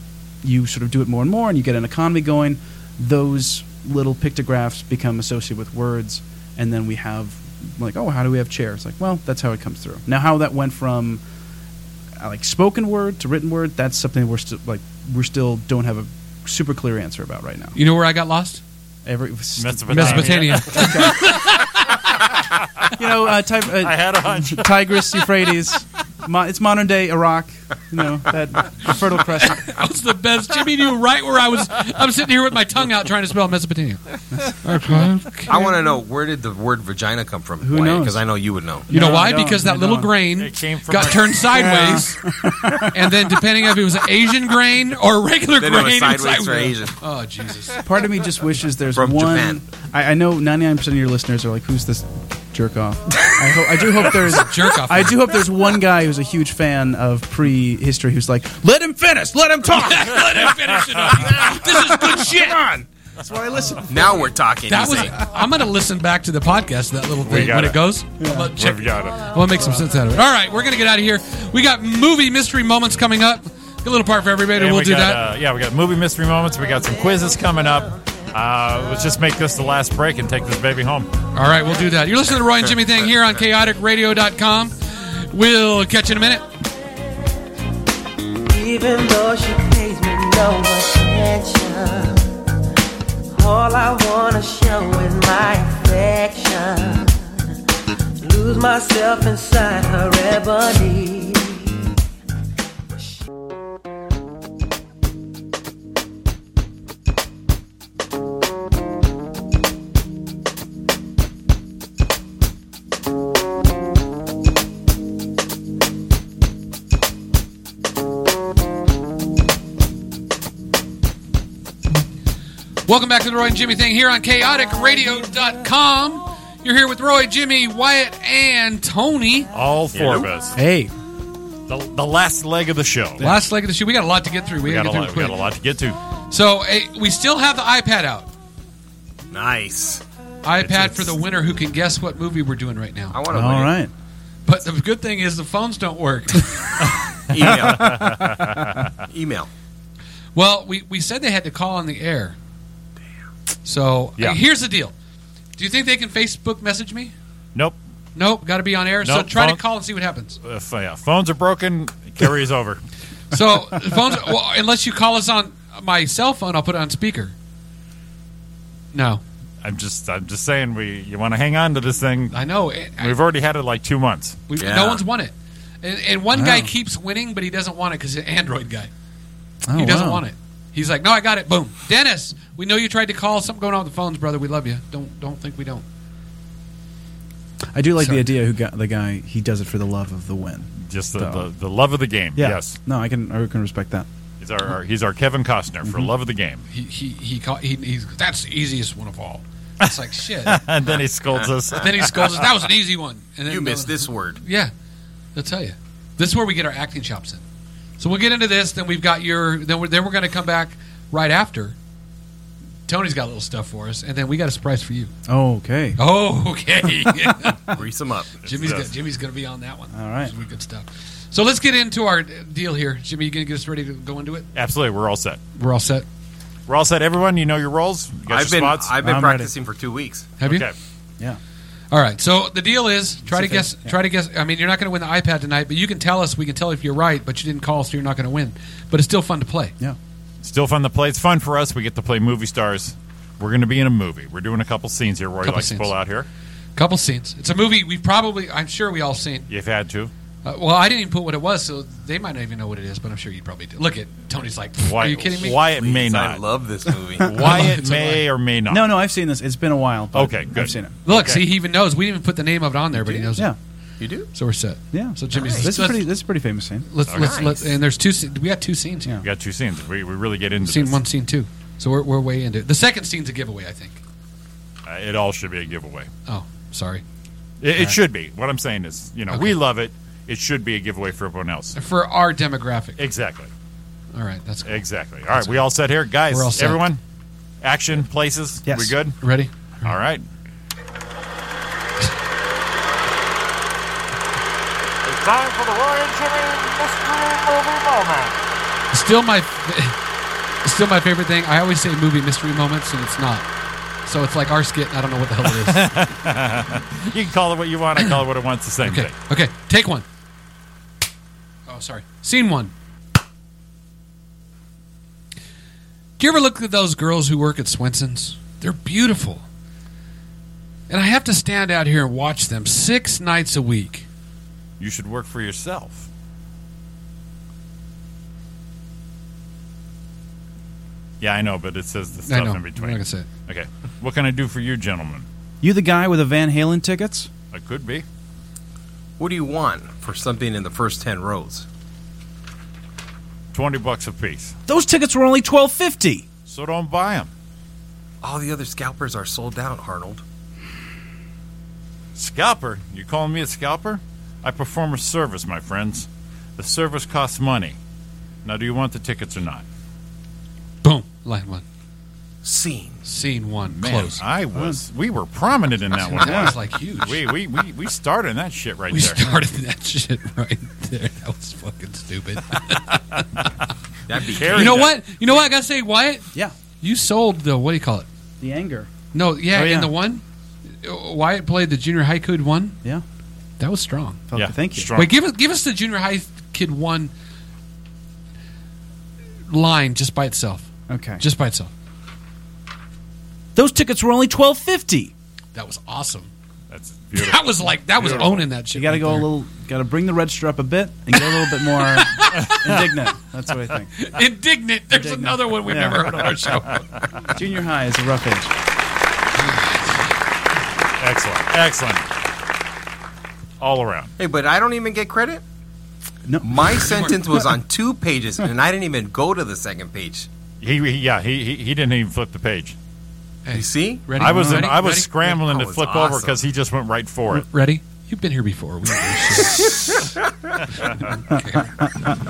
Speaker 5: you sort of do it more and more and you get an economy going, those little pictographs become associated with words, and then we have like, oh, how do we have chairs? Like, well, that's how it comes through. Now, how that went from uh, like spoken word to written word, that's something we're still like we're still don't have a super clear answer about right now.
Speaker 1: You know where I got lost?
Speaker 5: Every
Speaker 1: Mesopotamia.
Speaker 5: you know, uh, type, uh,
Speaker 2: I had a hunch.
Speaker 5: Tigris, Euphrates. Mo- it's modern day Iraq. You know that the Fertile Crescent.
Speaker 1: That was the best. Jimmy knew right where I was. I'm sitting here with my tongue out trying to spell Mesopotamia.
Speaker 10: I want to know where did the word vagina come from?
Speaker 5: Who knows?
Speaker 10: Because I know you would know.
Speaker 1: You know
Speaker 5: No,
Speaker 1: why?
Speaker 5: I don't.
Speaker 1: Because that
Speaker 5: I
Speaker 1: little
Speaker 5: don't.
Speaker 1: grain
Speaker 2: It came from
Speaker 1: got
Speaker 2: my-
Speaker 1: turned sideways, and then depending if it was Asian grain or regular
Speaker 10: Then it
Speaker 1: grain,
Speaker 10: was
Speaker 1: it was
Speaker 10: sideways for Asian.
Speaker 1: Oh Jesus!
Speaker 5: Part of me just wishes there's
Speaker 10: From Japan.
Speaker 5: one. I, I know 99 percent of your listeners are like, "Who's this jerk off?" I, ho- I do hope there's
Speaker 1: Jerk off.
Speaker 5: I do hope there's one guy who's a huge fan of pre-history who's like, "Let him finish, let him talk."
Speaker 1: Let him finish it up. This is good shit.
Speaker 5: That's why I listen.
Speaker 10: Now we're talking.
Speaker 1: That
Speaker 10: you
Speaker 1: was.
Speaker 10: see.
Speaker 1: I'm gonna listen back to the podcast. That little thing
Speaker 2: got
Speaker 1: when it,
Speaker 2: it.
Speaker 1: goes. I'm gonna check
Speaker 2: We've got it.
Speaker 1: I want to make some sense out of it. All right, we're going to get out of here. We got movie mystery moments coming up. A little part for everybody.
Speaker 2: And
Speaker 1: we'll
Speaker 2: we
Speaker 1: do
Speaker 2: got,
Speaker 1: that.
Speaker 2: Uh, yeah, we got movie mystery moments. We got some quizzes coming up. Uh, let's just make this the last break and take this baby home.
Speaker 1: All right, we'll do that. You're listening to Roy and Jimmy Thing here on chaoticradio.com. We'll catch you in a minute.
Speaker 11: Even though she pays me no attention, all I wanna show is my affection. Lose myself inside her ebony.
Speaker 1: Welcome back to the Roy and Jimmy Thing here on chaoticradio.com. You're here with Roy, Jimmy, Wyatt, and Tony.
Speaker 2: All four of us.
Speaker 5: Hey,
Speaker 2: The, the last leg of the show.
Speaker 1: Last leg of the show. We got a lot to get through. We,
Speaker 2: we,
Speaker 1: gotta
Speaker 2: got a lot,
Speaker 1: get
Speaker 2: we
Speaker 1: through it quick.
Speaker 2: got a lot to get to.
Speaker 1: So eh, we still have the iPad out.
Speaker 10: nice.
Speaker 1: iPad for the winner who can guess what movie we're doing right
Speaker 10: I
Speaker 1: now.
Speaker 10: want to.
Speaker 5: all right.
Speaker 1: But the good thing is the phones don't work.
Speaker 10: Email. Email.
Speaker 1: Well, we, we said they had to call on the air. Damn. So
Speaker 2: Yeah.
Speaker 1: uh, here's the deal. Do you think they can Facebook message me?
Speaker 2: Nope.
Speaker 1: Nope, got to be on air. so
Speaker 2: Nope,
Speaker 1: try
Speaker 2: phone-
Speaker 1: to call and see what happens.
Speaker 2: Uh, f- yeah, phones are broken. Carries over.
Speaker 1: So phones, well, unless you call us on my cell phone, I'll put it on speaker. No,
Speaker 2: I'm just I'm just saying we you want to hang on to this thing.
Speaker 1: I know. It, I-
Speaker 2: We've already had it like two months.
Speaker 1: we-
Speaker 10: Yeah.
Speaker 1: No one's won it, and, and one guy keeps winning, but he doesn't want it because he's an Android guy.
Speaker 5: Oh,
Speaker 1: he doesn't
Speaker 5: wow.
Speaker 1: want it. He's like, no, I got it. Boom, Dennis. We know you tried to call. Something going on with the phones, brother. We love you. Don't don't think we don't.
Speaker 5: I do like
Speaker 1: Sorry.
Speaker 5: the idea. Who got the guy? He does it for the love of the win.
Speaker 2: just the,
Speaker 5: though.
Speaker 2: the, the love of the game.
Speaker 5: Yeah.
Speaker 2: Yes,
Speaker 5: No, I can I can respect that.
Speaker 2: he's our, our he's our Kevin Costner for
Speaker 1: Mm-hmm.
Speaker 5: Mhm.
Speaker 2: love of the game.
Speaker 1: He he he, call, he he's that's the easiest one of all. It's like shit.
Speaker 2: And then he scolds us.
Speaker 1: Then he scolds us. That was an easy one. And then
Speaker 10: You missed
Speaker 1: the-
Speaker 10: this word.
Speaker 1: Yeah, they'll tell you. This is where we get our acting chops in. So we'll get into this. Then we've got your. Then we're, then we're going to come back right after. Tony's got a little stuff for us, and then we got a surprise for you.
Speaker 5: Okay.
Speaker 1: Oh, okay.
Speaker 10: Grease him up.
Speaker 1: Jimmy's
Speaker 10: Yes.
Speaker 1: gonna, Jimmy's going to be on that one.
Speaker 5: All right.
Speaker 1: Some good stuff. So let's get into our deal here. Jimmy, you going to get us ready to go into it?
Speaker 2: Absolutely, we're all set.
Speaker 1: We're all set.
Speaker 2: We're all set. Everyone, you know your roles. You got
Speaker 10: I've
Speaker 2: your
Speaker 10: been
Speaker 2: spots?
Speaker 10: I've been practicing for two weeks.
Speaker 1: Have you?
Speaker 2: Okay.
Speaker 5: Yeah.
Speaker 1: All right. So the deal is try to
Speaker 5: okay.
Speaker 1: guess.
Speaker 5: Yeah.
Speaker 1: Try to guess. I mean, you're not going to win the iPad tonight, but you can tell us. We can tell if you're right, but you didn't call, so you're not going to win. But it's still fun to play.
Speaker 2: Still fun to play. It's fun for us. We get to play movie stars. We're going to be in a movie. We're doing a couple scenes here. Roy
Speaker 1: Couple
Speaker 2: likes to pull
Speaker 1: scenes.
Speaker 2: out here.
Speaker 1: Couple scenes. It's a movie we probably. I'm sure we all seen.
Speaker 2: You've had to.
Speaker 1: Uh, well, I didn't even put what it was, so they might not even know what it is. But I'm sure you probably did. Look at Tony's like,
Speaker 2: Why,
Speaker 1: are you kidding me?
Speaker 2: Why it may
Speaker 10: Please,
Speaker 2: not.
Speaker 10: I love this movie.
Speaker 2: why it
Speaker 1: It's a
Speaker 2: may or may not.
Speaker 5: No, no, I've seen this. It's been a while. but
Speaker 2: Okay, good.
Speaker 5: I've seen it.
Speaker 1: Look,
Speaker 2: Okay.
Speaker 1: see, he even knows. We didn't even put the name of it on there, but he knows.
Speaker 5: Yeah.
Speaker 10: you do?
Speaker 1: It. So we're set.
Speaker 5: Yeah.
Speaker 1: So Jimmy's.
Speaker 5: This is
Speaker 1: let's,
Speaker 5: pretty. This is a pretty famous scene.
Speaker 1: Let's, let's, let's-
Speaker 10: Nice.
Speaker 1: and there's two. sce- We got two scenes here.
Speaker 5: Yeah.
Speaker 2: We got two scenes. We, we really get into
Speaker 1: Scene
Speaker 2: this.
Speaker 1: one, scene two. So we're, we're way into it. The second scene's a giveaway, I think.
Speaker 2: Uh, it all should be a giveaway.
Speaker 1: Oh, sorry.
Speaker 2: It, it should be. What I'm saying is, you know,
Speaker 1: Okay.
Speaker 2: we love it. It should be a giveaway for everyone else.
Speaker 1: For our demographic.
Speaker 2: Exactly.
Speaker 1: All right, that's cool.
Speaker 2: Exactly. All right. We all set here, guys.
Speaker 1: We're all set.
Speaker 2: Everyone, action places.
Speaker 5: Yes.
Speaker 2: We good?
Speaker 1: Ready?
Speaker 2: All right.
Speaker 12: It's time for the Roy and Jimmy Mystery Movie Moment.
Speaker 1: Still my, still my favorite thing. I always say movie mystery moments, and it's not. So it's like our skit. and I don't know what the hell it is.
Speaker 2: You can call it what you want. I call it what it wants. The same
Speaker 1: Okay,
Speaker 2: thing.
Speaker 1: okay, take one. Oh, sorry. Scene one. Do you ever look at those girls who work at Swenson's? They're beautiful. And I have to stand out here and watch them six nights a week.
Speaker 2: You should work for yourself. Yeah, I know, but it says the
Speaker 1: I
Speaker 2: stuff
Speaker 1: know.
Speaker 2: in between.
Speaker 1: I'm not gonna say it.
Speaker 2: Okay. What can I do for you, gentlemen?
Speaker 5: You the guy with the Van Halen tickets?
Speaker 2: I could be.
Speaker 10: What do you want for something in the first ten rows?
Speaker 2: 20 bucks a piece.
Speaker 5: Those tickets were only twelve fifty.
Speaker 2: So don't buy them.
Speaker 10: All the other scalpers are sold out, Arnold.
Speaker 2: Scalper? You calling me a scalper? I perform a service, my friends. The service costs money. Now, do you want the tickets or not?
Speaker 1: Boom. Line one.
Speaker 10: Scene.
Speaker 1: Scene one.
Speaker 2: Man,
Speaker 1: Close.
Speaker 2: I was. We were prominent in that one.
Speaker 1: That was like huge.
Speaker 2: We we we, we started that shit right
Speaker 1: We
Speaker 2: there.
Speaker 1: started that shit right there. That was fucking stupid.
Speaker 10: That'd be
Speaker 2: Carried
Speaker 1: you know
Speaker 2: us.
Speaker 1: what? You know what I gotta say, Wyatt?
Speaker 5: Yeah.
Speaker 1: You sold the what do you call it?
Speaker 5: The anger.
Speaker 1: No, yeah,
Speaker 5: Oh, yeah.
Speaker 1: in the one. uh, Wyatt played the junior high kid one.
Speaker 5: Yeah.
Speaker 1: That was strong.
Speaker 5: Fuck,
Speaker 2: Yeah.
Speaker 5: Thank you.
Speaker 2: Strong.
Speaker 1: Wait, give us give us the junior high kid one line just by itself.
Speaker 5: Okay.
Speaker 1: Just by itself.
Speaker 5: those tickets were only twelve fifty.
Speaker 1: That was awesome.
Speaker 2: That's beautiful.
Speaker 1: That was like that was
Speaker 2: Beautiful.
Speaker 1: owning that shit.
Speaker 5: You got to
Speaker 1: right
Speaker 5: go a
Speaker 1: there.
Speaker 5: little. Got to bring the register up a bit and get a little bit more indignant. That's what I think.
Speaker 1: indignant. There's
Speaker 5: Indignant.
Speaker 1: another one we've
Speaker 5: Yeah.
Speaker 1: never heard on our show.
Speaker 5: Junior high is a rough age.
Speaker 2: excellent. Excellent. All around.
Speaker 10: Hey, but I don't even get credit.
Speaker 5: No.
Speaker 10: My sentence was on two pages, and I didn't even go to the second page.
Speaker 2: He, he yeah he, he he didn't even flip the page.
Speaker 10: You see?
Speaker 1: Ready?
Speaker 2: I was
Speaker 1: ready?
Speaker 2: I was
Speaker 1: Ready?
Speaker 2: scrambling
Speaker 10: That
Speaker 2: to
Speaker 10: was
Speaker 2: flip over
Speaker 10: awesome.
Speaker 2: because he just went right for it.
Speaker 1: Ready? You've been here before. We know this shit.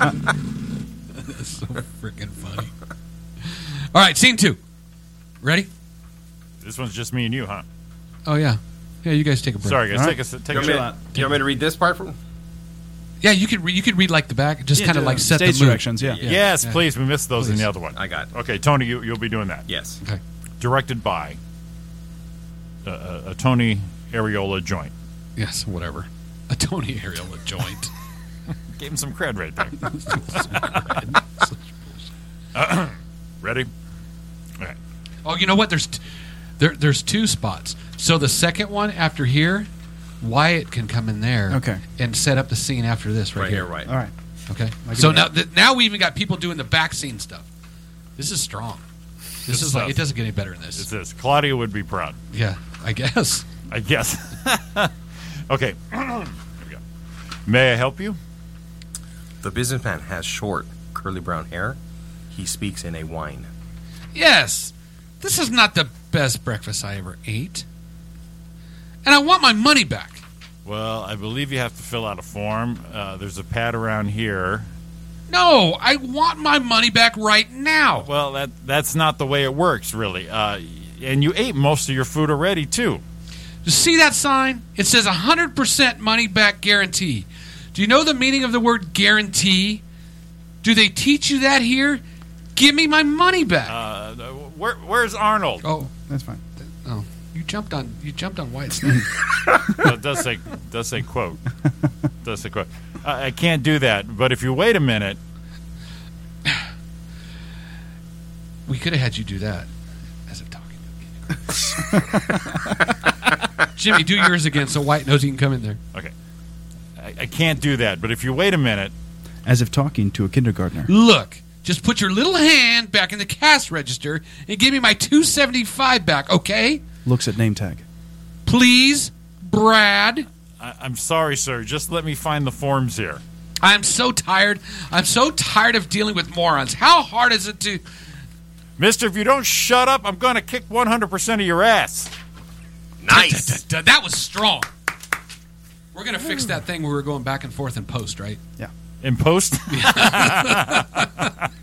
Speaker 1: That's so freaking funny. All right, scene two. Ready?
Speaker 2: This one's just me and you, huh?
Speaker 1: Oh yeah, yeah. You guys take a break.
Speaker 2: Sorry guys,
Speaker 5: All right.
Speaker 2: take a take
Speaker 10: You
Speaker 2: a
Speaker 10: want, me
Speaker 2: shot.
Speaker 10: to, you want me to read this part from?
Speaker 1: Yeah, you could re- you could read like the back, just
Speaker 5: Yeah,
Speaker 1: kind of
Speaker 5: do
Speaker 1: like
Speaker 5: that.
Speaker 1: set
Speaker 5: Stage
Speaker 1: the mood.
Speaker 5: directions, yeah.
Speaker 1: yeah.
Speaker 2: Yes,
Speaker 1: yeah.
Speaker 2: please. We missed those in
Speaker 1: Please.
Speaker 2: the other one.
Speaker 10: I got it.
Speaker 2: Okay, Tony, you you'll be doing that.
Speaker 10: Yes.
Speaker 1: Okay.
Speaker 2: Directed by uh, uh, a Tony Areola joint.
Speaker 1: Yes. Whatever. A Tony Ariola joint.
Speaker 2: Gave him some cred right there. Ready? Okay.
Speaker 1: oh, you know what? There's t- there there's two spots. So the second one after here, Wyatt can come in there.
Speaker 5: Okay.
Speaker 1: And set up the scene after this right,
Speaker 10: Right here, right.
Speaker 5: All right.
Speaker 1: Okay.
Speaker 5: I can
Speaker 1: So
Speaker 5: do
Speaker 1: now, th- now we even got people doing the back scene stuff. This is strong. This
Speaker 2: Good
Speaker 1: is
Speaker 2: stuff.
Speaker 1: like it doesn't get any better than this.
Speaker 2: It's this. Claudia would be proud.
Speaker 1: yeah, I guess.
Speaker 2: I guess. okay. Here we go. May I help you?
Speaker 10: The businessman has short, curly brown hair. He speaks in a whine.
Speaker 1: Yes, this is not the best breakfast I ever ate. And I want my money back.
Speaker 2: Well, I believe you have to fill out a form. Uh, there's a pad around here.
Speaker 1: No, I want my money back right now.
Speaker 2: Well, that that's not the way it works, really. Uh, and you ate most of your food already, too.
Speaker 1: You see that sign? It says 100% money back guarantee. Do you know the meaning of the word guarantee? Do they teach you that here? Give me my money back.
Speaker 2: Uh, where, where's Arnold?
Speaker 1: Oh,
Speaker 5: That's fine.
Speaker 1: oh, you jumped on you jumped on White's name.
Speaker 2: Well, it does say does say quote does say quote. I, I can't do that. But if you wait a minute,
Speaker 1: we could have had you do that as if talking to a kindergarten. Jimmy, do yours again so White knows he can come in there.
Speaker 2: Okay. I, I can't do that. But if you wait a minute,
Speaker 5: As if talking to a kindergartner.
Speaker 1: Look, just put your little hand back in the cash register and give me my 275 back, okay?
Speaker 5: Looks at name tag.
Speaker 1: Please, Brad.
Speaker 2: I, I'm sorry, sir. Just let me find the forms here.
Speaker 1: I'm so tired. I'm so tired of dealing with morons. How hard is it to
Speaker 2: Mister, if you don't shut up, I'm going to kick 100% of your ass.
Speaker 1: Nice. That was strong. We're going to fix that thing where we were going back and forth in post, right?
Speaker 5: Yeah.
Speaker 2: In post?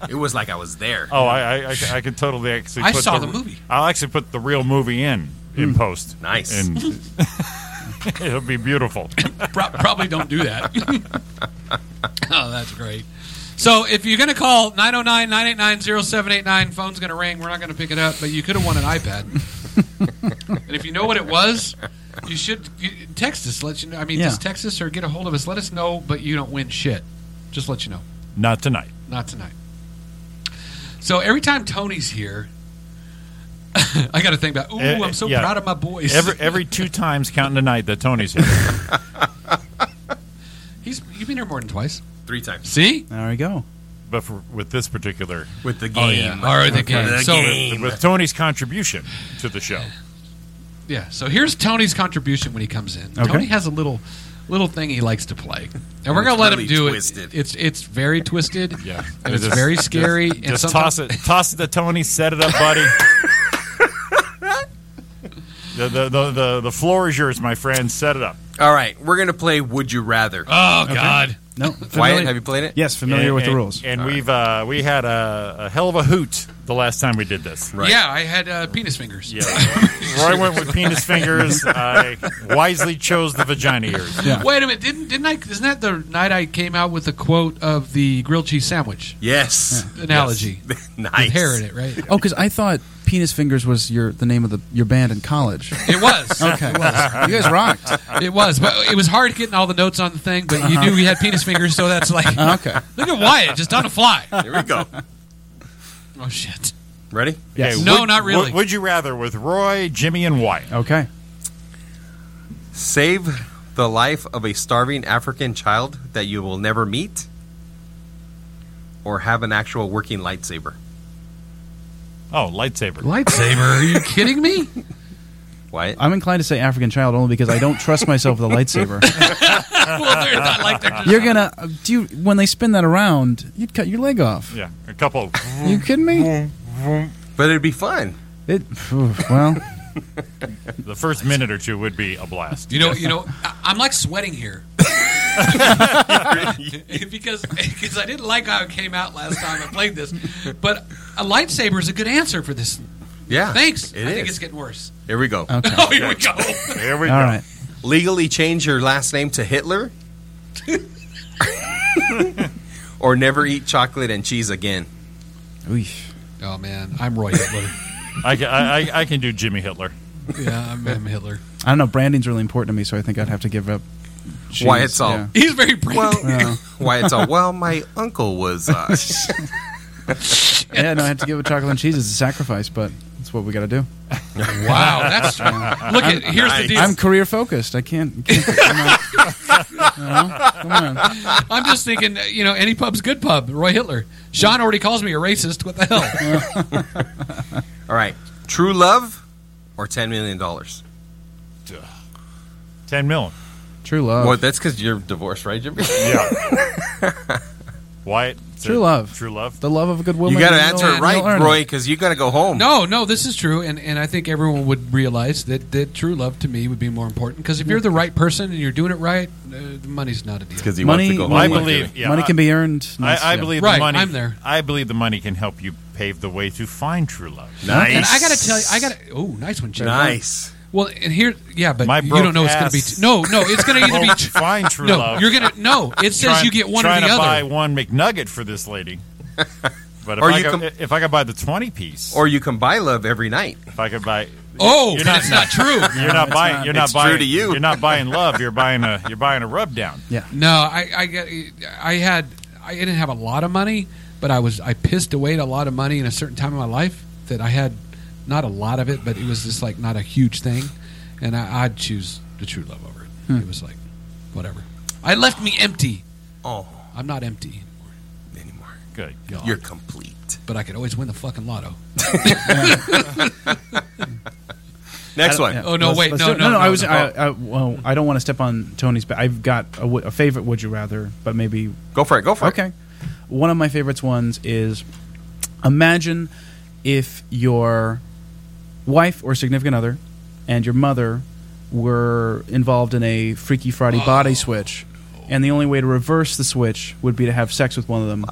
Speaker 10: It was like I was there.
Speaker 2: Oh, I, I, I, I can totally actually.
Speaker 10: I
Speaker 2: put
Speaker 10: saw the movie.
Speaker 2: I'll actually put the real movie in in
Speaker 10: Hmm.
Speaker 2: post.
Speaker 10: Nice.
Speaker 2: And it'll be beautiful.
Speaker 1: Pro- probably don't do that. oh, that's great. So if you're going to call 909-989-0789, phone's going to ring. We're not going to pick it up, but you could have won an iPad. and if you know what it was, you should you, text us. Let you know. I mean,
Speaker 2: Yeah.
Speaker 1: just text us or get a hold of us. Let us know, but you don't win shit. Just let you know.
Speaker 2: Not tonight.
Speaker 1: Not tonight. So every time Tony's here, I got to think about. Ooh,
Speaker 2: Eh,
Speaker 1: I'm so
Speaker 2: yeah.
Speaker 1: proud of my boys.
Speaker 2: Every every two times counting tonight that Tony's here.
Speaker 1: He's you've been here more than twice.
Speaker 10: Three times.
Speaker 1: See?
Speaker 5: There we go.
Speaker 2: But for, with this particular,
Speaker 10: With the
Speaker 1: Oh, yeah. game. All right, the game.
Speaker 2: With-
Speaker 1: So-
Speaker 2: with, with Tony's contribution to the show.
Speaker 1: Yeah. So here's Tony's contribution when he comes in.
Speaker 2: Okay.
Speaker 1: Tony has a little little thing he likes to play, and
Speaker 2: And
Speaker 1: we're gonna
Speaker 2: it's
Speaker 1: let
Speaker 2: really
Speaker 1: him do
Speaker 2: twisted.
Speaker 1: it. It's it's very twisted.
Speaker 2: Yeah.
Speaker 1: And it's very scary.
Speaker 2: Just,
Speaker 1: and
Speaker 2: just
Speaker 1: sometimes-
Speaker 2: toss it, toss it to Tony. Set it up, buddy. the, the, the the the floor is yours, my friend. Set it up.
Speaker 10: All right, we're gonna play Would You Rather.
Speaker 1: Oh God.
Speaker 5: No.
Speaker 10: Wyatt, have you played it?
Speaker 2: And- and- And we've uh, we had a, a hell of a hoot the last time we did this.
Speaker 1: Yeah, I had uh, penis fingers.
Speaker 2: Yeah. Roy went with penis fingers. I wisely chose the vagina ears.
Speaker 1: Wait a minute! Didn't didn't I? Isn't that the night I came out with the quote of the grilled cheese sandwich?
Speaker 10: Yes.
Speaker 1: Analogy.
Speaker 10: nice.
Speaker 1: Inherit it, right?
Speaker 5: Oh, because I thought Penis Fingers was your the name of the your band in college.
Speaker 1: It was.
Speaker 5: Okay.
Speaker 1: It was.
Speaker 5: You guys rocked.
Speaker 1: It was, but it was hard getting all the notes on the thing. But you
Speaker 5: Uh-huh.
Speaker 1: knew we had penis fingers, so that's like
Speaker 5: Okay.
Speaker 1: Look at Wyatt just on the fly.
Speaker 10: Here we go.
Speaker 1: Oh shit.
Speaker 10: Ready?
Speaker 1: Yes. No, not really.
Speaker 2: Would, would you rather with Roy, Jimmy, and Wyatt?
Speaker 5: Okay.
Speaker 10: Save the life of a starving African child that you will never meet, or have an actual working lightsaber.
Speaker 2: Oh, lightsaber.
Speaker 1: Lightsaber? Are you kidding me?
Speaker 10: Wyatt.
Speaker 5: I'm inclined to say African child only because I don't trust myself with a lightsaber.
Speaker 1: well, they're not like they're just
Speaker 5: You're gonna do you, when they spin that around, you'd cut your leg off.
Speaker 2: Yeah, a couple.
Speaker 10: Mm-hmm.
Speaker 5: You kidding me?
Speaker 10: But it'd be fun.
Speaker 5: It well,
Speaker 2: The first minute or two would be a blast.
Speaker 1: You know, you know, I- I'm like sweating here because because I didn't like how it came out last time I played this, but a lightsaber is a good answer for this.
Speaker 10: Yeah.
Speaker 1: Thanks.
Speaker 10: It
Speaker 1: I think
Speaker 10: is.
Speaker 1: it's getting worse.
Speaker 10: Here we go.
Speaker 1: Okay. Oh, here we go.
Speaker 2: Here we
Speaker 5: All right.
Speaker 10: Legally change your last name to Hitler, or never eat chocolate and cheese again.
Speaker 1: Oh man, I'm Roy Hitler.
Speaker 2: I, ca- I, I- I can do Jimmy Hitler.
Speaker 1: yeah, I'm, I'm Hitler.
Speaker 5: I don't know. Branding's really important to me, so I think I'd have to give up. cheese,
Speaker 10: Why it's all
Speaker 5: yeah.
Speaker 1: He's very brave.
Speaker 10: Well,
Speaker 5: Yeah.
Speaker 10: why it's all well. My uncle was. Uh,
Speaker 5: Yeah, no, I have to give up chocolate and cheese as a sacrifice, but that's what we got to do.
Speaker 1: Wow, that's look at here's the deal.
Speaker 5: I'm career focused. I can't. can't
Speaker 1: I'm just thinking, you know, any pub's good pub. Roy Hitler. Sean already calls me a racist. What the hell?
Speaker 10: all right, true love, or ten million dollars.
Speaker 2: Ten million.
Speaker 5: True love.
Speaker 10: Well, that's because you're divorced, right, Jimmy?
Speaker 2: Yeah. Wyatt, is
Speaker 5: True
Speaker 2: it
Speaker 5: love.
Speaker 2: True love.
Speaker 5: The love of a good woman.
Speaker 10: You got to
Speaker 5: you'll-
Speaker 10: answer it
Speaker 5: you'll
Speaker 10: right,
Speaker 5: earn it.
Speaker 10: Roy, because you got to go home.
Speaker 1: No, no, this is true, and, and I think everyone would realize that, that true love to me would be more important because if you're the right person and you're doing it right, uh, money's not a deal.
Speaker 10: Because
Speaker 5: Money, money,
Speaker 2: I believe yeah,
Speaker 5: money
Speaker 2: I-
Speaker 5: can be earned.
Speaker 2: I, I
Speaker 5: Yeah.
Speaker 2: believe
Speaker 1: Right,
Speaker 2: the money.
Speaker 1: I'm there.
Speaker 2: I believe the money can help you pave the way to find true love.
Speaker 1: And I gotta tell you, I gotta. Oh, nice one, Chip.
Speaker 2: Nice.
Speaker 1: Well, and here, yeah, but
Speaker 2: My
Speaker 1: you don't
Speaker 2: broke
Speaker 1: know it's gonna be.
Speaker 2: ass.
Speaker 1: T- no, no, it's gonna either be.
Speaker 2: Won't find true
Speaker 1: no,
Speaker 2: love.
Speaker 1: You're gonna no. It says
Speaker 2: Trying-
Speaker 1: you get one or
Speaker 2: trying
Speaker 1: the
Speaker 2: to
Speaker 1: other.
Speaker 2: buy one McNugget for this lady. But if,
Speaker 10: Or
Speaker 2: I
Speaker 10: you
Speaker 2: could,
Speaker 10: com-
Speaker 2: if I could buy the twenty piece,
Speaker 10: Or you can buy love every night.
Speaker 2: if I could buy.
Speaker 1: Oh,
Speaker 2: you're
Speaker 1: that's not true.
Speaker 2: You're
Speaker 1: No,
Speaker 2: not
Speaker 1: it's
Speaker 2: buying.
Speaker 1: not.
Speaker 2: You're not
Speaker 10: It's true
Speaker 2: buying.
Speaker 10: to you.
Speaker 2: You're not buying love. You're buying a. You're buying a rub down.
Speaker 1: No, I, I got- I had I didn't have a lot of money, but I was I pissed away a lot of money in a certain time of my life that I had not a lot of it, but it was just like not a huge thing, and I, I'd choose the true love over it.
Speaker 5: Hmm.
Speaker 1: It was like whatever. I left me empty.
Speaker 10: Oh,
Speaker 1: I'm not empty,
Speaker 2: Good.
Speaker 1: God.
Speaker 10: You're complete.
Speaker 1: but I could always win the fucking lotto.
Speaker 10: Next one.
Speaker 1: Oh no!
Speaker 5: Let's-
Speaker 1: wait,
Speaker 5: let's
Speaker 1: no,
Speaker 5: do
Speaker 1: no,
Speaker 5: it. no, I was. I, I, well, I don't want to step on Tony's. But I've got a, w- a favorite. Would you rather? But maybe
Speaker 10: Go for it. Go for it.
Speaker 5: okay. One of my favorites ones is imagine if your wife or significant other and your mother were involved in a Freaky Friday body switch, and the only way to reverse the switch would be to have sex with one of them.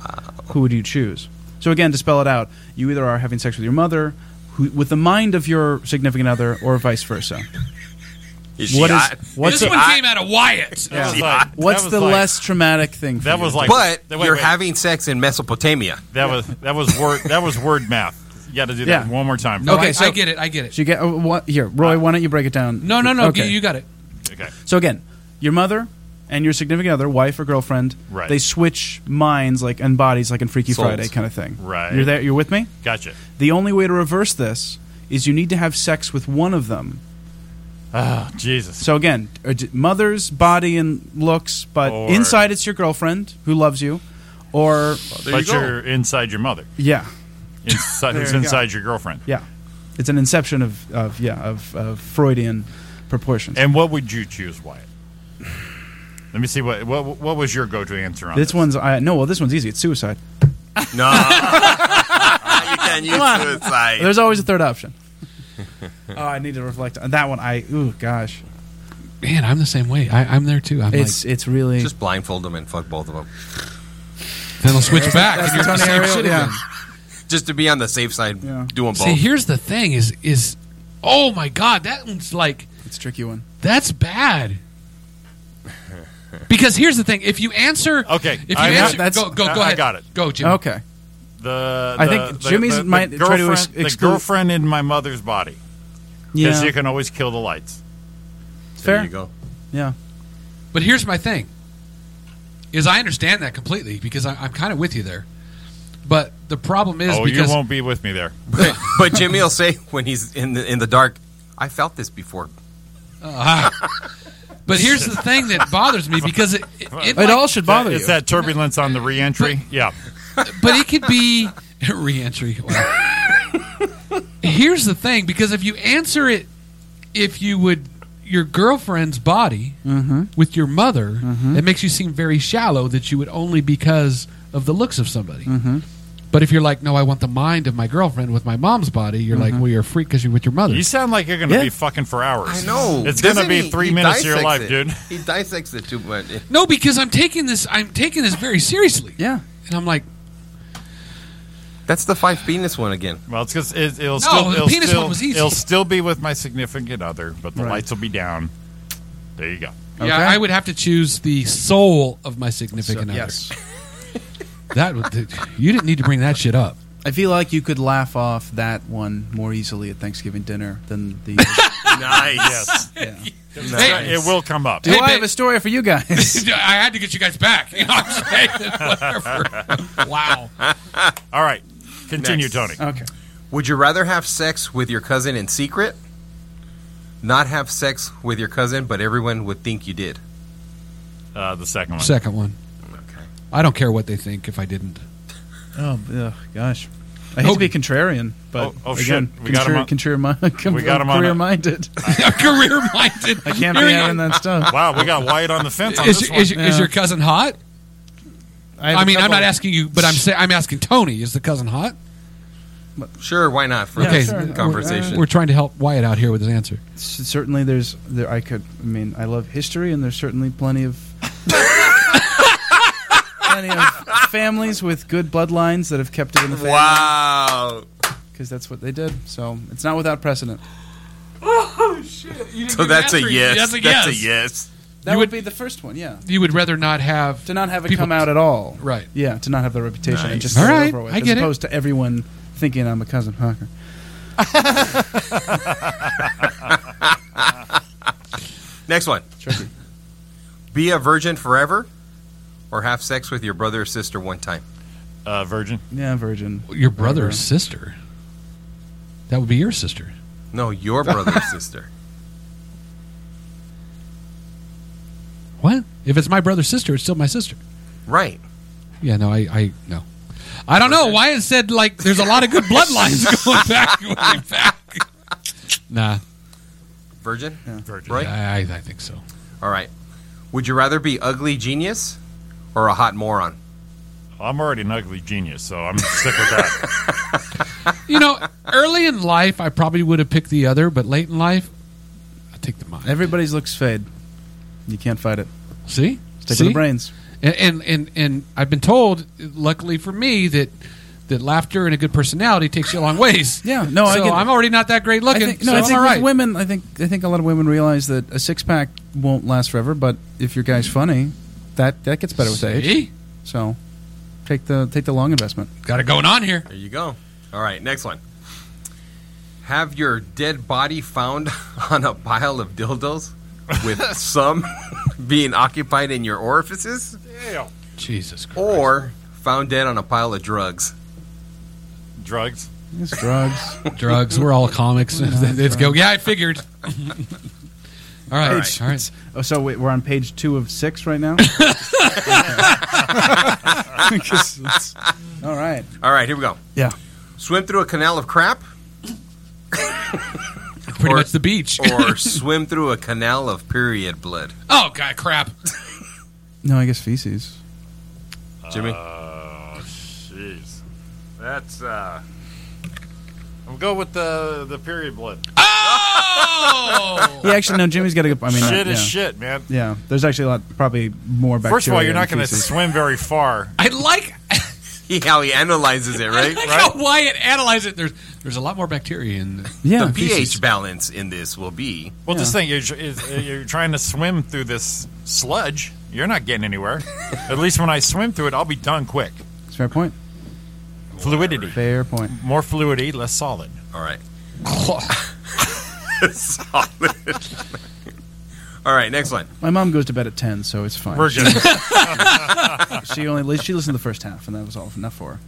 Speaker 5: Who would you choose? So again, to spell it out, you either are having sex with your mother. Who, with the mind of your significant other, or vice versa.
Speaker 10: Is she
Speaker 5: What is-
Speaker 10: hot?
Speaker 5: what's
Speaker 1: this
Speaker 5: the-
Speaker 1: one came out of Wyatt.
Speaker 2: That was
Speaker 10: Yeah.
Speaker 2: like-
Speaker 5: What's
Speaker 2: that was
Speaker 5: the
Speaker 2: like-
Speaker 5: less traumatic thing? For
Speaker 2: That
Speaker 5: you?
Speaker 2: was like.
Speaker 10: But
Speaker 2: wait, wait.
Speaker 10: you're having sex in Mesopotamia.
Speaker 2: That was that was word that was word math. You got to do that
Speaker 5: Yeah.
Speaker 2: one more time.
Speaker 1: No,
Speaker 5: Okay,
Speaker 1: I,
Speaker 5: so-
Speaker 1: I get it. I get it.
Speaker 5: So you get oh, what here, Roy? Why don't you break it down?
Speaker 1: No, no, no.
Speaker 5: Okay.
Speaker 1: You, you got it.
Speaker 2: Okay.
Speaker 5: so again, your mother and your significant other, wife or girlfriend,
Speaker 2: Right.
Speaker 5: they switch minds like and bodies like in Freaky
Speaker 10: Souls.
Speaker 5: Friday kind of thing.
Speaker 2: Right.
Speaker 5: You're there. You're with me.
Speaker 2: Gotcha.
Speaker 5: The only way to reverse this is you need to have sex with one of them.
Speaker 2: Oh, Jesus.
Speaker 5: So again, uh, d- mother's body and looks, but
Speaker 2: Or-
Speaker 5: inside it's your girlfriend who loves you, or
Speaker 10: you
Speaker 2: but
Speaker 10: go.
Speaker 2: are inside your mother.
Speaker 5: yeah,
Speaker 2: Inside,
Speaker 5: There
Speaker 2: it's
Speaker 5: you go.
Speaker 2: inside your girlfriend.
Speaker 5: yeah. It's an inception of, of yeah of, of Freudian proportions.
Speaker 2: And what would you choose, Wyatt? Let me see what what, what was your go-to answer on
Speaker 5: this one's I no well this one's easy. It's suicide.
Speaker 10: No. you can use suicide.
Speaker 5: There's always a third option. oh, I need to reflect on that one. I ooh gosh,
Speaker 1: Man, I'm the same way. I, I'm there too. I'm
Speaker 5: it's it's really
Speaker 10: Just blindfold them and fuck both of them.
Speaker 1: like, then I'll switch back, and you're the
Speaker 5: Tony
Speaker 1: same
Speaker 5: Ariel,
Speaker 1: shit
Speaker 5: yeah.
Speaker 1: again.
Speaker 10: Just to be on the safe side,
Speaker 5: Yeah.
Speaker 10: do them both.
Speaker 1: See, here's the thing: is is oh my god, that one's like
Speaker 5: it's a tricky one.
Speaker 1: that's bad. Because here's the thing: if you answer,
Speaker 2: Okay,
Speaker 1: if you
Speaker 2: I-
Speaker 1: answer,
Speaker 5: that's-
Speaker 1: go go go
Speaker 2: I- I
Speaker 1: ahead.
Speaker 2: got it.
Speaker 1: Go, Jim.
Speaker 5: Okay,
Speaker 2: The,
Speaker 5: I
Speaker 2: the-
Speaker 5: think
Speaker 2: the-
Speaker 5: Jimmy's
Speaker 2: the, the
Speaker 5: might try to
Speaker 2: girlfriend,
Speaker 5: ex-
Speaker 2: the
Speaker 5: exclude-
Speaker 2: girlfriend in my mother's body because
Speaker 5: yeah,
Speaker 2: you can always kill the lights.
Speaker 10: there
Speaker 5: fair.
Speaker 10: you go.
Speaker 5: Yeah,
Speaker 1: But here's my thing: is I understand that completely because I, I'm kind of with you there. But the problem is
Speaker 2: oh, you
Speaker 1: because
Speaker 2: won't be with me there.
Speaker 10: But, but Jimmy will say when he's in the in the dark, I felt this before.
Speaker 1: but here's the thing that bothers me because it it, it
Speaker 5: it
Speaker 1: might-
Speaker 5: all should bother
Speaker 2: it's
Speaker 5: you.
Speaker 2: that turbulence on the reentry. yeah,
Speaker 1: but it could be reentry. Wow. Here's the thing, because if you answer it, if you would your girlfriend's body with your mother, it makes you seem very shallow that you would only because of the looks of somebody. But if you're like, no, I want the mind of my girlfriend with my mom's body, you're like, well, you're a freak because you're with your mother.
Speaker 2: you sound like you're going to
Speaker 5: Yeah.
Speaker 2: be fucking for hours.
Speaker 10: I know.
Speaker 2: It's going
Speaker 10: Doesn't
Speaker 2: to be
Speaker 10: he-
Speaker 2: three
Speaker 10: he
Speaker 2: minutes of your life,
Speaker 10: dissects
Speaker 2: dude.
Speaker 10: it. He dissects it too much.
Speaker 1: no, because I'm taking this, I'm taking this very seriously,
Speaker 5: yeah.
Speaker 1: and I'm like,
Speaker 10: That's the five penis one again.
Speaker 2: Well, it's because it, it'll
Speaker 1: No,
Speaker 2: still
Speaker 1: the
Speaker 2: it'll
Speaker 1: penis
Speaker 2: still,
Speaker 1: one was easy.
Speaker 2: it'll still be with my significant other, but the
Speaker 5: Right.
Speaker 2: lights will be down. There you go.
Speaker 5: Okay.
Speaker 1: yeah, I would have to choose the soul of my significant other.
Speaker 5: yes,
Speaker 1: That would- you didn't need to bring that shit up.
Speaker 5: I feel like you could laugh off that one more easily at Thanksgiving dinner than the.
Speaker 10: Nice.
Speaker 2: Yes,
Speaker 5: yeah.
Speaker 1: Hey,
Speaker 2: it will come up.
Speaker 5: Do
Speaker 1: Hey,
Speaker 5: I
Speaker 1: babe.
Speaker 5: have a story for you guys?
Speaker 1: I had to get you guys back. You know what I'm saying? Whatever. Wow.
Speaker 2: All right, continue,
Speaker 10: Next.
Speaker 2: Tony.
Speaker 5: okay.
Speaker 10: Would you rather have sex with your cousin in secret? Not have sex with your cousin, but everyone would think you did.
Speaker 2: Uh, the second one.
Speaker 1: Second one.
Speaker 10: Okay.
Speaker 1: I don't care what they think if I didn't.
Speaker 5: Oh ugh, gosh, I hate
Speaker 1: Oh.
Speaker 5: to be contrarian, but
Speaker 2: Oh, oh, shit.
Speaker 5: again,
Speaker 2: We got him on-
Speaker 5: contrarian, contrarier,
Speaker 2: We got him on a-
Speaker 5: career-minded.
Speaker 1: Career minded.
Speaker 5: I can't be having that stuff.
Speaker 2: Wow, we got Wyatt on the fence on
Speaker 1: Is,
Speaker 2: this
Speaker 1: is,
Speaker 2: one.
Speaker 1: is
Speaker 5: Yeah.
Speaker 1: your cousin hot? I, mean, I'm not asking you, but I'm saying I'm asking Tony. Is the cousin hot?
Speaker 10: Sure, uh, why not for
Speaker 1: okay,
Speaker 10: this conversation?
Speaker 1: We're, trying to help Wyatt out here with his answer.
Speaker 5: S- Certainly, there's there. I could. I mean, I love history, and there's certainly plenty of plenty of families with good bloodlines that have kept it in the family.
Speaker 10: Wow.
Speaker 5: Because that's what they did. So it's not without precedent.
Speaker 1: Oh shit!
Speaker 10: So that's a yes.
Speaker 5: That's
Speaker 10: That's
Speaker 5: a
Speaker 10: a
Speaker 5: yes.
Speaker 10: yes.
Speaker 5: That
Speaker 1: You
Speaker 5: would,
Speaker 1: would-
Speaker 5: be the first one. Yeah.
Speaker 1: You would rather not have
Speaker 5: to not have it
Speaker 1: people-
Speaker 5: come out at all.
Speaker 1: Right.
Speaker 5: Yeah. To not have the reputation and
Speaker 1: Nice.
Speaker 5: just
Speaker 1: All
Speaker 5: get it
Speaker 1: right,
Speaker 5: over with,
Speaker 1: I get it.
Speaker 5: as opposed to everyone thinking I'm a cousin Parker.
Speaker 10: Next one. Be a virgin forever or have sex with your brother or sister one time?
Speaker 2: Uh, virgin.
Speaker 5: Yeah, virgin.
Speaker 1: Your brother or sister? That would be your sister.
Speaker 10: No, your brother or sister.
Speaker 1: What? If it's my brother or sister, it's still my sister.
Speaker 10: Right.
Speaker 1: Yeah, no, I, I no. I don't know. Wyatt said like there's a lot of good bloodlines going back. Way back. Nah.
Speaker 10: Virgin?
Speaker 2: Virgin.
Speaker 10: Right?
Speaker 1: I, I think so.
Speaker 10: All right. Would you rather be ugly genius or a hot moron?
Speaker 2: I'm already an ugly genius, so I'm gonna stick with that.
Speaker 1: You know, early in life I probably would have picked the other, but late in life, I take the mind.
Speaker 5: Everybody's looks fade. You can't fight it.
Speaker 1: See,
Speaker 5: stick
Speaker 1: See?
Speaker 5: with the brains.
Speaker 1: And, and and and I've been told, luckily for me, that that laughter and a good personality takes you a long ways.
Speaker 5: Yeah, no, I
Speaker 1: So
Speaker 5: get it.
Speaker 1: I'm already not that great
Speaker 5: I
Speaker 1: looking.
Speaker 5: think,
Speaker 1: so
Speaker 5: no, I
Speaker 1: I'm
Speaker 5: think
Speaker 1: all
Speaker 5: with
Speaker 1: right.
Speaker 5: women. I think I think a lot of women realize that a six pack won't last forever, but if your guy's funny, that that gets better with
Speaker 1: See?
Speaker 5: age. So take the take the long investment.
Speaker 1: Got it going on here.
Speaker 10: There you go. All right, next one. Have your dead body found on a pile of dildos with some being occupied in your orifices
Speaker 1: Jesus Christ.
Speaker 10: or found dead on a pile of drugs.
Speaker 2: Drugs?
Speaker 5: It's drugs.
Speaker 1: drugs. We're all comics.
Speaker 5: We're not
Speaker 1: Let's go.
Speaker 5: drugs.
Speaker 1: Yeah, I figured. all right. All right.
Speaker 5: Page- Oh, so wait, we're on page two of six right now. 'Cause it's- all right.
Speaker 10: All right, here we go.
Speaker 5: Yeah.
Speaker 10: Swim through a canal of crap
Speaker 1: Pretty much the beach.
Speaker 10: or swim through a canal of period blood.
Speaker 1: oh god, crap.
Speaker 5: No, I guess feces.
Speaker 10: Jimmy?
Speaker 2: Oh, jeez. That's, uh. I'll go with the the period blood.
Speaker 1: Oh!
Speaker 5: Yeah, actually, no. Jimmy's got a good. I mean,
Speaker 2: shit
Speaker 5: yeah.
Speaker 2: is shit, man.
Speaker 5: Yeah, there's actually a lot, probably more bacteria.
Speaker 2: First of all, you're not
Speaker 5: than
Speaker 2: going to
Speaker 5: feces.
Speaker 2: swim very far.
Speaker 1: I like
Speaker 10: How he analyzes it, right?
Speaker 1: I like how Wyatt analyzed it. There's there's a lot more bacteria in the,
Speaker 5: Yeah.
Speaker 10: The pH
Speaker 1: feces.
Speaker 10: balance in this will be
Speaker 2: Well, just think, you're, tr- is- uh, you're trying to swim through this sludge. You're not getting anywhere. At least when I swim through it, I'll be done quick.
Speaker 5: That's a fair point.
Speaker 2: Fluidity.
Speaker 5: Fair point.
Speaker 2: More fluidity, less solid.
Speaker 10: all right. Solid. all right, next one.
Speaker 5: My mom goes to bed at ten, so it's fine.
Speaker 2: Virgin.
Speaker 5: she only li- she listened to the first half, and that was all enough for her.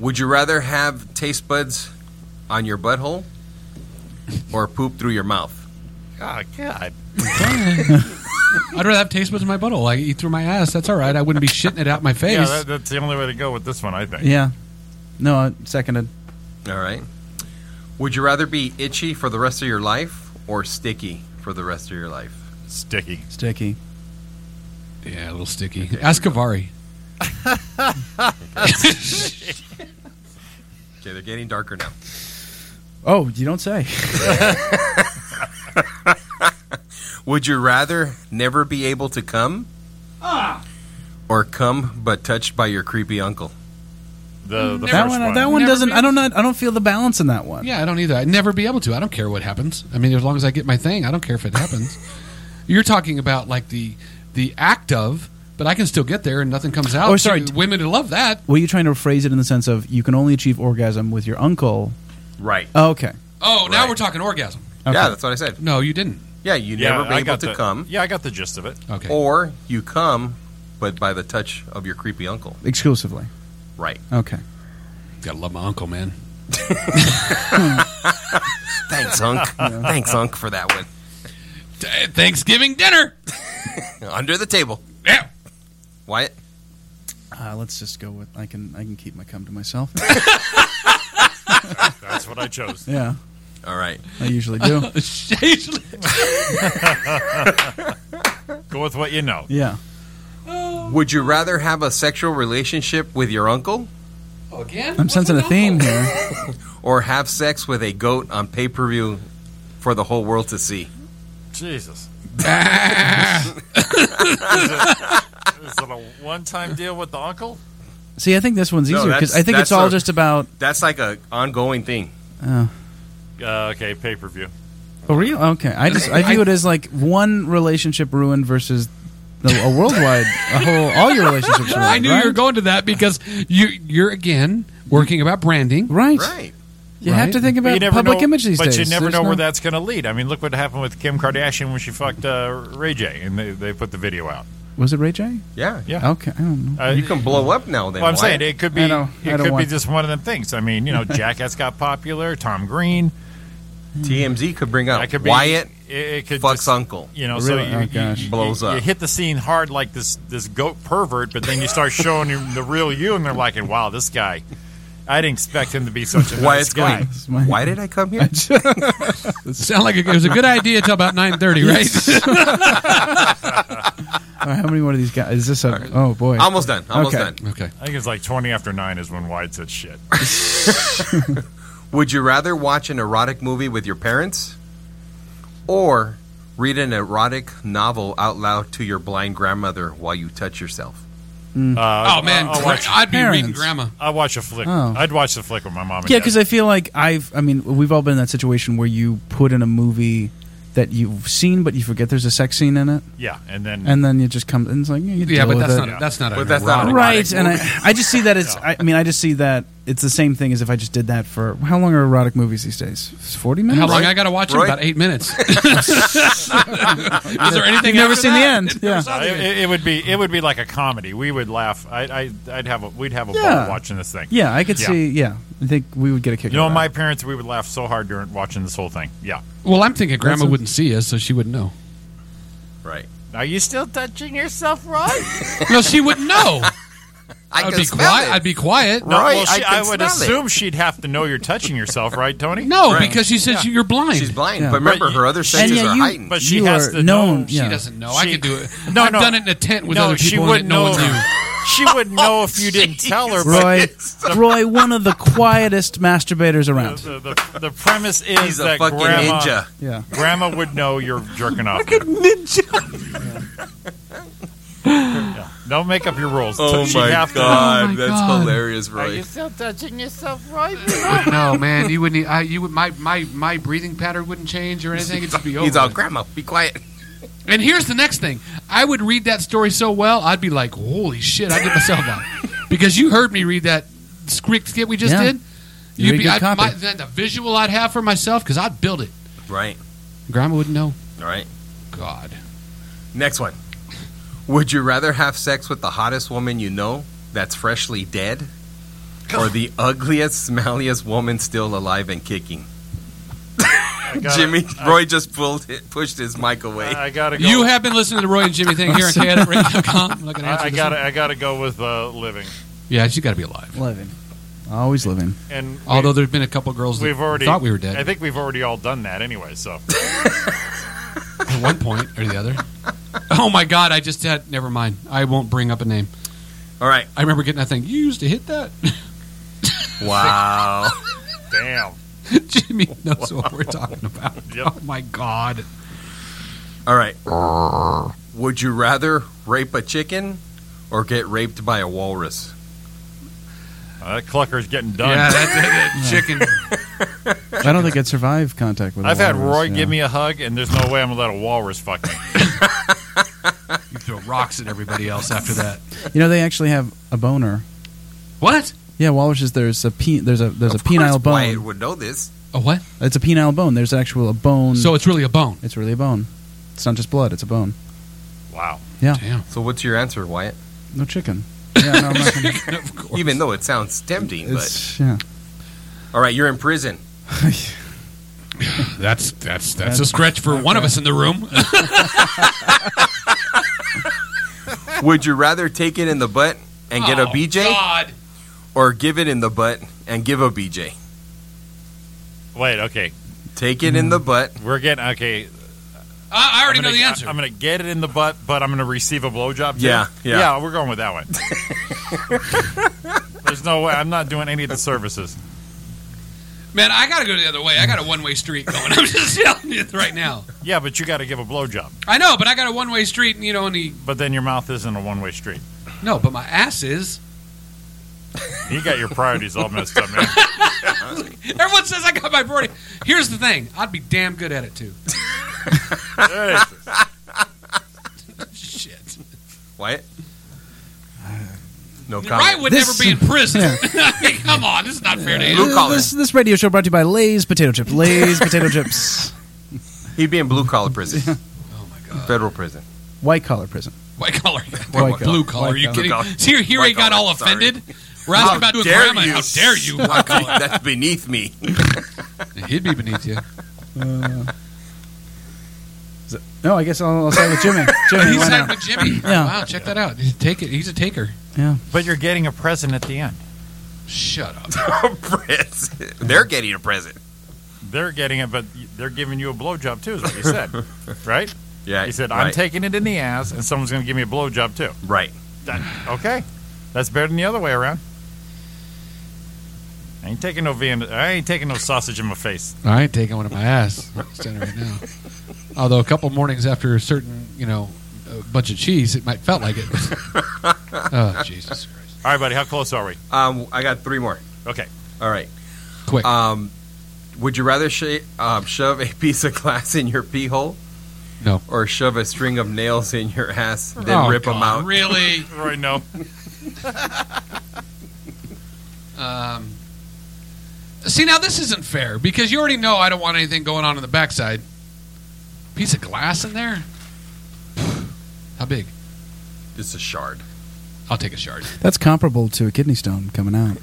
Speaker 10: Would you rather have taste buds on your butthole or poop through your mouth?
Speaker 2: Oh, God.
Speaker 1: I'd rather have taste buds in my butthole. I eat through my ass. That's all right. I wouldn't be shitting it out my face.
Speaker 2: Yeah, that, that's the only way to go with this one, I think.
Speaker 5: Yeah. No, I seconded.
Speaker 10: All right. Would you rather be itchy for the rest of your life or sticky for the rest of your life?
Speaker 2: Sticky.
Speaker 5: Sticky.
Speaker 1: yeah, a little sticky. Ask Kavari.
Speaker 10: Okay, they're getting darker now.
Speaker 5: Oh, you don't say.
Speaker 10: Would you rather never be able to come
Speaker 2: Ah.
Speaker 10: or come but touched by your creepy uncle?
Speaker 2: The, the
Speaker 5: that
Speaker 2: first
Speaker 5: one,
Speaker 2: one.
Speaker 5: That one
Speaker 1: Never
Speaker 5: doesn't.
Speaker 1: be-
Speaker 5: I don't. Not, I don't feel the balance in that one.
Speaker 1: Yeah, I don't either. I'd never be able to. I don't care what happens. I mean, as long as I get my thing, I don't care if it happens. You're talking about like the the act of, but I can still get there and nothing comes out.
Speaker 5: Oh, sorry.
Speaker 1: Dude, women would love that.
Speaker 5: Were you trying to phrase it in the sense of you can only achieve orgasm with your uncle?
Speaker 10: Right.
Speaker 5: Oh, okay.
Speaker 1: Oh, now
Speaker 10: Right.
Speaker 1: we're talking orgasm.
Speaker 5: Okay.
Speaker 10: Yeah, that's what I said.
Speaker 1: No, you didn't.
Speaker 10: Yeah, you
Speaker 2: Yeah,
Speaker 10: never be
Speaker 2: I
Speaker 10: able
Speaker 2: got
Speaker 10: to
Speaker 2: the-
Speaker 10: come
Speaker 2: Yeah, I got the gist of it.
Speaker 1: Okay.
Speaker 5: Oh.
Speaker 10: or you come but by the touch of your creepy uncle.
Speaker 5: Exclusively.
Speaker 10: Right.
Speaker 5: Okay.
Speaker 1: Gotta love my uncle, man.
Speaker 10: Thanks, Unc. Thanks, Unc, for that one.
Speaker 1: T- Thanksgiving dinner.
Speaker 10: Under the table.
Speaker 1: Yeah.
Speaker 10: Wyatt?
Speaker 5: Uh, let's just go with I can. I can keep my cum to myself.
Speaker 2: That's what I chose.
Speaker 5: yeah,
Speaker 10: All right.
Speaker 5: I usually do.
Speaker 1: Usually-
Speaker 2: Go with what you know.
Speaker 5: Yeah.
Speaker 10: Would you rather have a sexual relationship with your uncle
Speaker 1: Again?
Speaker 5: I'm sensing a theme here.
Speaker 10: or have sex with a goat on pay per view for the whole world to see?
Speaker 2: Jesus. is, it, is it a one-time deal with the uncle?
Speaker 5: See, I think this one's
Speaker 10: No,
Speaker 5: easier because
Speaker 10: that's-
Speaker 5: I think it's
Speaker 10: that's
Speaker 5: all
Speaker 10: a-
Speaker 5: just about.
Speaker 10: That's like a ongoing thing.
Speaker 5: Oh.
Speaker 2: Uh, okay, pay per view.
Speaker 5: Oh, real? Okay. I just I view it as like one relationship ruined versus the, a worldwide, a whole, all your relationships ruined.
Speaker 1: I knew
Speaker 5: right?
Speaker 1: you were going to that because you you're again working about branding.
Speaker 5: Right.
Speaker 10: Right.
Speaker 5: You have to think
Speaker 2: But you
Speaker 5: about
Speaker 2: never
Speaker 5: public
Speaker 2: know-
Speaker 5: image these
Speaker 2: but
Speaker 5: days.
Speaker 2: you never
Speaker 5: There's
Speaker 2: know
Speaker 5: no-
Speaker 2: where that's going to lead. I mean, look what happened with Kim Kardashian when she fucked uh, Ray J, and they, they put the video out.
Speaker 5: Was it Ray J?
Speaker 10: Yeah,
Speaker 2: yeah.
Speaker 5: Okay. I don't know.
Speaker 2: Uh,
Speaker 10: You can blow up now. Then
Speaker 2: Well, I'm
Speaker 10: why?
Speaker 2: saying it could be
Speaker 5: I don't- I
Speaker 2: it
Speaker 5: don't
Speaker 2: could be
Speaker 5: want-
Speaker 2: just one of them things. I mean, you know, Jackass got popular. Tom Green,
Speaker 10: TMZ could bring up
Speaker 2: I could be,
Speaker 10: Oh, Wyatt
Speaker 2: It, it could
Speaker 10: fucks
Speaker 2: just-
Speaker 10: uncle.
Speaker 2: You know,
Speaker 10: Really?
Speaker 2: so
Speaker 10: Oh,
Speaker 2: you,
Speaker 10: gosh.
Speaker 2: you, you-
Speaker 10: Blows
Speaker 2: you
Speaker 10: up.
Speaker 2: hit the scene hard like this this goat pervert, but then you start showing him the real you, and they're like, "Wow, this guy." I didn't expect him to be such a nice
Speaker 10: Wyatt's
Speaker 2: guy.
Speaker 10: going. Why did I come here?
Speaker 1: Sound like it was a good idea till about nine thirty, right?
Speaker 5: All right, Uh, how many more of these guys? Is this a? Oh boy,
Speaker 10: Almost done. Almost
Speaker 5: Okay.
Speaker 10: done.
Speaker 1: Okay.
Speaker 2: I think it's like 20 after 9 is when Wyatt said shit. Uh,
Speaker 10: Would you rather watch an erotic movie with your parents or read an erotic novel out loud to your blind grandmother while you touch yourself?
Speaker 2: Uh,
Speaker 1: oh man,
Speaker 2: I'll watch,
Speaker 1: I'd be reading
Speaker 5: Parents.
Speaker 1: grandma.
Speaker 2: I'll watch a flick.
Speaker 5: Oh.
Speaker 2: I'd watch the flick with my mom and
Speaker 5: Yeah,
Speaker 2: dad.
Speaker 5: because I feel like I've. I mean, we've all been in that situation where you put in a movie that you've seen, but you forget there's a sex scene in it,
Speaker 2: Yeah, and then
Speaker 5: and then you just come and it's like, yeah, you
Speaker 1: Yeah,
Speaker 5: deal
Speaker 1: but
Speaker 5: with
Speaker 1: that's
Speaker 5: it.
Speaker 1: not that's not a
Speaker 10: But that's not
Speaker 1: erotic-
Speaker 5: right. And I, I just see that it's. I, I mean, I just see that it's the same thing as if I just did that for how long are erotic movies these days? It's Forty minutes.
Speaker 1: How long I got to watch it?
Speaker 10: Right.
Speaker 1: About eight minutes. Is there anything?
Speaker 5: You've never
Speaker 1: after
Speaker 5: seen the
Speaker 1: that?
Speaker 5: end.
Speaker 1: It never
Speaker 5: Yeah.
Speaker 1: saw
Speaker 2: Uh,
Speaker 1: the end.
Speaker 2: it, it would be it would be like a comedy. We would laugh. I, I I'd have a we'd have a
Speaker 5: Yeah.
Speaker 2: ball watching this thing.
Speaker 5: yeah, I could
Speaker 2: Yeah.
Speaker 5: see. Yeah, I think we would get a kick.
Speaker 2: You know,
Speaker 5: out of
Speaker 2: my
Speaker 5: that.
Speaker 2: parents we would laugh so hard during watching this whole thing. Yeah.
Speaker 1: Well, I'm thinking grandma
Speaker 5: That's a-
Speaker 1: wouldn't see us, so she wouldn't know.
Speaker 10: Right.
Speaker 2: Are you still touching yourself, Roy?
Speaker 1: No, she wouldn't know.
Speaker 10: I
Speaker 1: I'd
Speaker 10: can
Speaker 1: be
Speaker 10: smell
Speaker 1: quiet.
Speaker 10: it.
Speaker 1: I'd be quiet.
Speaker 2: no,
Speaker 10: Roy,
Speaker 2: well, she,
Speaker 10: I
Speaker 2: I,
Speaker 10: can
Speaker 2: would
Speaker 10: smell it.
Speaker 2: assume she'd have to know you're touching yourself, right, Tony?
Speaker 1: No,
Speaker 10: Right.
Speaker 1: because she said
Speaker 2: Yeah.
Speaker 1: she- you're blind.
Speaker 10: She's blind,
Speaker 5: Yeah.
Speaker 10: but remember
Speaker 2: Right,
Speaker 10: her other senses
Speaker 5: yeah,
Speaker 10: are
Speaker 5: you-
Speaker 10: heightened.
Speaker 2: But she
Speaker 5: You
Speaker 2: has
Speaker 5: are
Speaker 2: to
Speaker 5: known-
Speaker 2: know.
Speaker 5: yeah.
Speaker 1: She doesn't know.
Speaker 2: She-
Speaker 1: I could do it.
Speaker 2: No,
Speaker 1: I've
Speaker 2: no.
Speaker 1: done it in a tent with
Speaker 2: no,
Speaker 1: other
Speaker 2: she
Speaker 1: people.
Speaker 2: wouldn't
Speaker 1: and no
Speaker 2: know.
Speaker 1: one knew.
Speaker 2: she wouldn't know if you didn't tell her. But
Speaker 5: Roy, Roy, one of the quietest masturbators around.
Speaker 2: the, the, the premise is
Speaker 10: He's a
Speaker 2: that
Speaker 10: fucking
Speaker 2: grandma,
Speaker 10: ninja.
Speaker 5: Yeah.
Speaker 2: Grandma would know you're jerking off. Yeah. Don't make up your rules. She'd have to-
Speaker 1: Oh my
Speaker 10: that's
Speaker 1: God.
Speaker 10: hilarious, Roy.
Speaker 2: still touching yourself, right?
Speaker 1: no, man, you wouldn't. I, you would. My, my my breathing pattern wouldn't change or anything. It'd just be over.
Speaker 10: He's all, Grandma, be quiet.
Speaker 1: and here's the next thing. I would read that story so well, I'd be like, "Holy shit!" I did myself out because you heard me read that script skit we just
Speaker 5: Yeah.
Speaker 1: did.
Speaker 5: You read
Speaker 1: be
Speaker 5: good
Speaker 1: I,
Speaker 5: copy.
Speaker 1: my, then the visual I'd have for myself because I'd build it.
Speaker 10: Right.
Speaker 1: Grandma wouldn't know.
Speaker 10: All right.
Speaker 1: God,
Speaker 10: Next one. Would you rather have sex with the hottest woman you know that's freshly dead or the ugliest, smelliest woman still alive and kicking? Jimmy Roy just pulled it, pushed his mic away.
Speaker 2: I gotta go.
Speaker 1: you have been listening to the Roy and Jimmy thing here on KFM.com. I'm not gonna answer
Speaker 2: I, I
Speaker 1: this
Speaker 2: gotta.
Speaker 1: one.
Speaker 2: I gotta go with uh, living.
Speaker 1: Yeah, she got to be alive.
Speaker 5: Living. Always living.
Speaker 2: And we-
Speaker 1: Although there's been a couple girls that
Speaker 2: we've already
Speaker 1: thought we were dead
Speaker 2: I think we've already all done that anyway. So
Speaker 1: at one point or the other. Oh my God! I just had. Never mind. I won't bring up a name.
Speaker 10: All right.
Speaker 1: I remember getting that thing. You used to hit that,
Speaker 10: Wow.
Speaker 2: damn.
Speaker 1: Jimmy knows what we're talking about.
Speaker 2: Yep.
Speaker 1: Oh my God!
Speaker 10: All right. Would you rather rape a chicken or get raped by a walrus?
Speaker 2: Uh, that clucker's getting done.
Speaker 1: Yeah, that, that- that chicken.
Speaker 5: I don't think I'd survive contact with. a
Speaker 2: I've had
Speaker 5: walrus,
Speaker 2: Roy
Speaker 5: yeah.
Speaker 2: give me a hug, and there's no way I'm gonna let a walrus fuck me.
Speaker 1: You throw rocks at everybody else after that.
Speaker 5: You know, they actually have a boner.
Speaker 1: What?
Speaker 5: Yeah, walruses. There's a pe- there's a there's
Speaker 10: Of
Speaker 5: a penile
Speaker 10: course Wyatt
Speaker 5: bone.
Speaker 10: would know this.
Speaker 1: A what?
Speaker 5: It's a penile bone. There's actual a bone.
Speaker 1: So it's really a bone.
Speaker 5: it's really a bone. It's not just blood. It's a bone.
Speaker 2: Wow.
Speaker 5: Yeah.
Speaker 1: Damn.
Speaker 10: So what's your answer, Wyatt?
Speaker 5: No chicken. Yeah. No, I'm not gonna,
Speaker 1: Of course.
Speaker 10: Even though it sounds tempting, but
Speaker 5: it's yeah.
Speaker 10: all right, you're in prison.
Speaker 1: That's that's that's a stretch for one of us in the room.
Speaker 10: Would you rather take it in the butt and get a
Speaker 1: Oh,
Speaker 10: BJ?
Speaker 1: God.
Speaker 10: or give it in the butt and give a BJ.
Speaker 2: Wait. Okay. Mm.
Speaker 10: Take it in the butt.
Speaker 2: We're getting okay.
Speaker 1: I, I already
Speaker 2: I'm gonna,
Speaker 1: know the answer.
Speaker 2: I'm going to get it in the butt, but I'm going to receive a blowjob. too?
Speaker 10: Yeah, yeah.
Speaker 2: yeah. We're going with that one. There's no way. I'm not doing any of the services.
Speaker 1: Man, I got to go the other way. I got a one way street going. I'm just telling you right now.
Speaker 2: Yeah, but you got to give a blowjob.
Speaker 1: I know, but I got a one way street, and you know, and he.
Speaker 2: But then your mouth isn't a one way street.
Speaker 1: No, but my ass is.
Speaker 2: You got your priorities all messed up, man.
Speaker 1: Everyone says I got my priority. Here's the thing I'd be damn good at it, too. Shit.
Speaker 10: Wyatt? No comment.
Speaker 1: Wright would
Speaker 5: This-
Speaker 1: never be in prison.
Speaker 5: Yeah.
Speaker 1: I mean, Come on, this is not fair to him.
Speaker 5: Uh, This, this radio show brought to you by Lay's potato chips. Lay's potato chips.
Speaker 10: He'd be in blue collar prison. oh my god. Federal prison.
Speaker 5: White collar prison.
Speaker 1: White collar.
Speaker 5: White
Speaker 1: Blue
Speaker 5: collar.
Speaker 1: collar. Are you
Speaker 5: White
Speaker 1: kidding?
Speaker 5: collar.
Speaker 1: See, here he got all offended. We're asking about his grandma. How dare you? White collar.
Speaker 10: That's beneath me.
Speaker 1: He'd be beneath you.
Speaker 5: Uh, is it- no, I guess I'll, I'll start with Jimmy. Jimmy,
Speaker 1: He
Speaker 5: why
Speaker 1: sat
Speaker 5: not?
Speaker 1: with Jimmy.
Speaker 5: Yeah.
Speaker 1: Wow, check that out. He's a take He's a taker.
Speaker 5: Yeah.
Speaker 2: But you're getting a present at the end.
Speaker 1: Shut up.
Speaker 10: Prison. They're getting a present.
Speaker 2: They're getting it, but they're giving you a blowjob too, is what you said, right?
Speaker 10: Yeah.
Speaker 2: He said, "I'm
Speaker 10: right.
Speaker 2: taking it in the ass, and someone's going to give me a blowjob too."
Speaker 10: Right.
Speaker 2: That, okay, that's better than the other way around. I ain't taking no Vian- I ain't taking no sausage in my face.
Speaker 1: I ain't taking one in my ass. I'm standing right now. Although a couple mornings after a certain, you know, a bunch of cheese, it might felt like it. oh, Jesus.
Speaker 2: All right, buddy, how close are we?
Speaker 10: Um, I got three more.
Speaker 2: Okay.
Speaker 10: All right.
Speaker 1: Quick.
Speaker 10: Um, would you rather sh- um, shove a piece of glass in your pee hole?
Speaker 1: No.
Speaker 10: Or shove a string of nails in your ass, then
Speaker 1: Oh,
Speaker 10: rip them
Speaker 1: God,
Speaker 10: out?
Speaker 1: Really?
Speaker 2: Right, no.
Speaker 1: Um, see, now this isn't fair because you already know I don't want anything going on in the backside. Piece of glass in there? How big?
Speaker 10: It's a shard.
Speaker 1: I'll take a shard.
Speaker 5: That's comparable to a kidney stone coming out.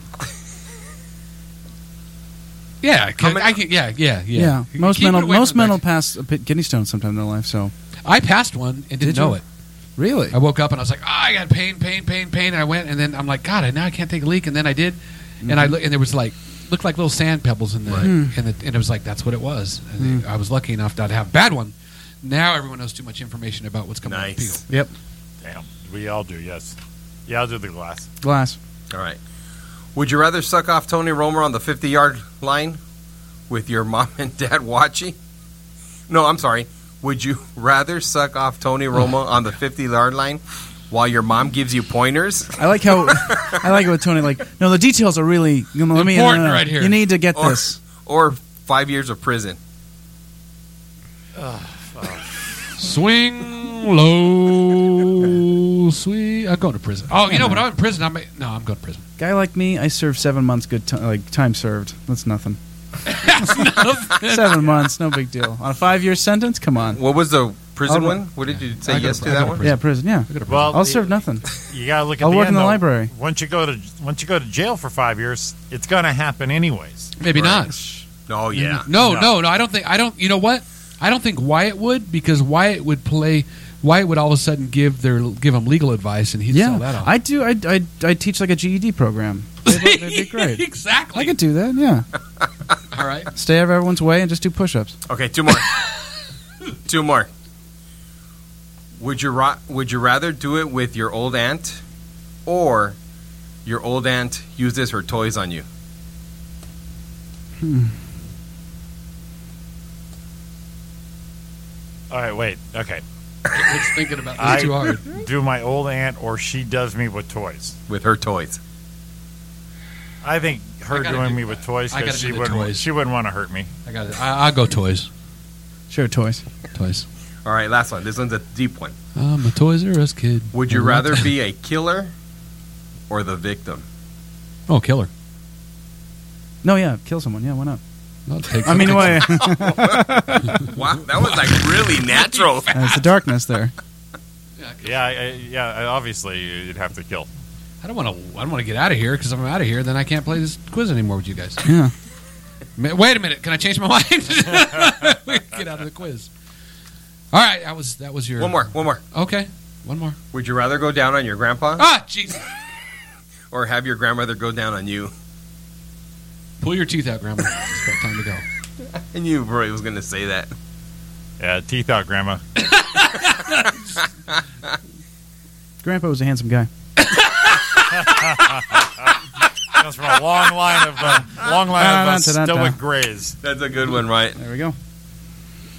Speaker 1: Yeah, I can, I can, yeah, yeah, yeah.
Speaker 5: Most
Speaker 1: Keep
Speaker 5: men,
Speaker 1: it
Speaker 5: will,
Speaker 1: away
Speaker 5: most
Speaker 1: from the
Speaker 5: men will pass a pit- kidney stone sometime in their life. So Uh,
Speaker 1: back- I passed one and didn't
Speaker 5: Did you?
Speaker 1: know it.
Speaker 5: really,
Speaker 1: I woke up and I was like, ah, I got pain, pain, pain, pain. And I went and then I'm like, God, I now I can't take a leak. And then I did, and I look and there was like looked like little sand pebbles in the,
Speaker 5: Hmm.
Speaker 1: in the and it was like that's what it was. And I was lucky enough not to have a bad one. Now everyone knows too much information about what's coming. Nice. Peel.
Speaker 5: Yep.
Speaker 2: Damn, we all do. Yes. Yeah, I'll do the glass.
Speaker 5: glass.
Speaker 10: All right. Would you rather suck off Tony Romer on the 50 yard line with your mom and dad watching? No, I'm sorry. Would you rather suck off Tony Romo on the 50 yard line while your mom gives you pointers?
Speaker 5: I like how I like it with Tony. Like, no, the details are really you know, let me, no, no,
Speaker 10: Important
Speaker 5: no, no.
Speaker 10: right here.
Speaker 5: You need to get
Speaker 10: Or-
Speaker 5: this.
Speaker 10: Or five years of prison?
Speaker 1: Swing low, sweet. I'm going to prison. Oh, you know, but I'm in prison. I'm no, I'm going to prison.
Speaker 5: Guy like me, I served seven months. Good ti- like time served. That's nothing. seven months, no big deal. On a five-year sentence, come on.
Speaker 10: What was the prison
Speaker 5: I'll-
Speaker 10: one? What did you say
Speaker 5: I go
Speaker 10: yes
Speaker 5: to-
Speaker 10: to
Speaker 5: I go
Speaker 10: that
Speaker 5: to
Speaker 10: one?
Speaker 5: prison. Yeah, prison, yeah.
Speaker 2: Well,
Speaker 5: I'll serve nothing.
Speaker 2: You gotta look at
Speaker 5: I'll
Speaker 2: the
Speaker 5: work
Speaker 2: end,
Speaker 5: in the
Speaker 2: though.
Speaker 5: library.
Speaker 2: Once you go to once you go to jail for five years, it's gonna happen anyways.
Speaker 1: Maybe not.
Speaker 10: Oh yeah.
Speaker 1: No, no, no, I don't think I don't. You know what? I don't think Wyatt would because Wyatt would play. Wyatt would all of a sudden give their give him legal advice, and he'd sell that
Speaker 5: Yeah,
Speaker 1: off.
Speaker 5: I do. I, I I teach like a GED program. That'd be- that'd be great.
Speaker 1: exactly.
Speaker 5: I could do that. Yeah.
Speaker 1: All right.
Speaker 5: Stay out of everyone's way and just do push-ups.
Speaker 10: Okay, two more. two more. Would you ra- would you rather do it with your old aunt, or your old aunt uses her toys on you?
Speaker 2: All right, wait. Okay.
Speaker 1: It's thinking about
Speaker 2: I
Speaker 1: this too hard.
Speaker 2: do my old aunt, or she does me with toys.
Speaker 10: With her toys.
Speaker 2: I think
Speaker 1: I
Speaker 2: her
Speaker 1: gotta
Speaker 2: doing
Speaker 1: do
Speaker 2: me with toys
Speaker 1: I gotta
Speaker 2: because she
Speaker 1: do the
Speaker 2: wouldn't
Speaker 1: toys.
Speaker 2: she wouldn't want to hurt me.
Speaker 1: I got it. I, I'll go toys.
Speaker 5: Sure, toys.
Speaker 1: Toys.
Speaker 10: All right, last one. This one's a deep one.
Speaker 1: I'm a Toys R Us kid.
Speaker 10: Would you
Speaker 1: I want
Speaker 5: Mm-hmm.
Speaker 10: rather
Speaker 1: that.
Speaker 10: be a killer or the victim?
Speaker 1: Oh, killer.
Speaker 5: No, yeah, kill someone. Yeah, why not?
Speaker 1: I'll take
Speaker 5: I mean, why?
Speaker 10: wow, that was like really natural.
Speaker 5: There's the darkness there.
Speaker 2: Yeah, I, I- yeah. I- Obviously, you'd have to kill.
Speaker 1: I don't want to. I don't want to get out of here because I'm out of here. Then I can't play this quiz anymore with you guys.
Speaker 5: Yeah.
Speaker 1: Ma- Wait a minute. Can I change my mind? get out of the quiz. All right. That was that was your
Speaker 10: One more, one more.
Speaker 1: Okay. One more.
Speaker 10: Would you rather go down on your grandpa
Speaker 1: Ah, Jesus.
Speaker 10: or have your grandmother go down on you?
Speaker 1: Pull your teeth out, Grandma. It's about time to go.
Speaker 10: I knew Roy was going to say that.
Speaker 2: Yeah, teeth out, Grandma.
Speaker 5: Grandpa was a handsome guy.
Speaker 2: Comes from a long line of uh, long line of uh, stoic grays.
Speaker 10: That's a good one, right?
Speaker 5: There we go.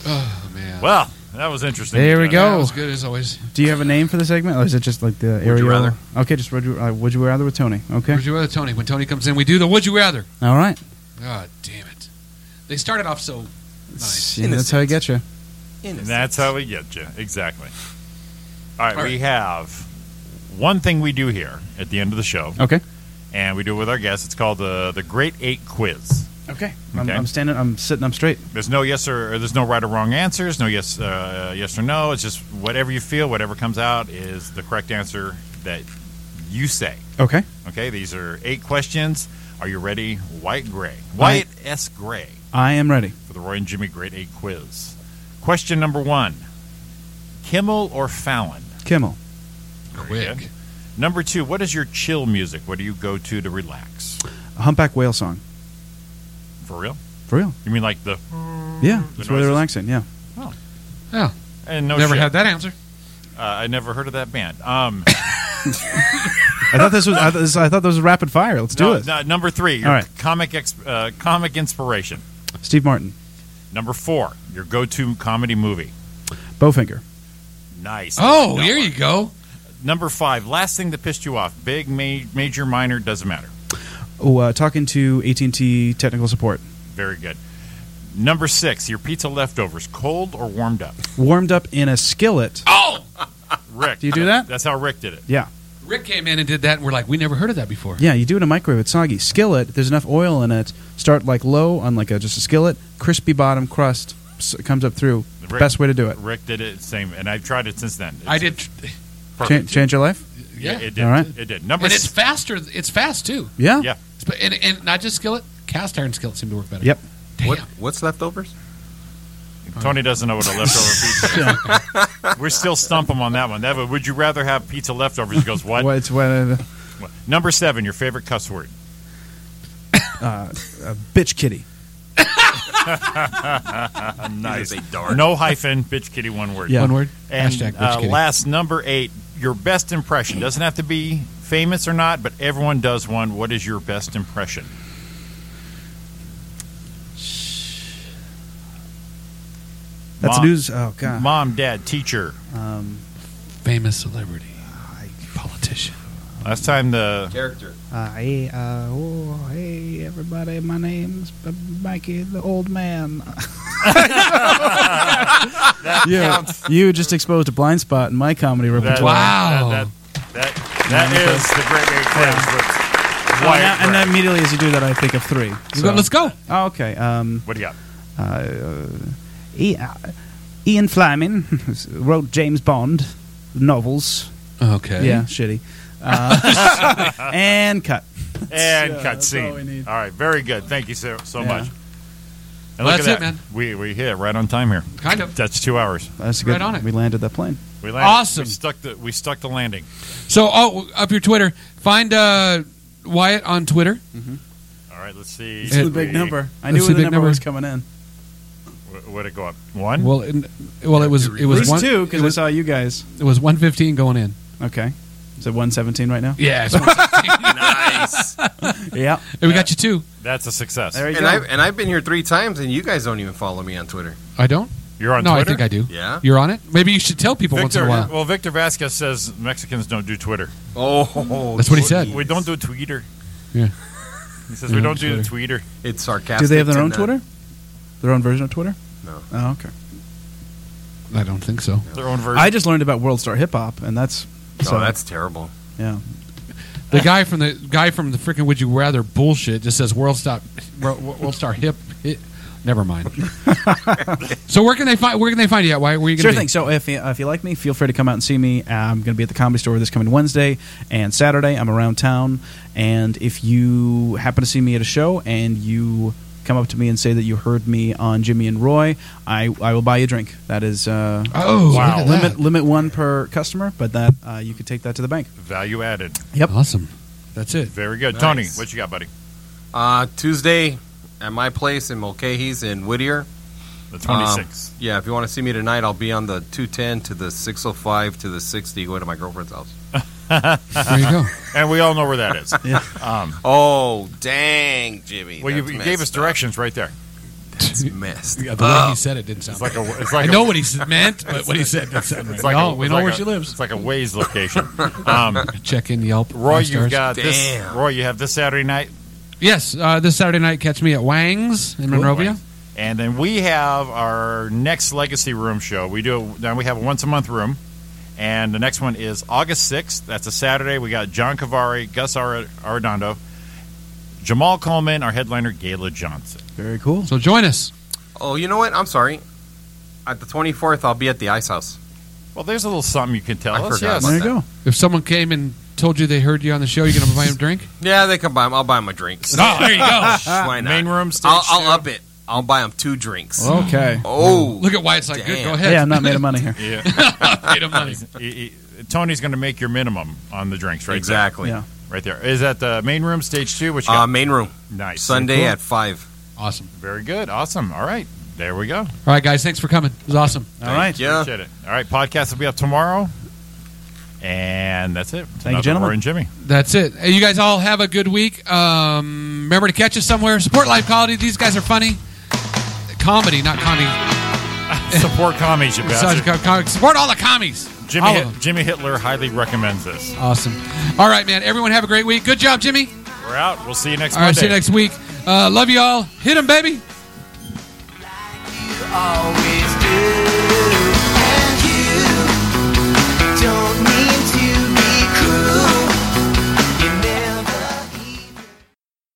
Speaker 1: Oh man.
Speaker 2: Well, that was interesting.
Speaker 5: There we
Speaker 2: Yeah,
Speaker 5: go.
Speaker 2: that was
Speaker 1: good as always.
Speaker 5: Do you have a name for the segment, or is it just like the would
Speaker 1: you rather?
Speaker 5: Okay, just would you, uh, would you rather with Tony? Okay.
Speaker 1: Would you rather Tony? When Tony comes in, we do the Would You Rather.
Speaker 5: All right.
Speaker 1: God damn it. They started off so nice.
Speaker 5: See, that's how I get you.
Speaker 2: And that's how we get you. Exactly. All right, we have one thing we do here at the end of the show.
Speaker 5: Okay.
Speaker 2: And we do it with our guests. It's called the the Great Eight Quiz.
Speaker 5: Okay. I'm,
Speaker 2: Okay.
Speaker 5: I'm standing. I'm sitting up straight.
Speaker 2: There's no yes or, or there's no right or wrong answers. No yes, uh, yes or no. It's just whatever you feel, whatever comes out is the correct answer that you say.
Speaker 5: Okay.
Speaker 2: Okay. These are eight questions. Are you ready? White Gray, White S Gray
Speaker 5: I am ready.
Speaker 2: for the Roy and Jimmy Grade Eight Quiz. Question number one: Kimmel or Fallon?
Speaker 5: Kimmel.
Speaker 2: Very good. Number two: What is your chill music? What do you go to to relax?
Speaker 5: A humpback whale song.
Speaker 2: For real?
Speaker 5: For real.
Speaker 2: You mean like the?
Speaker 5: Yeah.
Speaker 1: Mm.
Speaker 2: The
Speaker 5: It's really
Speaker 2: noises.
Speaker 5: relaxing. Yeah.
Speaker 1: Yeah.
Speaker 2: And eh, no
Speaker 1: Never
Speaker 2: shit.
Speaker 1: had that answer.
Speaker 2: Uh, I never heard of that band. Um,
Speaker 5: I thought this was. I, thought this, I thought this was rapid fire. Let's
Speaker 2: no,
Speaker 5: do it.
Speaker 2: no, number three, your
Speaker 5: All right.
Speaker 2: comic ex- uh, comic inspiration.
Speaker 5: Steve Martin.
Speaker 2: Number four, your go-to comedy movie.
Speaker 5: Bowfinger.
Speaker 2: Nice.
Speaker 1: Oh,
Speaker 2: That
Speaker 1: here
Speaker 2: one.
Speaker 1: you go.
Speaker 2: Number five, last thing that pissed you off. Big, ma- major, minor, doesn't matter.
Speaker 5: Oh, uh, talking to AT and T technical support.
Speaker 2: Very good. Number six, your pizza leftovers, cold or warmed up?
Speaker 5: Warmed up in a skillet.
Speaker 1: Oh!
Speaker 2: Rick.
Speaker 5: Do you do that?
Speaker 2: That's how Rick did it.
Speaker 5: Yeah.
Speaker 1: Rick came in and did that, and we're like, we never heard of that before.
Speaker 5: Yeah, you do it in a microwave. It's soggy. Skillet. There's enough oil in it. Start like low on like a just a skillet. Crispy bottom crust s- comes up through.
Speaker 2: Rick-
Speaker 5: Best way to do it.
Speaker 2: Rick did it same, and I've tried it since then. It's
Speaker 1: I did.
Speaker 5: Cha-
Speaker 2: perfect.
Speaker 5: change your life.
Speaker 1: Yeah.
Speaker 2: it did.
Speaker 5: All right.
Speaker 2: It did. Number
Speaker 1: and it's
Speaker 2: s-
Speaker 1: faster. It's fast, too.
Speaker 5: Yeah.
Speaker 2: yeah.
Speaker 1: It's- And, and not just skillet, cast iron skillet seemed to work better.
Speaker 5: Yep.
Speaker 1: Damn.
Speaker 10: What, what's leftovers?
Speaker 2: Tony doesn't know what a leftover pizza. is. We're still stump him on that one. That one, would you rather have pizza leftovers? He goes, what?
Speaker 5: Well, it's what uh,
Speaker 2: What? Number seven, your favorite cuss word.
Speaker 5: uh, a bitch kitty.
Speaker 2: nice.
Speaker 10: Is it a dart?
Speaker 2: No hyphen, bitch kitty, one word.
Speaker 5: Yeah.
Speaker 1: One word.
Speaker 2: And
Speaker 1: Hashtag bitch
Speaker 2: uh,
Speaker 1: kitty.
Speaker 2: last number eight, your best impression doesn't have to be famous or not, but everyone does one. What is your best impression?
Speaker 5: That's
Speaker 2: Mom.
Speaker 5: news. Oh god.
Speaker 2: Mom, dad, teacher.
Speaker 5: Um,
Speaker 1: Famous celebrity. Politician.
Speaker 2: Last time the
Speaker 10: Character.
Speaker 5: uh, hey, uh, oh, hey, everybody. My name's B- Mikey, the old man. yeah, you just exposed a blind spot in my comedy
Speaker 2: that,
Speaker 5: repertoire.
Speaker 1: Wow.
Speaker 2: that that that, that is the great great quiz. with
Speaker 5: Oh,
Speaker 2: Wyatt
Speaker 5: now- and
Speaker 2: Gray.
Speaker 5: then immediately as you do that, I think of three.
Speaker 1: You
Speaker 2: uh,
Speaker 1: go-
Speaker 5: So-
Speaker 1: Let's go.
Speaker 5: Oh, okay. Um,
Speaker 2: what do you got?
Speaker 5: uh, uh, E- uh, Ian Fleming wrote James Bond novels.
Speaker 1: Okay.
Speaker 5: Yeah, shitty. Uh, and cut.
Speaker 2: And
Speaker 5: Yeah, that's all we
Speaker 2: cutscene.
Speaker 5: need.
Speaker 2: All, right, very good. Thank you so so
Speaker 5: Yeah.
Speaker 2: much. And
Speaker 1: Well,
Speaker 2: look
Speaker 1: that's
Speaker 2: at
Speaker 1: it,
Speaker 2: that.
Speaker 1: man.
Speaker 2: We we hit right on time here.
Speaker 1: Kind of.
Speaker 2: That's two hours.
Speaker 5: That's
Speaker 1: Right
Speaker 5: good.
Speaker 1: on it.
Speaker 5: We landed that plane.
Speaker 2: We landed.
Speaker 1: Awesome.
Speaker 2: We stuck the we stuck the landing.
Speaker 1: So, oh, up your Twitter. Find uh, Wyatt on Twitter.
Speaker 2: All right, let's see.
Speaker 5: It's the
Speaker 2: We-
Speaker 5: big number. I
Speaker 1: That's the
Speaker 5: knew the
Speaker 1: big
Speaker 5: number,
Speaker 1: number.
Speaker 5: was coming in.
Speaker 2: wh- What'd it go up? One.
Speaker 1: Well, it, well, it was it
Speaker 5: At
Speaker 1: was
Speaker 5: least
Speaker 1: one
Speaker 5: two, because
Speaker 1: it
Speaker 5: I
Speaker 1: was,
Speaker 5: saw you guys.
Speaker 1: it was one fifteen going in.
Speaker 5: Okay. Is it 117 right now?
Speaker 1: Yeah,
Speaker 10: Nice.
Speaker 5: yeah.
Speaker 1: we got you two.
Speaker 2: That's a success.
Speaker 5: There you
Speaker 10: and
Speaker 5: go.
Speaker 10: I've and I've been here three times, and you guys don't even follow me on Twitter.
Speaker 1: I don't.
Speaker 2: You're on
Speaker 1: no,
Speaker 2: Twitter.
Speaker 1: I think I do.
Speaker 10: Yeah.
Speaker 1: You're on it. Maybe you should tell people once in
Speaker 2: Victor,
Speaker 1: a while.
Speaker 2: well, Victor Vasquez says Mexicans don't do Twitter.
Speaker 10: Oh,
Speaker 1: That's what he said.
Speaker 2: We don't do Twitter.
Speaker 1: Yeah.
Speaker 2: He says we
Speaker 1: Yeah,
Speaker 2: don't do the Twitter.
Speaker 10: It's sarcastic.
Speaker 5: Do they have their
Speaker 10: to
Speaker 5: own
Speaker 10: not-
Speaker 5: Twitter? Their own version of Twitter?
Speaker 10: No.
Speaker 5: Oh, okay.
Speaker 1: I don't think so.
Speaker 2: Their own version.
Speaker 5: I just learned about World Star Hip Hop, and that's.
Speaker 10: No,
Speaker 5: so-
Speaker 10: Oh, that's terrible.
Speaker 5: Yeah.
Speaker 1: The guy from the guy from the freaking Would You Rather bullshit just says World Star World, World Star Hip. hip. Never mind. so where can they find where can they find you at? Why where you
Speaker 5: Sure
Speaker 1: gonna
Speaker 5: thing.
Speaker 1: be?
Speaker 5: So if you, if you like me, feel free to come out and see me. Uh, I'm going to be at the Comedy Store this coming Wednesday and Saturday. I'm around town, and if you happen to see me at a show and you come up to me and say that you heard me on Jimmy and Roy, I, I will buy you a drink. That is uh,
Speaker 1: Oh,
Speaker 2: Wow.
Speaker 1: wow!
Speaker 5: limit limit one per customer, but that uh, you could take that to the bank.
Speaker 2: Value added.
Speaker 5: Yep.
Speaker 1: Awesome. That's it.
Speaker 2: Very good.
Speaker 10: Nice.
Speaker 2: Tony, what you got, buddy?
Speaker 10: Uh, Tuesday at my place in Mulcahy's in Whittier.
Speaker 2: The
Speaker 1: Ah.
Speaker 10: Um,
Speaker 2: 26th.
Speaker 10: yeah, if you want to see me tonight, I'll be on the 210 to the 605 to the 60 going to my girlfriend's house.
Speaker 2: there
Speaker 1: you go.
Speaker 2: And we all know where that is.
Speaker 10: Yeah.
Speaker 2: um,
Speaker 10: oh, dang, Jimmy.
Speaker 2: well, you,
Speaker 10: that's
Speaker 2: you
Speaker 10: messed
Speaker 2: gave us
Speaker 10: up.
Speaker 2: directions right there.
Speaker 10: That's messed.
Speaker 1: Yeah, the way he said it didn't sound.
Speaker 2: It's like a. It's
Speaker 1: I
Speaker 2: like a-
Speaker 1: know what he s- meant, but what he said didn't sound right.
Speaker 2: It's like
Speaker 1: we
Speaker 2: a-
Speaker 1: all- we
Speaker 2: it's
Speaker 1: know
Speaker 2: like
Speaker 1: where
Speaker 2: a-
Speaker 1: she lives.
Speaker 2: It's like a Waze location. Um,
Speaker 1: Check in Yelp.
Speaker 2: Roy,
Speaker 1: five stars.
Speaker 2: you've got this. Roy, you have this Saturday night,
Speaker 1: Yes, uh, this Saturday night, catch me at Wang's in Monrovia.
Speaker 2: and then we have our next Legacy Room show. We do. Then we have a once a month room, and the next one is August sixth. That's a Saturday. We got John Cavari, Gus Ar- Arredondo, Jamal Coleman, our headliner Gayla Johnson.
Speaker 5: Very cool.
Speaker 1: So join us.
Speaker 10: Oh, you know what? I'm sorry. At the 24th, I'll be at the Ice House.
Speaker 2: Well, there's a little something you can tell
Speaker 10: I
Speaker 2: us.
Speaker 10: forgot
Speaker 2: Yes.
Speaker 10: about There you
Speaker 5: go.
Speaker 1: If someone came and told you they heard you on the show, you're going to buy them a drink?
Speaker 10: Yeah, they can buy them. I'll buy them a drink.
Speaker 1: Oh, there you go.
Speaker 10: Why not?
Speaker 2: Main room. stage
Speaker 10: I'll,
Speaker 2: two.
Speaker 10: I'll up it. I'll buy them two drinks.
Speaker 5: Okay.
Speaker 10: Oh,
Speaker 1: Look at why it's like, good,
Speaker 10: damn.
Speaker 1: go ahead.
Speaker 5: Hey, I'm not made of money here.
Speaker 2: Yeah.
Speaker 1: Made of money.
Speaker 2: He- he- Tony's going to make your minimum on the drinks, right? there.
Speaker 10: Exactly.
Speaker 5: Yeah.
Speaker 2: Right there. Is that the main room, stage two? Which you
Speaker 10: Uh,
Speaker 2: got?
Speaker 10: main room
Speaker 2: nice.
Speaker 10: Sunday
Speaker 2: Cool.
Speaker 10: at five.
Speaker 1: Awesome.
Speaker 2: Very good. Awesome. All right. There we go.
Speaker 1: All right, guys, thanks for coming. It was awesome.
Speaker 5: All right.
Speaker 10: Yeah.
Speaker 2: Appreciate it. All right. Podcast will be up tomorrow. And that's it.
Speaker 5: you,
Speaker 2: Another
Speaker 5: gentlemen.
Speaker 2: Roy and Jimmy.
Speaker 1: That's it. Hey, you guys all have a good week. Um, remember to catch us somewhere. Support Life Quality. These guys are funny. Comedy, not comedy.
Speaker 2: Support commies, you
Speaker 1: Massage
Speaker 2: bastard.
Speaker 1: co- co- Support all the commies.
Speaker 2: Jimmy,
Speaker 1: all of
Speaker 2: Hit-
Speaker 1: them.
Speaker 2: Jimmy Hitler highly recommends this.
Speaker 1: Awesome. All right, man. Everyone have a great week. Good job, Jimmy.
Speaker 2: We're out. We'll see you next
Speaker 1: All right,
Speaker 2: Monday.
Speaker 1: see you next week. Uh, love you all. Hit them, baby.